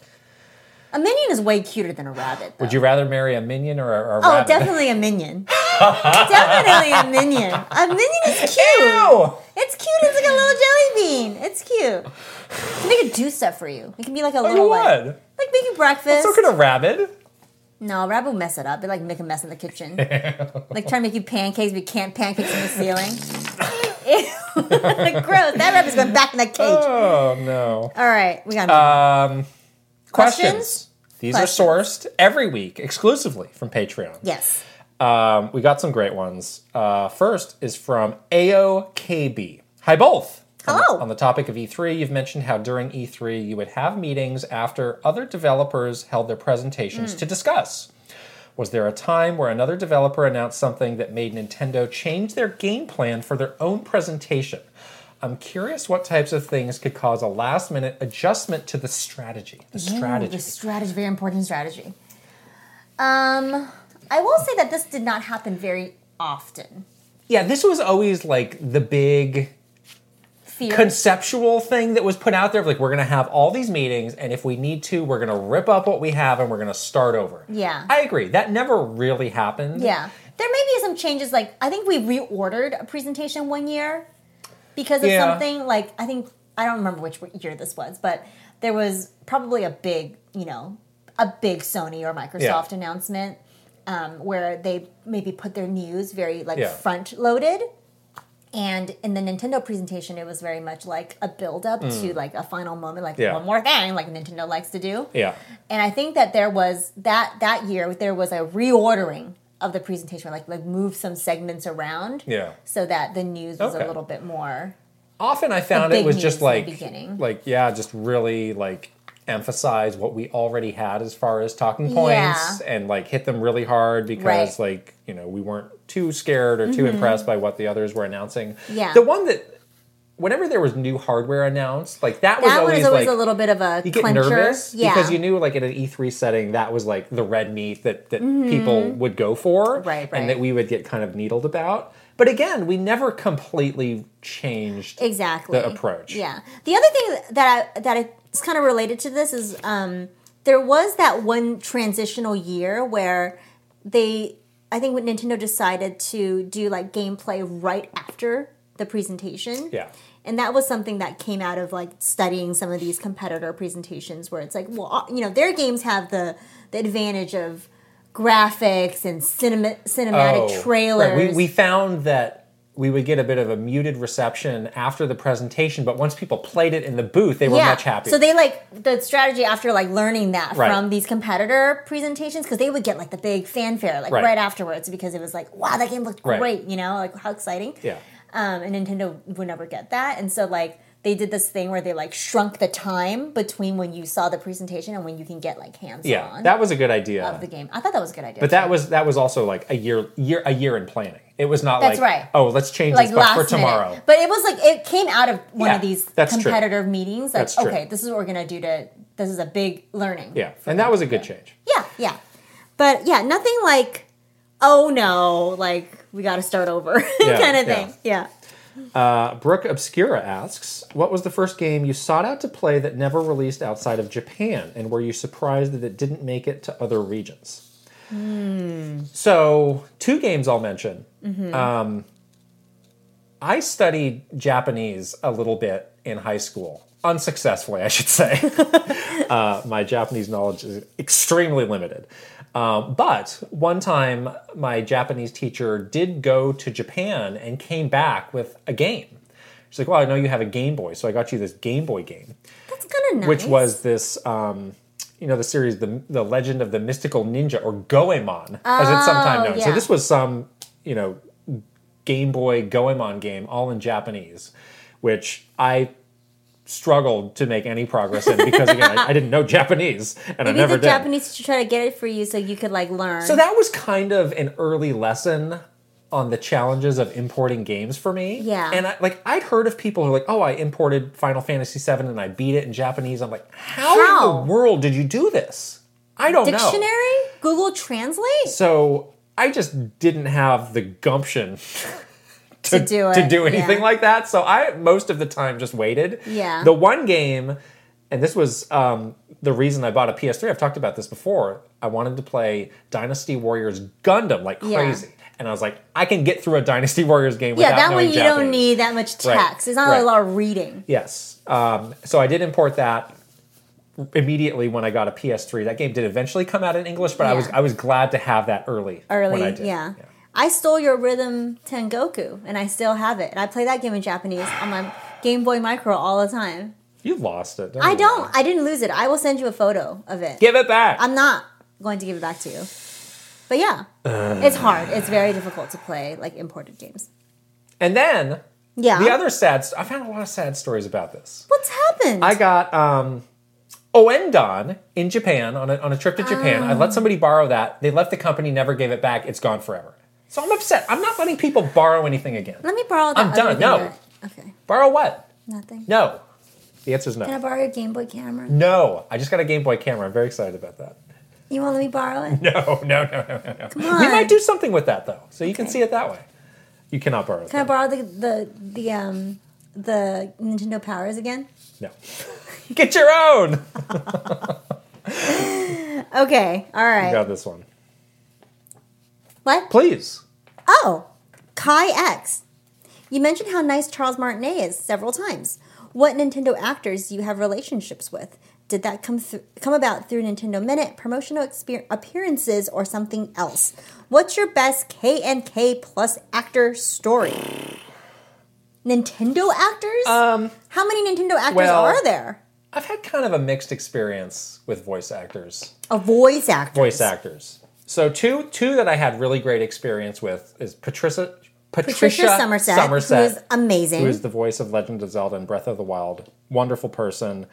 [SPEAKER 1] A minion is way cuter than a rabbit. Though.
[SPEAKER 2] Would you rather marry a minion or a, a
[SPEAKER 1] oh,
[SPEAKER 2] rabbit?
[SPEAKER 1] definitely a minion. definitely a minion. A minion is cute.
[SPEAKER 2] <laughs> Ew!
[SPEAKER 1] It's cute. It's like a little jelly bean. It's cute. We could do stuff for you. It can be like a
[SPEAKER 2] Oh,
[SPEAKER 1] little
[SPEAKER 2] you
[SPEAKER 1] like,
[SPEAKER 2] would.
[SPEAKER 1] like make you breakfast.
[SPEAKER 2] So could a rabbit.
[SPEAKER 1] No, rabbit will mess it up. It like make a mess in the
[SPEAKER 2] <laughs>
[SPEAKER 1] kitchen. like trying to make you pancakes, but you can't pancakes in the ceiling. <laughs> Ew. <laughs> Gross. That rabbit's going back in that cage.
[SPEAKER 2] <laughs> Oh no.
[SPEAKER 1] All right, we got
[SPEAKER 2] Um, questions.
[SPEAKER 1] Questions?
[SPEAKER 2] These
[SPEAKER 1] Questions.
[SPEAKER 2] are sourced every week exclusively from Patreon.
[SPEAKER 1] yes.
[SPEAKER 2] Um, we got some great ones. Uh, first is from AOKB. Hi, both. On the-
[SPEAKER 1] Hello.
[SPEAKER 2] On the topic of E3, you've mentioned how during E3 you would have meetings after other developers held their presentations to discuss. Was there a time where another developer announced something that made Nintendo change their game plan for their own presentation? I'm curious what types of things could cause a last minute adjustment to the strategy. The strategy.
[SPEAKER 1] the strategy, very important strategy. Um, I will say that this did not happen very often.
[SPEAKER 2] yeah, this was always like the big
[SPEAKER 1] Fear.
[SPEAKER 2] conceptual thing that was put out there of like we're gonna have all these meetings and if we need to we're gonna rip up what we have and we're gonna start over
[SPEAKER 1] Yeah.
[SPEAKER 2] i agree that never really happened
[SPEAKER 1] yeah, there may be some changes. Like I think we reordered a presentation one year because of
[SPEAKER 2] Yeah.
[SPEAKER 1] something. Like I think I don't remember which year this was, but there was probably a big, you know, a big Sony or Microsoft announcement um, where they maybe put their news very like
[SPEAKER 2] Yeah.
[SPEAKER 1] front loaded. And in the Nintendo presentation, it was very much like a build up to like a final moment, like
[SPEAKER 2] Mm. Yeah.
[SPEAKER 1] one more thing, like Nintendo likes to do.
[SPEAKER 2] yeah
[SPEAKER 1] And I think that there was that that year there was a reordering of the presentation, like like move some segments around,
[SPEAKER 2] Yeah.
[SPEAKER 1] so that the news was
[SPEAKER 2] Okay.
[SPEAKER 1] a little bit more.
[SPEAKER 2] often i found
[SPEAKER 1] The
[SPEAKER 2] it
[SPEAKER 1] big
[SPEAKER 2] was
[SPEAKER 1] news
[SPEAKER 2] just
[SPEAKER 1] in the
[SPEAKER 2] like
[SPEAKER 1] beginning.
[SPEAKER 2] like yeah just really like emphasize what we already had as far as talking points and like hit them really hard because
[SPEAKER 1] Right. Mm-hmm.
[SPEAKER 2] like you know we weren't too scared or too impressed by what the others were announcing
[SPEAKER 1] Yeah.
[SPEAKER 2] the one that whenever there was new hardware announced like that was
[SPEAKER 1] That one
[SPEAKER 2] always
[SPEAKER 1] is always
[SPEAKER 2] like
[SPEAKER 1] a little bit of a
[SPEAKER 2] you get
[SPEAKER 1] clincher,
[SPEAKER 2] nervous
[SPEAKER 1] yeah,
[SPEAKER 2] because you knew like in an E3 setting that was like the red meat that that people would go for
[SPEAKER 1] Mm-hmm. Right, right.
[SPEAKER 2] and that we would get kind of needled about. But again, we never completely changed
[SPEAKER 1] exactly
[SPEAKER 2] the approach.
[SPEAKER 1] Yeah. The other thing that I, that is kind of related to this is um, there was that one transitional year where they I think when Nintendo decided to do like gameplay right after the presentation.
[SPEAKER 2] Yeah.
[SPEAKER 1] And that was something that came out of like studying some of these competitor presentations where it's like, well, you know, their games have the, the advantage of graphics and cinema, cinematic
[SPEAKER 2] Oh,
[SPEAKER 1] trailers.
[SPEAKER 2] right. We, we found that we would get a bit of a muted reception after the presentation, but once people played it in the booth, they were much happier.
[SPEAKER 1] So they like the strategy after like learning that
[SPEAKER 2] Right.
[SPEAKER 1] from these competitor presentations because they would get like the big fanfare like
[SPEAKER 2] Right.
[SPEAKER 1] right, afterwards because it was like wow that game looked
[SPEAKER 2] Right.
[SPEAKER 1] great you know like how exciting
[SPEAKER 2] yeah.
[SPEAKER 1] um, and Nintendo would never get that and so like they did this thing where they like shrunk the time between when you saw the presentation and when you can get like hands
[SPEAKER 2] Yeah.
[SPEAKER 1] on
[SPEAKER 2] that was a good idea.
[SPEAKER 1] of the game I thought that was a good idea
[SPEAKER 2] But that was that was also like a year year a year in planning. It was not
[SPEAKER 1] That's
[SPEAKER 2] like
[SPEAKER 1] right.
[SPEAKER 2] oh let's change
[SPEAKER 1] like
[SPEAKER 2] this but
[SPEAKER 1] last
[SPEAKER 2] for tomorrow.
[SPEAKER 1] minute. But it was like it came out of one
[SPEAKER 2] Yeah,
[SPEAKER 1] of these
[SPEAKER 2] that's true.
[SPEAKER 1] competitive meetings. Like,
[SPEAKER 2] That's true.
[SPEAKER 1] okay, this is what we're gonna do to this is a big learning.
[SPEAKER 2] Yeah, and that was a good change.
[SPEAKER 1] Yeah, yeah. But yeah, nothing like, oh no, like we got to start over <laughs>
[SPEAKER 2] Yeah,
[SPEAKER 1] kind of
[SPEAKER 2] yeah.
[SPEAKER 1] thing. Yeah.
[SPEAKER 2] Uh, Brooke Obscura asks, "What was the first game you sought out to play that never released outside of Japan, and were you surprised that it didn't make it to other regions?" So, two games I'll mention. Um, I studied Japanese a little bit in high school, unsuccessfully, I should say. <laughs> Uh, my Japanese knowledge is extremely limited. Um, but one time, my Japanese teacher did go to Japan and came back with a game. She's like, "Well, I know you have a Game Boy, so I got you this Game Boy game."
[SPEAKER 1] That's kind of nice.
[SPEAKER 2] which was this um, you know the series the the legend of the mystical ninja or goemon as it's sometimes known so
[SPEAKER 1] Oh, yeah.
[SPEAKER 2] this was some you know game boy goemon game all in japanese which i struggled to make any progress in because again I, I didn't know <laughs> japanese and i
[SPEAKER 1] Maybe
[SPEAKER 2] never
[SPEAKER 1] the
[SPEAKER 2] did
[SPEAKER 1] Japanese to try to get it for you so you could like learn.
[SPEAKER 2] so that was kind of an early lesson on the challenges of importing games for me.
[SPEAKER 1] Yeah.
[SPEAKER 2] And I, like I'd heard of people who are like, oh, I imported Final Fantasy VII and I beat it in Japanese. I'm like, how,
[SPEAKER 1] How?
[SPEAKER 2] in the world did you do this? I don't
[SPEAKER 1] Dictionary,
[SPEAKER 2] know.
[SPEAKER 1] Google Translate.
[SPEAKER 2] So I just didn't have the gumption <laughs>
[SPEAKER 1] To do it,
[SPEAKER 2] anything
[SPEAKER 1] yeah.
[SPEAKER 2] like that. So I most of the time just waited.
[SPEAKER 1] Yeah.
[SPEAKER 2] The one game, and this was um, the reason I bought a PS3. I've talked about this before. I wanted to play Dynasty Warriors Gundam like
[SPEAKER 1] Yeah.
[SPEAKER 2] crazy, and I was like, I can get through a Dynasty Warriors game without
[SPEAKER 1] Yeah, that
[SPEAKER 2] knowing
[SPEAKER 1] one you don't
[SPEAKER 2] Japanese.
[SPEAKER 1] need that much text.
[SPEAKER 2] Right,
[SPEAKER 1] It's not
[SPEAKER 2] right.
[SPEAKER 1] a lot of reading.
[SPEAKER 2] Yes. Um, so I did import that immediately when I got a PS3. That game did eventually come out in English, but I
[SPEAKER 1] Yeah.
[SPEAKER 2] was I was glad to have that early.
[SPEAKER 1] Early,
[SPEAKER 2] when I did.
[SPEAKER 1] yeah. I stole your Rhythm Tengoku, and I still have it. And I play that game in Japanese on my Game Boy Micro all the time.
[SPEAKER 2] You've lost it.
[SPEAKER 1] I
[SPEAKER 2] you?
[SPEAKER 1] don't. I didn't lose it. I will send you a photo of it.
[SPEAKER 2] Give it back.
[SPEAKER 1] I'm not going to give it back to you. But yeah,
[SPEAKER 2] Uh.
[SPEAKER 1] it's hard. It's very difficult to play like imported games.
[SPEAKER 2] and then
[SPEAKER 1] Yeah.
[SPEAKER 2] the other sad. St- I found a lot of sad stories about this.
[SPEAKER 1] What's happened?
[SPEAKER 2] I got um, Oendon in Japan on a, on a trip to Japan. I
[SPEAKER 1] Ah.
[SPEAKER 2] let somebody borrow that. They left the company, never gave it back. It's gone forever. So I'm upset. I'm not letting people borrow anything again.
[SPEAKER 1] Let me borrow that.
[SPEAKER 2] I'm done.
[SPEAKER 1] other thing
[SPEAKER 2] No.
[SPEAKER 1] that- Okay.
[SPEAKER 2] Borrow what?
[SPEAKER 1] Nothing.
[SPEAKER 2] No. The answer is
[SPEAKER 1] Can I
[SPEAKER 2] no.
[SPEAKER 1] borrow your Game Boy camera?
[SPEAKER 2] No. I just got a Game Boy camera. I'm very excited about that. <laughs>
[SPEAKER 1] You won't let me borrow it?
[SPEAKER 2] No, no, no, no, no.
[SPEAKER 1] Come
[SPEAKER 2] We
[SPEAKER 1] on.
[SPEAKER 2] might do something with that though, so you can
[SPEAKER 1] Okay.
[SPEAKER 2] see it that way. You cannot borrow
[SPEAKER 1] Can I
[SPEAKER 2] that.
[SPEAKER 1] borrow the the the um the Nintendo Powers again?
[SPEAKER 2] No. <laughs> Get your
[SPEAKER 1] <laughs>
[SPEAKER 2] own.
[SPEAKER 1] Okay. All
[SPEAKER 2] I
[SPEAKER 1] right.
[SPEAKER 2] got this one.
[SPEAKER 1] What?
[SPEAKER 2] Please.
[SPEAKER 1] Oh, Kai X. You mentioned how nice Charles Martinet is several times. What Nintendo actors do you have relationships with? Did that come th- come about through Nintendo Minute, promotional exper- appearances, or something else? What's your best K and K plus actor story? Nintendo actors? Um, how many Nintendo actors
[SPEAKER 2] well-
[SPEAKER 1] are there?
[SPEAKER 2] I've had kind of a mixed experience with voice actors.
[SPEAKER 1] A voice actor.
[SPEAKER 2] Voice actors. So two two that I had really great experience with is Patricia Patricia,
[SPEAKER 1] Patricia Somerset,
[SPEAKER 2] Somerset,
[SPEAKER 1] who's amazing.
[SPEAKER 2] who is the voice of Legend of Zelda and Breath of the Wild. Wonderful person.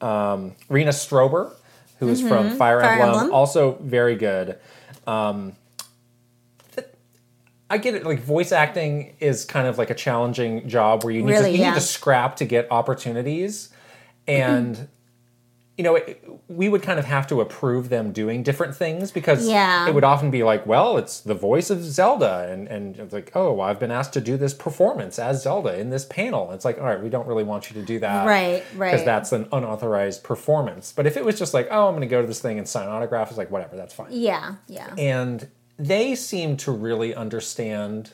[SPEAKER 2] Um, Rena Strober, who is from Fire,
[SPEAKER 1] Mm-hmm. Fire
[SPEAKER 2] Emblem,
[SPEAKER 1] Emblem.
[SPEAKER 2] also very good. Um, th- I get it. Like voice acting is kind of like a challenging job where you need to,
[SPEAKER 1] Really,
[SPEAKER 2] you
[SPEAKER 1] yeah.
[SPEAKER 2] need to scrap to get opportunities, and you know it, we would kind of have to approve them doing different things because
[SPEAKER 1] Yeah.
[SPEAKER 2] it would often be like, well, it's the voice of Zelda, and and it's like, oh, I've been asked to do this performance as Zelda in this panel. It's like, all right, we don't really want you to do that,
[SPEAKER 1] Right,
[SPEAKER 2] Because
[SPEAKER 1] right.
[SPEAKER 2] that's an unauthorized performance. But if it was just like, oh, I'm going to go to this thing and sign autographs, it's like whatever, that's fine.
[SPEAKER 1] yeah, yeah.
[SPEAKER 2] And they seem to really understand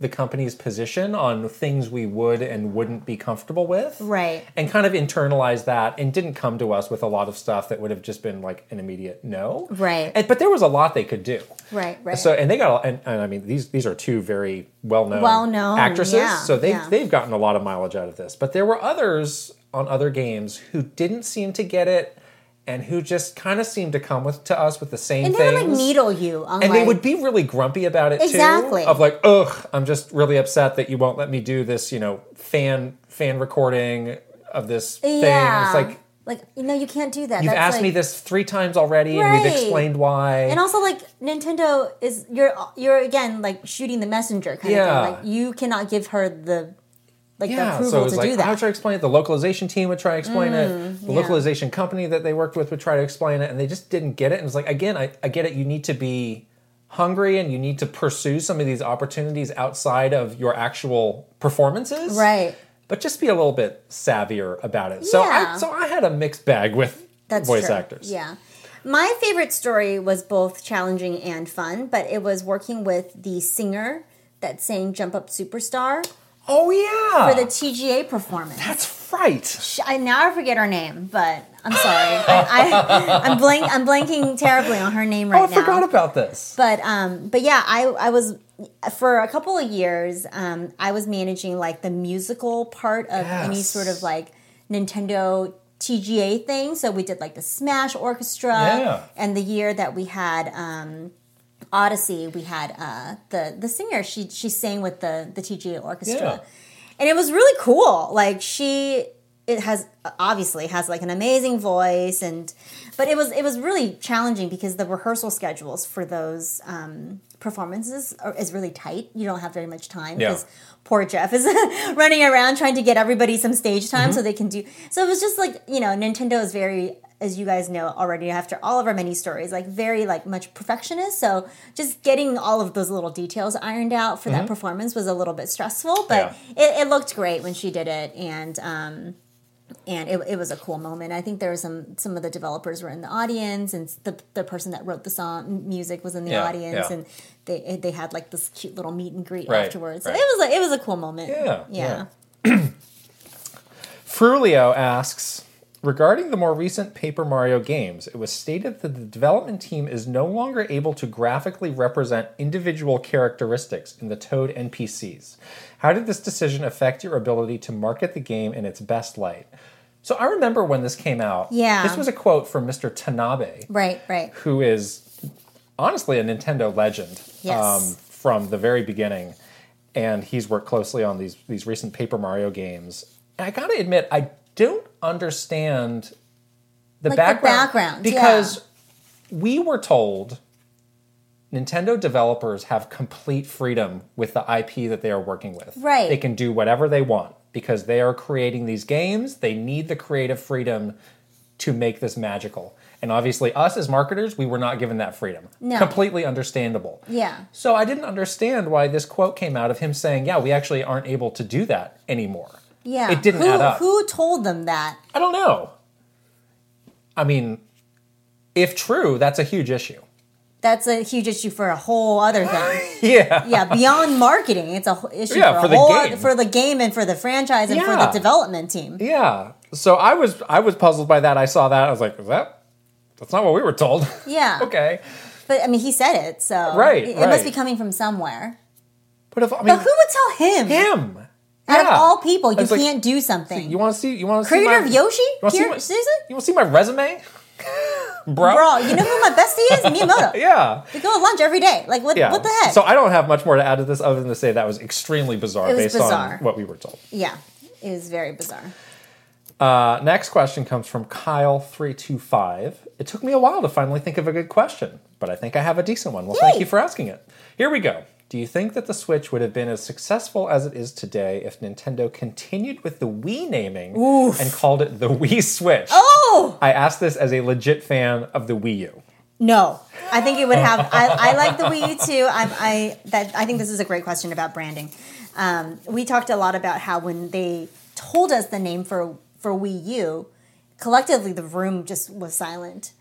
[SPEAKER 2] the company's position on things we would and wouldn't be comfortable with
[SPEAKER 1] Right.
[SPEAKER 2] and kind of internalized that and didn't come to us with a lot of stuff that would have just been like an immediate no.
[SPEAKER 1] Right.
[SPEAKER 2] And, but there was a lot they could do.
[SPEAKER 1] Right, right.
[SPEAKER 2] So and they got and, and I mean these these are two very well known
[SPEAKER 1] Well-known,
[SPEAKER 2] actresses.
[SPEAKER 1] yeah,
[SPEAKER 2] so they
[SPEAKER 1] yeah.
[SPEAKER 2] they've gotten a lot of mileage out of this. But there were others on other games who didn't seem to get it and who just kind of seemed to come with to us with the same
[SPEAKER 1] and they
[SPEAKER 2] things.
[SPEAKER 1] would like needle you on
[SPEAKER 2] and
[SPEAKER 1] like,
[SPEAKER 2] they would be really grumpy about it
[SPEAKER 1] Exactly.
[SPEAKER 2] too. Of like, ugh, I'm just really upset that you won't let me do this, you know, fan fan recording of this
[SPEAKER 1] yeah.
[SPEAKER 2] thing. It's like
[SPEAKER 1] like you know you can't do that.
[SPEAKER 2] you've
[SPEAKER 1] That's like,
[SPEAKER 2] asked me this three times already, and
[SPEAKER 1] Right.
[SPEAKER 2] we've explained why.
[SPEAKER 1] And also, like Nintendo is you're you're again like shooting the messenger kind
[SPEAKER 2] Yeah.
[SPEAKER 1] of thing. Like you cannot give her the like the
[SPEAKER 2] yeah,
[SPEAKER 1] approval
[SPEAKER 2] so it was
[SPEAKER 1] to
[SPEAKER 2] like,
[SPEAKER 1] do
[SPEAKER 2] I
[SPEAKER 1] that. Mm,
[SPEAKER 2] would try to explain it. The localization team would try to explain it. The
[SPEAKER 1] yeah.
[SPEAKER 2] localization company that they worked with would try to explain it, and they just didn't get it. And it's like, again, I, I get it. You need to be hungry and you need to pursue some of these opportunities outside of your actual performances.
[SPEAKER 1] Right.
[SPEAKER 2] But just be a little bit savvier about it. So,
[SPEAKER 1] Yeah.
[SPEAKER 2] I, so I had a mixed bag with
[SPEAKER 1] That's
[SPEAKER 2] voice
[SPEAKER 1] true.
[SPEAKER 2] actors.
[SPEAKER 1] Yeah. My favorite story was both challenging and fun, but it was working with the singer that sang "Jump Up Superstar"
[SPEAKER 2] Oh yeah,
[SPEAKER 1] for the TGA performance.
[SPEAKER 2] that's right.
[SPEAKER 1] Sh- I now I forget her name, but I'm sorry. I,
[SPEAKER 2] <laughs>
[SPEAKER 1] I, I'm blank. I'm blanking terribly on her name right
[SPEAKER 2] Oh, I
[SPEAKER 1] now.
[SPEAKER 2] forgot about this.
[SPEAKER 1] But um, but yeah, I I was for a couple of years. Um, I was managing like the musical part of any
[SPEAKER 2] Yes.
[SPEAKER 1] sort of like Nintendo TGA thing. So we did like the Smash Orchestra,
[SPEAKER 2] Yeah.
[SPEAKER 1] and the year that we had um, Odyssey, we had uh, the the singer. She she sang with the the TGA orchestra,
[SPEAKER 2] Yeah.
[SPEAKER 1] and it was really cool. Like she. It has obviously has like an amazing voice and but it was it was really challenging because the rehearsal schedules for those um, performances are, is really tight. You don't have very much time
[SPEAKER 2] Yeah.
[SPEAKER 1] because poor Jeff is <laughs> running around trying to get everybody some stage time so they can do. So it was just like you know, Nintendo is very, as you guys know already after all of our many stories, like very like much perfectionist. So just getting all of those little details ironed out for that performance was a little bit stressful, but it, it looked great when she did it and. Um, and it, it was a cool moment. I think there were some some of the developers were in the audience, and the the person that wrote the song music was in the
[SPEAKER 2] Yeah,
[SPEAKER 1] audience,
[SPEAKER 2] yeah.
[SPEAKER 1] and they they had like this cute little meet and greet
[SPEAKER 2] Right,
[SPEAKER 1] afterwards.
[SPEAKER 2] right.
[SPEAKER 1] So it was a, it was a cool moment.
[SPEAKER 2] Yeah,
[SPEAKER 1] yeah.
[SPEAKER 2] Frulio asks Regarding the more recent Paper Mario games, it was stated that the development team is no longer able to graphically represent individual characteristics in the Toad NPCs. How did this decision affect your ability to market the game in its best light? So I remember when this came out.
[SPEAKER 1] Yeah.
[SPEAKER 2] This was a quote from Mr. Tanabe
[SPEAKER 1] Right, right.
[SPEAKER 2] who is honestly a Nintendo legend um,
[SPEAKER 1] Yes.
[SPEAKER 2] from the very beginning, and he's worked closely on these these recent Paper Mario games. And I gotta admit, I don't understand the
[SPEAKER 1] Like the
[SPEAKER 2] background,
[SPEAKER 1] background, yeah.
[SPEAKER 2] because we were told Nintendo developers have complete freedom with the IP that they are working with.
[SPEAKER 1] Right.
[SPEAKER 2] they can do whatever they want. because they are creating these games. They need the creative freedom to make this magical. And obviously, us as marketers, we were not given that freedom.
[SPEAKER 1] No.
[SPEAKER 2] Completely understandable.
[SPEAKER 1] Yeah.
[SPEAKER 2] So I didn't understand why this quote came out of him saying, "Yeah, we actually aren't able to do that anymore."
[SPEAKER 1] Yeah.
[SPEAKER 2] It didn't
[SPEAKER 1] who,
[SPEAKER 2] add up.
[SPEAKER 1] Who told them that?
[SPEAKER 2] I don't know. I mean, if true, that's a huge issue.
[SPEAKER 1] That's a huge issue for a whole other thing.
[SPEAKER 2] <laughs> Yeah.
[SPEAKER 1] yeah, beyond marketing, it's a wh- issue
[SPEAKER 2] Yeah,
[SPEAKER 1] for,
[SPEAKER 2] for
[SPEAKER 1] a
[SPEAKER 2] the
[SPEAKER 1] whole
[SPEAKER 2] game.
[SPEAKER 1] oth- for the game and for the franchise and for
[SPEAKER 2] Yeah.
[SPEAKER 1] the development team.
[SPEAKER 2] Yeah. So I was I was puzzled by that. I saw that. I was like, "Is that that's not what we were <laughs> told.
[SPEAKER 1] Yeah.
[SPEAKER 2] okay.
[SPEAKER 1] But I mean, he said it, so
[SPEAKER 2] Right,
[SPEAKER 1] It, it must
[SPEAKER 2] right.
[SPEAKER 1] be coming from somewhere.
[SPEAKER 2] But if I mean
[SPEAKER 1] But who would tell him?
[SPEAKER 2] him.
[SPEAKER 1] Out of
[SPEAKER 2] Yeah.
[SPEAKER 1] all people, you
[SPEAKER 2] It's like,
[SPEAKER 1] can't do something.
[SPEAKER 2] You want to see? You want to see?
[SPEAKER 1] Creator
[SPEAKER 2] my-
[SPEAKER 1] of Yoshi?
[SPEAKER 2] You want to see,
[SPEAKER 1] Here,
[SPEAKER 2] my-
[SPEAKER 1] Susan?
[SPEAKER 2] you wanna see my <laughs> resume, bro?
[SPEAKER 1] Bro, you know who my bestie is? Miyamoto.
[SPEAKER 2] <laughs> Yeah.
[SPEAKER 1] We go to lunch every day. Like, what,
[SPEAKER 2] Yeah.
[SPEAKER 1] what the heck?
[SPEAKER 2] So I don't have much more to add to this other than to say that was extremely bizarre
[SPEAKER 1] It was
[SPEAKER 2] based
[SPEAKER 1] bizarre.
[SPEAKER 2] on what we were told.
[SPEAKER 1] yeah, it was very bizarre.
[SPEAKER 2] Uh, next question comes from Kyle325. It took me a while to finally think of a good question, but I think I have a decent one. Well, thank
[SPEAKER 1] Yay.
[SPEAKER 2] you for asking it. Here we go. Do you think that the Switch would have been as successful as it is today if Nintendo continued with the Wii naming and called it the Wii Switch?
[SPEAKER 1] Oh!
[SPEAKER 2] I ask this as a legit fan of the Wii U.
[SPEAKER 1] No, I think it would have. I, I like the Wii U too. I, I that I think this is a great question about branding. Um, we talked a lot about how when they told us the name for for Wii U, collectively the room just was silent,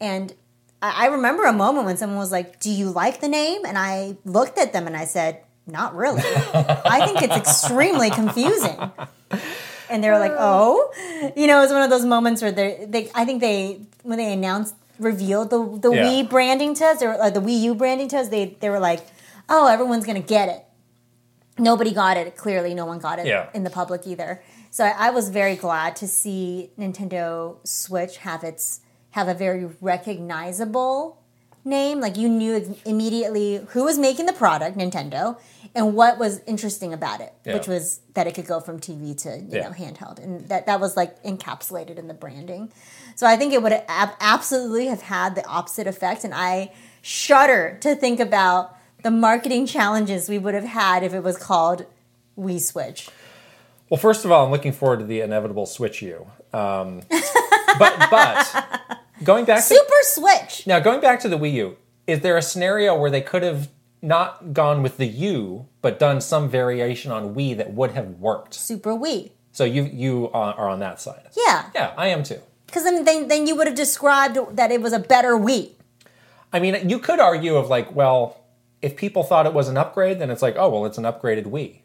[SPEAKER 1] and I, I remember a moment when someone was like, "Do you like the name?" And I looked at them and I said, "Not really. I think it's extremely confusing." and they were like, "Oh," you know, it was one of those moments where they, they I think they, when they announced, revealed the the
[SPEAKER 2] Yeah.
[SPEAKER 1] Wii branding to us or, or the Wii U branding to us, they they were like, "Oh, everyone's gonna get it." Nobody got it. Clearly, no one got it
[SPEAKER 2] Yeah.
[SPEAKER 1] in the public either. So I, I was very glad to see Nintendo Switch have its have a very recognizable name. Like you knew immediately who was making the product, Nintendo, and what was interesting about it,
[SPEAKER 2] Yeah.
[SPEAKER 1] which was that it could go from TV to you
[SPEAKER 2] Yeah.
[SPEAKER 1] know handheld, and that that was like encapsulated in the branding. So I think it would ab- absolutely have had the opposite effect, and I shudder to think about the marketing challenges we would have had if it was called We Switch.
[SPEAKER 2] Well, first of all, I'm looking forward to the inevitable Switch U. Um, but but going back to
[SPEAKER 1] Super Switch.
[SPEAKER 2] Now, going back to the Wii U, is there a scenario where they could have not gone with the U, but done some variation on Wii that would have worked?
[SPEAKER 1] Super Wii.
[SPEAKER 2] So you you are are on that side.
[SPEAKER 1] Yeah,
[SPEAKER 2] Yeah, I am too.
[SPEAKER 1] because then, then then you would have described that it was a better Wii.
[SPEAKER 2] I mean, you could argue of like, well, if people thought it was an upgrade, then it's like, oh, well, it's an upgraded Wii.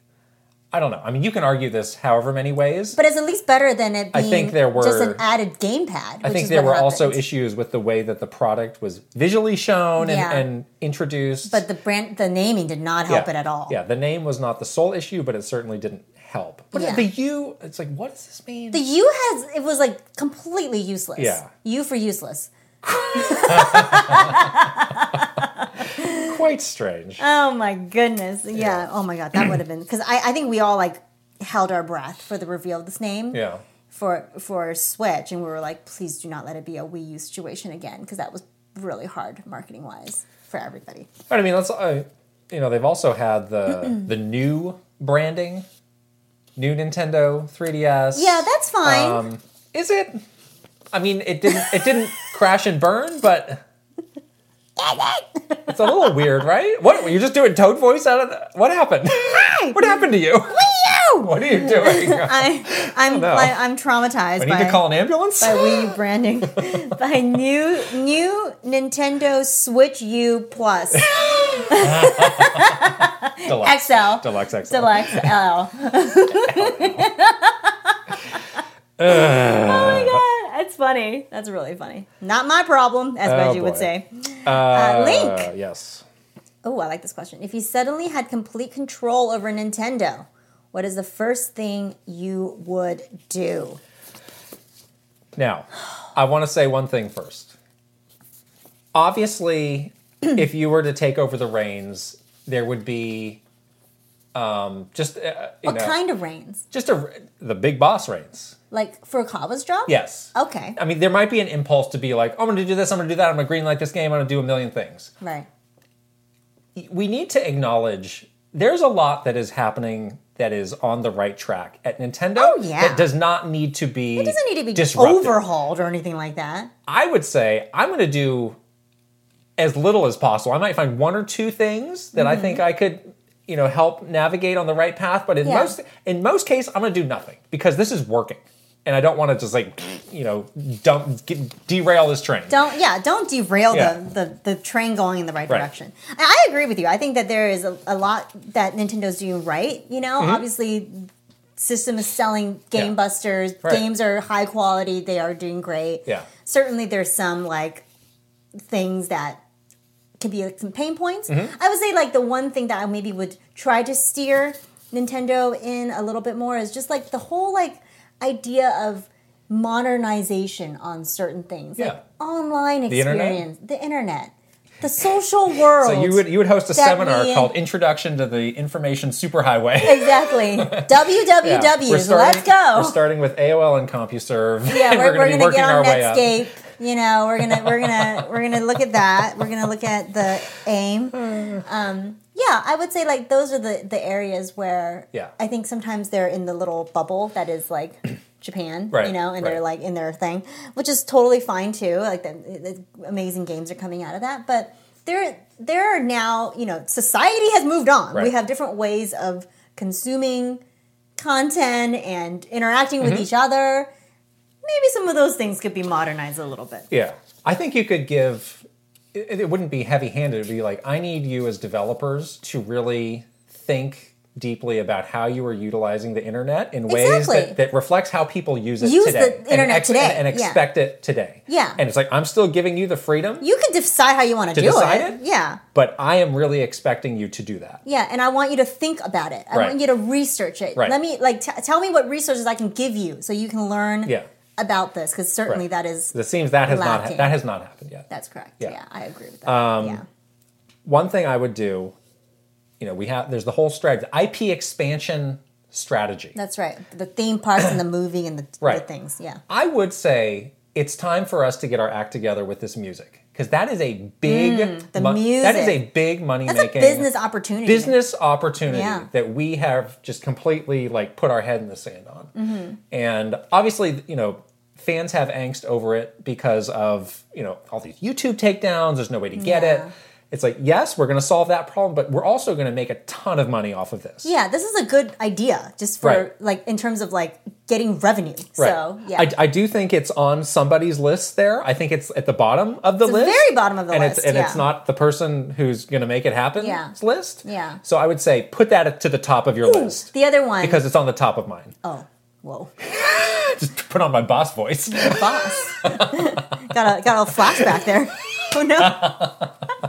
[SPEAKER 2] I don't know. I mean, you can argue this however many ways.
[SPEAKER 1] But it's at least better than it being
[SPEAKER 2] think there were-
[SPEAKER 1] just an added gamepad. Which
[SPEAKER 2] I think
[SPEAKER 1] is
[SPEAKER 2] there
[SPEAKER 1] what
[SPEAKER 2] were also
[SPEAKER 1] happened.
[SPEAKER 2] issues with the way that the product was visually shown and,
[SPEAKER 1] Yeah.
[SPEAKER 2] and introduced.
[SPEAKER 1] But the brand, the naming did not help
[SPEAKER 2] yeah.
[SPEAKER 1] it at all.
[SPEAKER 2] Yeah, the name was not the sole issue, but it certainly didn't help. But
[SPEAKER 1] Yeah.
[SPEAKER 2] the U, it's like, what does this mean?
[SPEAKER 1] The U has it was like completely useless.
[SPEAKER 2] Yeah.
[SPEAKER 1] U for useless.
[SPEAKER 2] Quite strange.
[SPEAKER 1] Oh my goodness. Yeah. Oh my god, that would have been because I, I think we all like held our breath for the reveal of this name
[SPEAKER 2] yeah.
[SPEAKER 1] for for Switch, and we were like, please do not let it be a Wii U situation again because that was really hard marketing wise for everybody.
[SPEAKER 2] But I mean, that's uh, you know they've also had the the new branding, new Nintendo 3DS.
[SPEAKER 1] Yeah, that's fine.
[SPEAKER 2] Um, is it? I mean, it didn't it didn't crash and burn, but. It's a little weird, right? What you're just doing toad voice out of the, what happened? what happened to you? <laughs> What are you doing? I
[SPEAKER 1] I, I'm
[SPEAKER 2] know.
[SPEAKER 1] I, I'm traumatized.
[SPEAKER 2] need
[SPEAKER 1] by,
[SPEAKER 2] to call an ambulance.
[SPEAKER 1] by Wii U
[SPEAKER 2] <laughs>
[SPEAKER 1] branding by new new Nintendo Switch U Plus
[SPEAKER 2] Deluxe.
[SPEAKER 1] XL
[SPEAKER 2] Deluxe XL. <laughs>
[SPEAKER 1] Deluxe L. oh my god, that's funny. That's really funny. Not my problem, as Reggie would
[SPEAKER 2] Oh, boy.
[SPEAKER 1] say.
[SPEAKER 2] Uh,
[SPEAKER 1] Link.
[SPEAKER 2] Yes.
[SPEAKER 1] Oh, I like this question. If you suddenly had complete control over Nintendo, what is the first thing you would do?
[SPEAKER 2] Now, I want to say one thing first. Obviously, if you were to take over the reins, there would be um, just uh, you
[SPEAKER 1] What
[SPEAKER 2] know,
[SPEAKER 1] kind of reins?
[SPEAKER 2] just a, the big boss reins.
[SPEAKER 1] Like Furukawa's job?
[SPEAKER 2] Yes.
[SPEAKER 1] Okay.
[SPEAKER 2] I mean, there might be an impulse to be like, "Oh, I'm going to do this, I'm going to do that, I'm going to greenlight this game, I'm going to do a million things.
[SPEAKER 1] Right.
[SPEAKER 2] We need to acknowledge there's a lot that is happening that is on the right track at Nintendo.
[SPEAKER 1] Oh, yeah.
[SPEAKER 2] That does not need to be.
[SPEAKER 1] It doesn't need to be
[SPEAKER 2] disrupted.
[SPEAKER 1] overhauled or anything like that.
[SPEAKER 2] I would say I'm going to do as little as possible. I might find one or two things that I think I could, you know, help navigate on the right path. But in
[SPEAKER 1] Mm-hmm. Yeah.
[SPEAKER 2] most in most case, I'm going to do nothing because this is working, and I don't want to just like, you know, dump get, derail this train.
[SPEAKER 1] Don't yeah, don't derail
[SPEAKER 2] Yeah.
[SPEAKER 1] the, the the train going in the right,
[SPEAKER 2] Right.
[SPEAKER 1] direction. And I agree with you. I think that there is a, a lot that Nintendo's doing right. You know, obviously, system is selling game
[SPEAKER 2] Mm-hmm. Yeah.
[SPEAKER 1] busters.
[SPEAKER 2] Right.
[SPEAKER 1] Games are high quality. They are doing great.
[SPEAKER 2] Yeah.
[SPEAKER 1] certainly there's some like things that could be like some pain points.
[SPEAKER 2] Mm-hmm.
[SPEAKER 1] I would say like the one thing that I maybe would try to steer Nintendo in a little bit more is just like the whole like idea of modernization on certain things.
[SPEAKER 2] Yeah.
[SPEAKER 1] Like online
[SPEAKER 2] internet?
[SPEAKER 1] experience, the internet, the social <laughs> world.
[SPEAKER 2] So you would you would host a
[SPEAKER 1] That
[SPEAKER 2] seminar
[SPEAKER 1] we-
[SPEAKER 2] called Introduction to the Information
[SPEAKER 1] <laughs>
[SPEAKER 2] Superhighway. <laughs>
[SPEAKER 1] Exactly.
[SPEAKER 2] Yeah.
[SPEAKER 1] WWW.
[SPEAKER 2] We're
[SPEAKER 1] let's
[SPEAKER 2] starting-
[SPEAKER 1] go.
[SPEAKER 2] We're starting with AOL and CompuServe.
[SPEAKER 1] <laughs> yeah,
[SPEAKER 2] <laughs> and
[SPEAKER 1] we're, we're
[SPEAKER 2] gonna
[SPEAKER 1] gonna,
[SPEAKER 2] be working
[SPEAKER 1] get on
[SPEAKER 2] our way up.
[SPEAKER 1] Netscape. You know, we're gonna we're gonna <laughs> we're gonna look at that. We're gonna look at the
[SPEAKER 2] <sighs>
[SPEAKER 1] aim. Um, yeah, I would say like those are the the areas where
[SPEAKER 2] Yeah.
[SPEAKER 1] I think sometimes they're in the little bubble that is
[SPEAKER 2] <clears throat>
[SPEAKER 1] like Japan,
[SPEAKER 2] Right,
[SPEAKER 1] you know, and they're
[SPEAKER 2] right.
[SPEAKER 1] like in their thing, which is totally fine too. Like the, the amazing games are coming out of that, but there there are now you know society has moved on. We
[SPEAKER 2] Right.
[SPEAKER 1] have different ways of consuming content and interacting
[SPEAKER 2] Mm-hmm.
[SPEAKER 1] with each other maybe some of those things could be modernized a little bit.
[SPEAKER 2] Yeah. I think you could give it, it wouldn't be heavy handed. It'd be like, I need you as developers to really think deeply about how you are utilizing the internet in ways
[SPEAKER 1] Exactly.
[SPEAKER 2] that, that reflects how people use it
[SPEAKER 1] Use
[SPEAKER 2] today.
[SPEAKER 1] the internet today,
[SPEAKER 2] And,
[SPEAKER 1] yeah.
[SPEAKER 2] expect it today.
[SPEAKER 1] Yeah.
[SPEAKER 2] And it's like, I'm still giving you the freedom,
[SPEAKER 1] You can decide how you want to, do
[SPEAKER 2] decide
[SPEAKER 1] it.
[SPEAKER 2] it?
[SPEAKER 1] Yeah.
[SPEAKER 2] but I am really expecting you to do that.
[SPEAKER 1] Yeah, and I want you to think about it. I
[SPEAKER 2] Right.
[SPEAKER 1] want you to research it.
[SPEAKER 2] Right.
[SPEAKER 1] Let me like t- tell me what resources I can give you so you can learn
[SPEAKER 2] Yeah.
[SPEAKER 1] about this cuz certainly
[SPEAKER 2] Right.
[SPEAKER 1] that is
[SPEAKER 2] It seems that has not
[SPEAKER 1] Lacking.
[SPEAKER 2] that has not happened yet.
[SPEAKER 1] that's correct. Yeah,
[SPEAKER 2] Yeah. Um,
[SPEAKER 1] I agree with that. yeah.
[SPEAKER 2] one thing I would do, you know, we have there's the whole strategy, IP expansion strategy.
[SPEAKER 1] That's right. The theme parks and the movie and the, the
[SPEAKER 2] Right.
[SPEAKER 1] things. Yeah.
[SPEAKER 2] I would say it's time for us to get our act together with this music because that is a big
[SPEAKER 1] Mm, the
[SPEAKER 2] that is a
[SPEAKER 1] music.
[SPEAKER 2] big money
[SPEAKER 1] That's
[SPEAKER 2] making
[SPEAKER 1] a business opportunity.
[SPEAKER 2] business opportunity
[SPEAKER 1] Yeah.
[SPEAKER 2] that we have just completely like put our head in the sand on.
[SPEAKER 1] Mm-hmm.
[SPEAKER 2] And obviously, you know, fans have angst over it because of, you know, all these YouTube takedowns, there's no way to get
[SPEAKER 1] Yeah.
[SPEAKER 2] it. It's like, yes, we're going to solve that problem, but we're also going to make a ton of money off of this.
[SPEAKER 1] Yeah, this is a good idea just for
[SPEAKER 2] Right.
[SPEAKER 1] like in terms of like getting revenue. So, yeah.
[SPEAKER 2] I, I do think it's on somebody's list there. I think it's at the bottom of the
[SPEAKER 1] the
[SPEAKER 2] list.
[SPEAKER 1] very bottom of the
[SPEAKER 2] and
[SPEAKER 1] list,
[SPEAKER 2] It's, and it's
[SPEAKER 1] yeah.
[SPEAKER 2] not the person who's going to make it happen
[SPEAKER 1] Yeah.
[SPEAKER 2] list.
[SPEAKER 1] Yeah.
[SPEAKER 2] So I would say put that to the top of your list
[SPEAKER 1] the other one
[SPEAKER 2] because it's on the top of mine.
[SPEAKER 1] Oh, whoa.
[SPEAKER 2] Just put on my boss voice.
[SPEAKER 1] boss. got a got a flashback there. Oh no. <laughs>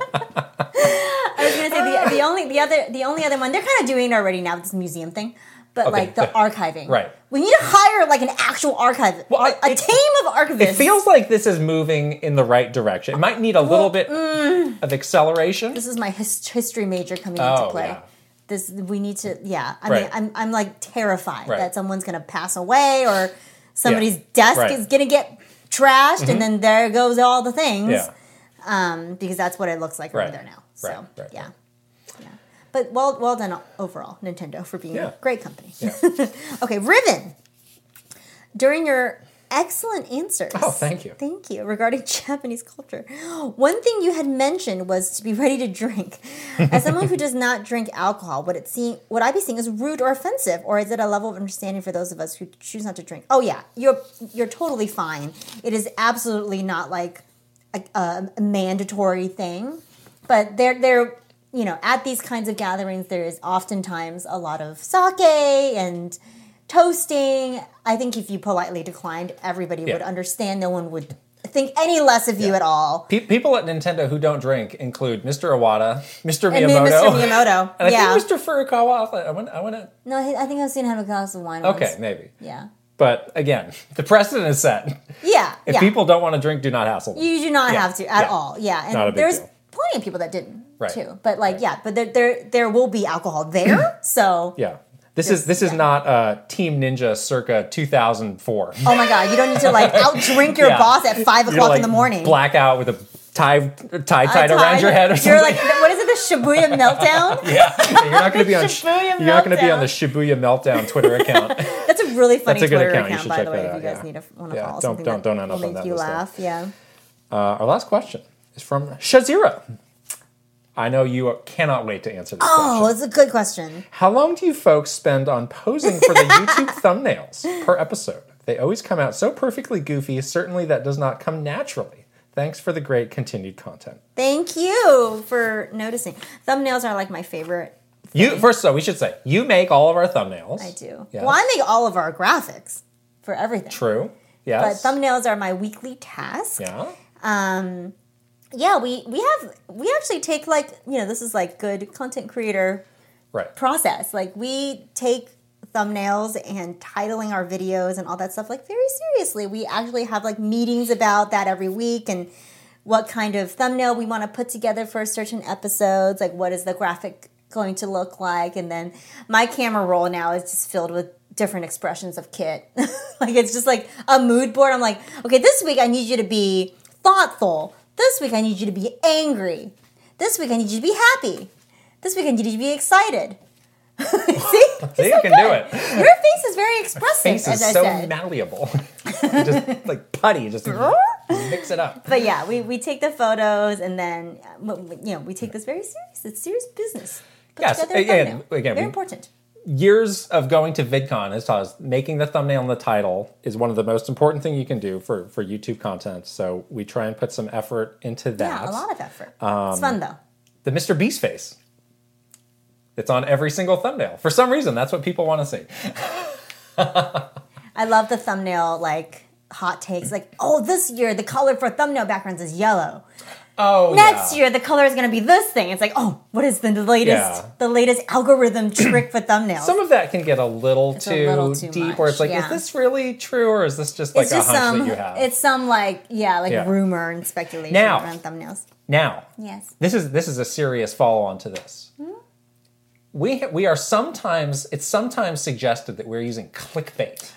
[SPEAKER 1] I was gonna say the, the only the other the only other one they're kind of doing it already now with this museum thing, but like the archiving.
[SPEAKER 2] Right.
[SPEAKER 1] We need to hire like an actual archive,
[SPEAKER 2] Well, I-
[SPEAKER 1] like, a
[SPEAKER 2] it-
[SPEAKER 1] team of archivists.
[SPEAKER 2] It feels like this is moving in the right direction. It might need a little bit of acceleration.
[SPEAKER 1] mm. this is my his, history major coming
[SPEAKER 2] Oh,
[SPEAKER 1] into play.
[SPEAKER 2] yeah.
[SPEAKER 1] This we need to yeah. I
[SPEAKER 2] Right.
[SPEAKER 1] mean I'm I'm like terrified
[SPEAKER 2] Right.
[SPEAKER 1] that someone's gonna pass away or somebody's desk
[SPEAKER 2] Right. Mm-hmm.
[SPEAKER 1] is gonna get trashed and then there goes all the things.
[SPEAKER 2] Yeah.
[SPEAKER 1] um, because that's what it looks like over
[SPEAKER 2] Right.
[SPEAKER 1] there now. So
[SPEAKER 2] Right, right,
[SPEAKER 1] yeah.
[SPEAKER 2] right.
[SPEAKER 1] yeah. But well, well done overall, Nintendo, for being
[SPEAKER 2] Yeah.
[SPEAKER 1] a great company.
[SPEAKER 2] Yeah.
[SPEAKER 1] <laughs> okay, Riven. During your excellent answers.
[SPEAKER 2] Oh, thank you.
[SPEAKER 1] Thank you. Regarding <laughs> Japanese culture, one thing you had mentioned was to be ready to drink. As someone who does not drink alcohol, would it seem would I be seeing as rude or offensive, or is it a level of understanding for those of us who choose not to drink? Oh yeah, you're you're totally fine. It is absolutely not like a, a mandatory thing, but there there you know at these kinds of gatherings there is oftentimes a lot of sake and toasting. I think if you politely declined, everybody would
[SPEAKER 2] Yeah.
[SPEAKER 1] understand. No one would think any less of you
[SPEAKER 2] Yeah.
[SPEAKER 1] at all.
[SPEAKER 2] Pe- people at Nintendo who don't drink include Mr. Iwata, Mr.
[SPEAKER 1] And then
[SPEAKER 2] Miyamoto, <laughs>
[SPEAKER 1] Mr. Miyamoto,
[SPEAKER 2] and I
[SPEAKER 1] yeah.
[SPEAKER 2] think Mr. Furukawa. I want, I want to.
[SPEAKER 1] no, I I think I've seen him have a glass of wine.
[SPEAKER 2] Okay,
[SPEAKER 1] Once.
[SPEAKER 2] maybe.
[SPEAKER 1] Yeah.
[SPEAKER 2] But again, <laughs> the precedent is set.
[SPEAKER 1] Yeah.
[SPEAKER 2] If
[SPEAKER 1] yeah.
[SPEAKER 2] people don't want to drink, do not hassle them.
[SPEAKER 1] You do not
[SPEAKER 2] Yeah,
[SPEAKER 1] have to at
[SPEAKER 2] yeah.
[SPEAKER 1] all. Yeah, and
[SPEAKER 2] Not a big
[SPEAKER 1] there's
[SPEAKER 2] deal.
[SPEAKER 1] plenty of people that didn't
[SPEAKER 2] Right.
[SPEAKER 1] too. But like, yeah, but there there there will be alcohol
[SPEAKER 2] <clears throat>
[SPEAKER 1] there. so
[SPEAKER 2] yeah. This is this is
[SPEAKER 1] yeah.
[SPEAKER 2] not uh, Team Ninja circa 2004.
[SPEAKER 1] oh my god, you don't need to
[SPEAKER 2] <laughs>
[SPEAKER 1] like out drink your
[SPEAKER 2] Yeah.
[SPEAKER 1] boss at five
[SPEAKER 2] You're,
[SPEAKER 1] o'clock
[SPEAKER 2] like,
[SPEAKER 1] in the morning.
[SPEAKER 2] Blackout with a tie tie tied
[SPEAKER 1] Tie-
[SPEAKER 2] around your head or something.
[SPEAKER 1] You're like, what is it? the
[SPEAKER 2] <laughs>
[SPEAKER 1] Shibuya meltdown?
[SPEAKER 2] Yeah, you're
[SPEAKER 1] <laughs>
[SPEAKER 2] not going to be on
[SPEAKER 1] Shibuya
[SPEAKER 2] you're not going to be on the
[SPEAKER 1] meltdown.
[SPEAKER 2] Shibuya meltdown Twitter
[SPEAKER 1] <laughs>
[SPEAKER 2] account.
[SPEAKER 1] That's a really funny
[SPEAKER 2] That's a good
[SPEAKER 1] Twitter
[SPEAKER 2] account.
[SPEAKER 1] account,
[SPEAKER 2] You should
[SPEAKER 1] by
[SPEAKER 2] check
[SPEAKER 1] the way.
[SPEAKER 2] that
[SPEAKER 1] If
[SPEAKER 2] out,
[SPEAKER 1] you guys
[SPEAKER 2] yeah.
[SPEAKER 1] need to want to
[SPEAKER 2] Yeah,
[SPEAKER 1] follow
[SPEAKER 2] don't-
[SPEAKER 1] something
[SPEAKER 2] don't-
[SPEAKER 1] that
[SPEAKER 2] don't end
[SPEAKER 1] will
[SPEAKER 2] up
[SPEAKER 1] make
[SPEAKER 2] on that
[SPEAKER 1] you
[SPEAKER 2] list, though.
[SPEAKER 1] laugh. Yeah.
[SPEAKER 2] uh, our last question is from Shazira. I know you are- cannot wait to answer this
[SPEAKER 1] Oh,
[SPEAKER 2] question.
[SPEAKER 1] it's a good question.
[SPEAKER 2] How long do you folks spend on posing for the
[SPEAKER 1] <laughs>
[SPEAKER 2] YouTube thumbnails per episode? They always come out so perfectly goofy. Certainly, that does not come naturally. Thanks for the great continued content.
[SPEAKER 1] Thank you for noticing. Thumbnails are like my favorite.
[SPEAKER 2] You first, though, we should say you make all of our thumbnails.
[SPEAKER 1] I do.
[SPEAKER 2] Yes.
[SPEAKER 1] Well, I make all of our graphics for everything.
[SPEAKER 2] True.
[SPEAKER 1] But
[SPEAKER 2] Yes.
[SPEAKER 1] thumbnails are my weekly task.
[SPEAKER 2] yeah.
[SPEAKER 1] yeah we we have we actually take like you know this is like good content creator
[SPEAKER 2] Right.
[SPEAKER 1] process like we take thumbnails and titling our videos and all that stuff like very seriously we actually have like meetings about that every week and what kind of thumbnail we want to put together for certain episodes like what is the graphic going to look like and then my camera roll now is just filled with different expressions of kit <laughs> like it's just like a mood board i'm like okay this week i need you to be thoughtful this week i need you to be angry this week i need you to be happy this week i need you to be excited <laughs>
[SPEAKER 2] <laughs>
[SPEAKER 1] see
[SPEAKER 2] See, you can do it.
[SPEAKER 1] your face is very expressive
[SPEAKER 2] Face
[SPEAKER 1] as
[SPEAKER 2] is
[SPEAKER 1] i
[SPEAKER 2] so
[SPEAKER 1] said
[SPEAKER 2] malleable. You
[SPEAKER 1] <laughs>
[SPEAKER 2] just like putty, just mix it up.
[SPEAKER 1] but yeah we, we take the photos and then uh, w- w- you know we take this very serious it's serious business Put
[SPEAKER 2] Yes,
[SPEAKER 1] together a
[SPEAKER 2] again-
[SPEAKER 1] thumbnail.
[SPEAKER 2] again,
[SPEAKER 1] very
[SPEAKER 2] we-
[SPEAKER 1] important
[SPEAKER 2] Years of going to VidCon has taught us making the thumbnail and the title is one of the most important thing you can do for for YouTube content. So we try and put some effort into that.
[SPEAKER 1] yeah a lot of effort
[SPEAKER 2] um,
[SPEAKER 1] it's fun though
[SPEAKER 2] the Mr. Beast face. It's on every single thumbnail. For some reason, that's what people want to see.
[SPEAKER 1] I love the thumbnail like hot takes like oh this year the color for thumbnail backgrounds is yellow.
[SPEAKER 2] Oh,
[SPEAKER 1] Next
[SPEAKER 2] yeah.
[SPEAKER 1] year the color is going to be this thing. It's like oh what is the latest
[SPEAKER 2] Yeah.
[SPEAKER 1] the latest algorithm trick for thumbnails?
[SPEAKER 2] Some of that can get a little,
[SPEAKER 1] a
[SPEAKER 2] too,
[SPEAKER 1] little too
[SPEAKER 2] deep,
[SPEAKER 1] much,
[SPEAKER 2] where it's like, is
[SPEAKER 1] yeah.
[SPEAKER 2] this really true, or is this just like
[SPEAKER 1] it's
[SPEAKER 2] a
[SPEAKER 1] just
[SPEAKER 2] hunch
[SPEAKER 1] some
[SPEAKER 2] that you have?
[SPEAKER 1] it's some like yeah like
[SPEAKER 2] Yeah.
[SPEAKER 1] rumor and speculation
[SPEAKER 2] Now-
[SPEAKER 1] around thumbnails.
[SPEAKER 2] Now,
[SPEAKER 1] Yes.
[SPEAKER 2] this is this is a serious follow on to this.
[SPEAKER 1] Hmm?
[SPEAKER 2] We ha- we are sometimes it's sometimes suggested that we're using clickbait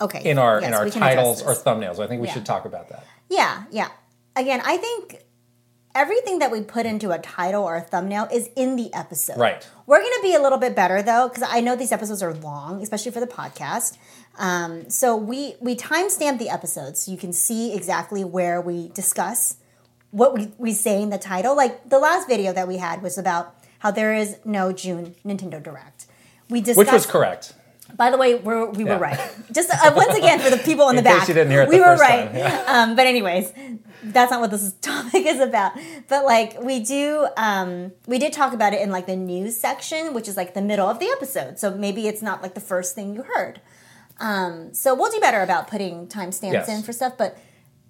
[SPEAKER 1] Okay.
[SPEAKER 2] in our
[SPEAKER 1] yes,
[SPEAKER 2] in our
[SPEAKER 1] we can address
[SPEAKER 2] titles or
[SPEAKER 1] this.
[SPEAKER 2] thumbnails. I think we
[SPEAKER 1] Yeah.
[SPEAKER 2] should talk about that.
[SPEAKER 1] Yeah, yeah. Again, I think everything that we put into a title or a thumbnail is in the episode.
[SPEAKER 2] Right.
[SPEAKER 1] We're going to be a little bit better though, because I know these episodes are long, especially for the podcast. Um, so we we timestamp the episodes so you can see exactly where we discuss what we, we say in the title. Like the last video that we had was about how there is no June Nintendo Direct. We discussed
[SPEAKER 2] Which was correct.
[SPEAKER 1] by the way, we're, we
[SPEAKER 2] Yeah.
[SPEAKER 1] were right. Just uh, once again for the people in, the
[SPEAKER 2] In case
[SPEAKER 1] back,
[SPEAKER 2] you didn't hear it
[SPEAKER 1] we
[SPEAKER 2] the
[SPEAKER 1] were
[SPEAKER 2] first
[SPEAKER 1] right.
[SPEAKER 2] time, yeah.
[SPEAKER 1] Um, but anyways, that's not what this topic is about. But like we do, um, we did talk about it in like the news section, which is like the middle of the episode. So maybe it's not like the first thing you heard. Um, so we'll do better about putting timestamps
[SPEAKER 2] Yes.
[SPEAKER 1] in for stuff. But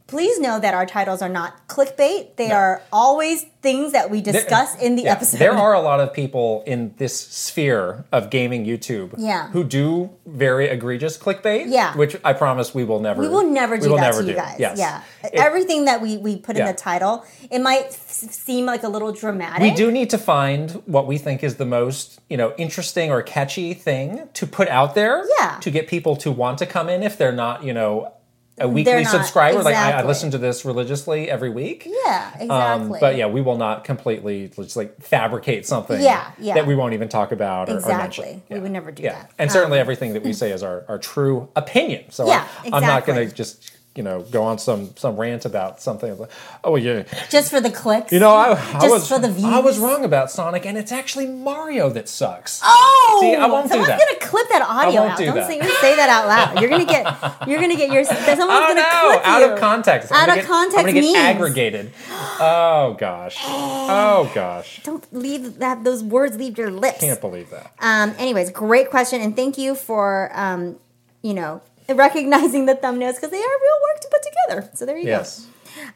[SPEAKER 1] please know that our titles are not clickbait. They are always things that we discuss in the
[SPEAKER 2] Yeah.
[SPEAKER 1] episode.
[SPEAKER 2] There are a lot of people in this sphere of gaming YouTube
[SPEAKER 1] Yeah.
[SPEAKER 2] who do very egregious clickbait.
[SPEAKER 1] Yeah.
[SPEAKER 2] Which I promise we will never
[SPEAKER 1] We will never do
[SPEAKER 2] will
[SPEAKER 1] that
[SPEAKER 2] never
[SPEAKER 1] to you
[SPEAKER 2] do.
[SPEAKER 1] guys.
[SPEAKER 2] Yes.
[SPEAKER 1] Yeah.
[SPEAKER 2] It-
[SPEAKER 1] Everything that we, we put
[SPEAKER 2] Yeah.
[SPEAKER 1] in the title, it might s- seem like a little dramatic.
[SPEAKER 2] We do need to find what we think is the most, you know, interesting or catchy thing to put out there.
[SPEAKER 1] Yeah.
[SPEAKER 2] To get people to want to come in if they're not, you know, a weekly
[SPEAKER 1] They're not,
[SPEAKER 2] subscriber. Like I, I
[SPEAKER 1] exactly.
[SPEAKER 2] listen to this religiously every week.
[SPEAKER 1] Yeah, exactly.
[SPEAKER 2] Um, but yeah, we will not completely just like fabricate something
[SPEAKER 1] Yeah, yeah.
[SPEAKER 2] that we won't even talk about or, or mention.
[SPEAKER 1] Exactly.
[SPEAKER 2] Yeah.
[SPEAKER 1] We would never do
[SPEAKER 2] Yeah.
[SPEAKER 1] that. Um,
[SPEAKER 2] And certainly
[SPEAKER 1] <laughs>
[SPEAKER 2] everything that we say is our, our true opinion. So
[SPEAKER 1] Yeah,
[SPEAKER 2] I'm, I'm not going to
[SPEAKER 1] exactly.
[SPEAKER 2] just, you know, go on some some rant about something. Like, oh, yeah.
[SPEAKER 1] Um, Just for the clicks.
[SPEAKER 2] You know, I, I
[SPEAKER 1] Just
[SPEAKER 2] was
[SPEAKER 1] for the views.
[SPEAKER 2] I was wrong about Sonic, and it's actually Mario that sucks.
[SPEAKER 1] Oh,
[SPEAKER 2] See, I won't do
[SPEAKER 1] someone's
[SPEAKER 2] that.
[SPEAKER 1] gonna clip that audio
[SPEAKER 2] won't
[SPEAKER 1] out.
[SPEAKER 2] do
[SPEAKER 1] not
[SPEAKER 2] that.
[SPEAKER 1] Say, you say that out
[SPEAKER 2] <laughs>
[SPEAKER 1] loud. You're gonna get. You're gonna get your. Someone's gonna
[SPEAKER 2] Oh no!
[SPEAKER 1] clip
[SPEAKER 2] Out
[SPEAKER 1] you.
[SPEAKER 2] of context. I'm
[SPEAKER 1] Out
[SPEAKER 2] gonna
[SPEAKER 1] of
[SPEAKER 2] get,
[SPEAKER 1] context
[SPEAKER 2] I'm gonna get
[SPEAKER 1] memes. Eh.
[SPEAKER 2] aggregated. Oh gosh. Oh gosh.
[SPEAKER 1] Don't leave that. Those words leave your lips.
[SPEAKER 2] Can't believe that.
[SPEAKER 1] Um, anyways, great question, and thank you for um, you know recognizing the thumbnails because they are real work to put together. So there you go.
[SPEAKER 2] Yes.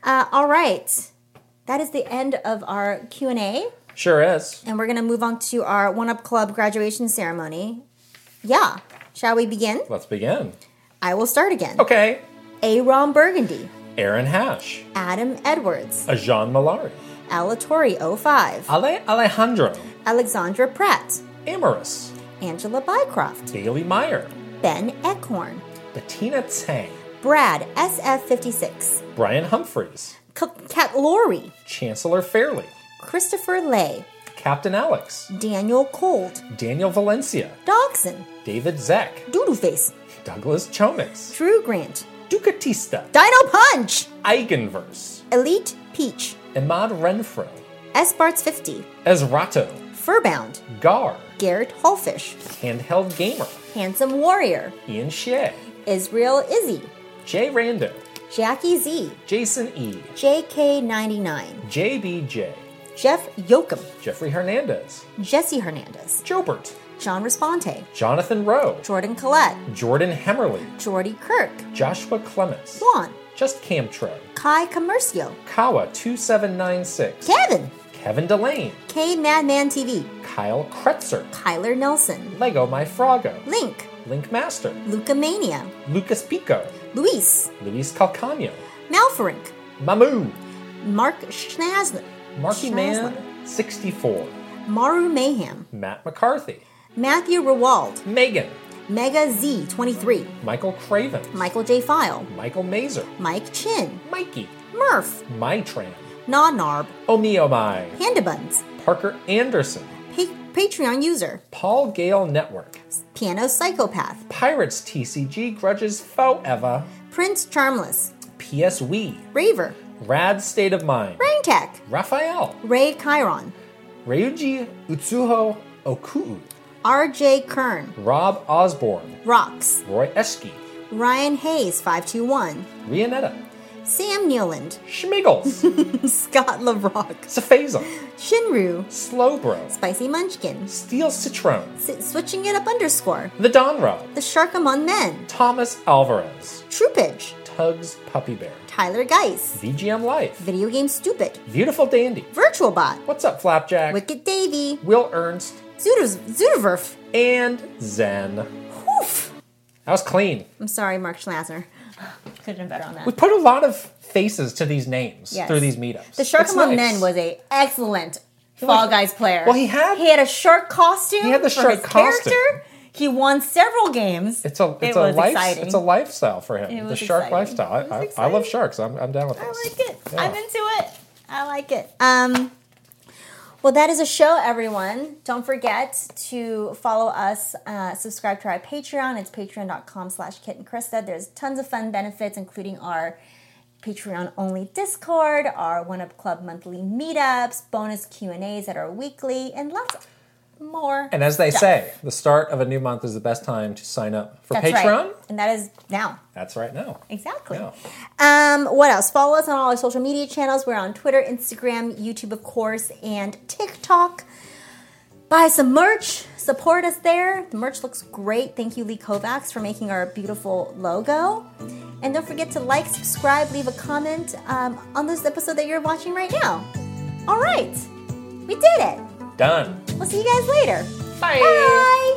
[SPEAKER 1] Uh, all right, that is the end of our Q and A,
[SPEAKER 2] Sure is.
[SPEAKER 1] and we're gonna move on to our One Up Club graduation ceremony. Yeah, shall we begin?
[SPEAKER 2] Let's begin.
[SPEAKER 1] I will start again.
[SPEAKER 2] Okay.
[SPEAKER 1] A. Ron Burgundy,
[SPEAKER 2] Aaron Hash,
[SPEAKER 1] Adam Edwards,
[SPEAKER 2] Ajan Malari,
[SPEAKER 1] Alatori 05,
[SPEAKER 2] Ale Alejandro,
[SPEAKER 1] Alexandra Pratt,
[SPEAKER 2] Amaris,
[SPEAKER 1] Angela Bycroft,
[SPEAKER 2] Bailey Meyer,
[SPEAKER 1] Ben Eckhorn,
[SPEAKER 2] Bettina Tang,
[SPEAKER 1] Brad SF56,
[SPEAKER 2] Brian Humphreys,
[SPEAKER 1] Kat Laurie,
[SPEAKER 2] Chancellor Fairley,
[SPEAKER 1] Christopher Lay,
[SPEAKER 2] Captain Alex,
[SPEAKER 1] Daniel Cold,
[SPEAKER 2] Daniel Valencia,
[SPEAKER 1] Dogson,
[SPEAKER 2] David Zek,
[SPEAKER 1] Doodleface,
[SPEAKER 2] Douglas Chomix,
[SPEAKER 1] Drew Grant,
[SPEAKER 2] Ducatista,
[SPEAKER 1] Dino Punch,
[SPEAKER 2] Eigenverse,
[SPEAKER 1] Elite Peach,
[SPEAKER 2] Imad Renfro,
[SPEAKER 1] Sbarts50,
[SPEAKER 2] Ezrato,
[SPEAKER 1] Furbound,
[SPEAKER 2] Gar,
[SPEAKER 1] Garrett Hallfish,
[SPEAKER 2] Handheld Gamer,
[SPEAKER 1] Handsome Warrior,
[SPEAKER 2] Ian Shea,
[SPEAKER 1] Israel Izzy,
[SPEAKER 2] Jay Rando,
[SPEAKER 1] Jackie Z,
[SPEAKER 2] Jason E,
[SPEAKER 1] JK99,
[SPEAKER 2] JBJ,
[SPEAKER 1] Jeff Yoakum,
[SPEAKER 2] Jeffrey Hernandez,
[SPEAKER 1] Jesse Hernandez,
[SPEAKER 2] Jobert,
[SPEAKER 1] John Responte,
[SPEAKER 2] Jonathan Rowe,
[SPEAKER 1] Jordan Collette,
[SPEAKER 2] Jordan Hemmerly,
[SPEAKER 1] Jordy Kirk,
[SPEAKER 2] Joshua Clements,
[SPEAKER 1] Juan,
[SPEAKER 2] Just Camtro,
[SPEAKER 1] Kai Commercio,
[SPEAKER 2] Kawa2796,
[SPEAKER 1] Kevin,
[SPEAKER 2] Kevin Delane,
[SPEAKER 1] K Madman TV,
[SPEAKER 2] Kyle Kretzer,
[SPEAKER 1] Kyler Nelson,
[SPEAKER 2] Lego My Frogo,
[SPEAKER 1] Link,
[SPEAKER 2] Link Master,
[SPEAKER 1] Luca Mania,
[SPEAKER 2] Lucas Pico,
[SPEAKER 1] Luis,
[SPEAKER 2] Luis Calcano,
[SPEAKER 1] Malferink,
[SPEAKER 2] Mamu,
[SPEAKER 1] Mark Schnazler,
[SPEAKER 2] Marky Man 64,
[SPEAKER 1] Maru Mayhem,
[SPEAKER 2] Matt McCarthy,
[SPEAKER 1] Matthew Rewald,
[SPEAKER 2] Megan,
[SPEAKER 1] Mega Z23,
[SPEAKER 2] Michael Craven,
[SPEAKER 1] Michael J. File,
[SPEAKER 2] Michael Mazer,
[SPEAKER 1] Mike Chin,
[SPEAKER 2] Mikey,
[SPEAKER 1] Murph,
[SPEAKER 2] Mytran,
[SPEAKER 1] Nonarb,
[SPEAKER 2] Omiomai,
[SPEAKER 1] Pandabuns,
[SPEAKER 2] Parker Anderson,
[SPEAKER 1] pa- Patreon user,
[SPEAKER 2] Paul Gale Network,
[SPEAKER 1] Piano Psychopath,
[SPEAKER 2] Pirates TCG Grudges Forever,
[SPEAKER 1] Prince Charmless,
[SPEAKER 2] PS Wii,
[SPEAKER 1] Raver,
[SPEAKER 2] Rad State of Mind,
[SPEAKER 1] Rangtech,
[SPEAKER 2] Raphael,
[SPEAKER 1] Ray Chiron,
[SPEAKER 2] Ryuji Utsuho Okuu,
[SPEAKER 1] RJ Kern,
[SPEAKER 2] Rob Osborne,
[SPEAKER 1] Rocks,
[SPEAKER 2] Roy Eske,
[SPEAKER 1] Ryan Hayes 521,
[SPEAKER 2] Rianetta,
[SPEAKER 1] Sam Neiland, <laughs>
[SPEAKER 2] Schmiggles,
[SPEAKER 1] Scott LaRock,
[SPEAKER 2] Cephazon,
[SPEAKER 1] Shinru,
[SPEAKER 2] Slowbro,
[SPEAKER 1] Spicy Munchkin,
[SPEAKER 2] Steel Citrone,
[SPEAKER 1] S- Switching It Up Underscore,
[SPEAKER 2] The Donra,
[SPEAKER 1] The Shark Among Men,
[SPEAKER 2] Thomas Alvarez,
[SPEAKER 1] Troopage,
[SPEAKER 2] Tugs Puppy Bear,
[SPEAKER 1] Tyler Geis,
[SPEAKER 2] VGM Life,
[SPEAKER 1] Video Game Stupid,
[SPEAKER 2] Beautiful Dandy,
[SPEAKER 1] VirtualBot,
[SPEAKER 2] What's Up Flapjack,
[SPEAKER 1] Wicked Davy,
[SPEAKER 2] Will Ernst,
[SPEAKER 1] Zuderverf,
[SPEAKER 2] and Zen.
[SPEAKER 1] Poof!
[SPEAKER 2] That was clean.
[SPEAKER 1] I'm sorry, Mark Schlazner. Could have been better on
[SPEAKER 2] We
[SPEAKER 1] that.
[SPEAKER 2] put a lot of faces to these names
[SPEAKER 1] Yes.
[SPEAKER 2] through these meetups.
[SPEAKER 1] The Shark
[SPEAKER 2] It's
[SPEAKER 1] Among
[SPEAKER 2] nice.
[SPEAKER 1] Men was a excellent Fall
[SPEAKER 2] like-
[SPEAKER 1] Guys player.
[SPEAKER 2] Well, he had-
[SPEAKER 1] he had a shark costume.
[SPEAKER 2] He had the
[SPEAKER 1] for
[SPEAKER 2] shark
[SPEAKER 1] his
[SPEAKER 2] costume.
[SPEAKER 1] Character. He won several games.
[SPEAKER 2] It's a
[SPEAKER 1] It
[SPEAKER 2] it's a
[SPEAKER 1] was
[SPEAKER 2] life
[SPEAKER 1] exciting.
[SPEAKER 2] it's a lifestyle for him.
[SPEAKER 1] It
[SPEAKER 2] the
[SPEAKER 1] was
[SPEAKER 2] shark
[SPEAKER 1] exciting.
[SPEAKER 2] lifestyle.
[SPEAKER 1] It was
[SPEAKER 2] I, I, I
[SPEAKER 1] exciting.
[SPEAKER 2] love sharks. I'm, I'm down with this.
[SPEAKER 1] I like it.
[SPEAKER 2] Yeah.
[SPEAKER 1] I'm into it. I like it. Um, well, that is a show, everyone. Don't forget to follow us, uh, subscribe to our Patreon. It's patreon.com slash Kit and Krista. There's tons of fun benefits, including our Patreon-only Discord, our One Up Club monthly meetups, bonus Q&As that are weekly, and lots more.
[SPEAKER 2] And as they
[SPEAKER 1] stuff.
[SPEAKER 2] say, the start of a new month is the best time to sign up for
[SPEAKER 1] That's
[SPEAKER 2] Patreon.
[SPEAKER 1] right. And that is now.
[SPEAKER 2] That's right now.
[SPEAKER 1] Exactly.
[SPEAKER 2] Yeah.
[SPEAKER 1] Um, what else? Follow us on all our social media channels. We're on Twitter, Instagram, YouTube, of course, and TikTok. Buy some merch. Support us there. The merch looks great. Thank you, Lee Kovacs, for making our beautiful logo. And don't forget to like, subscribe, leave a comment um, on this episode that you're watching right now. All right, we did it.
[SPEAKER 2] Done.
[SPEAKER 1] We'll see you guys later.
[SPEAKER 2] Bye.
[SPEAKER 1] Bye.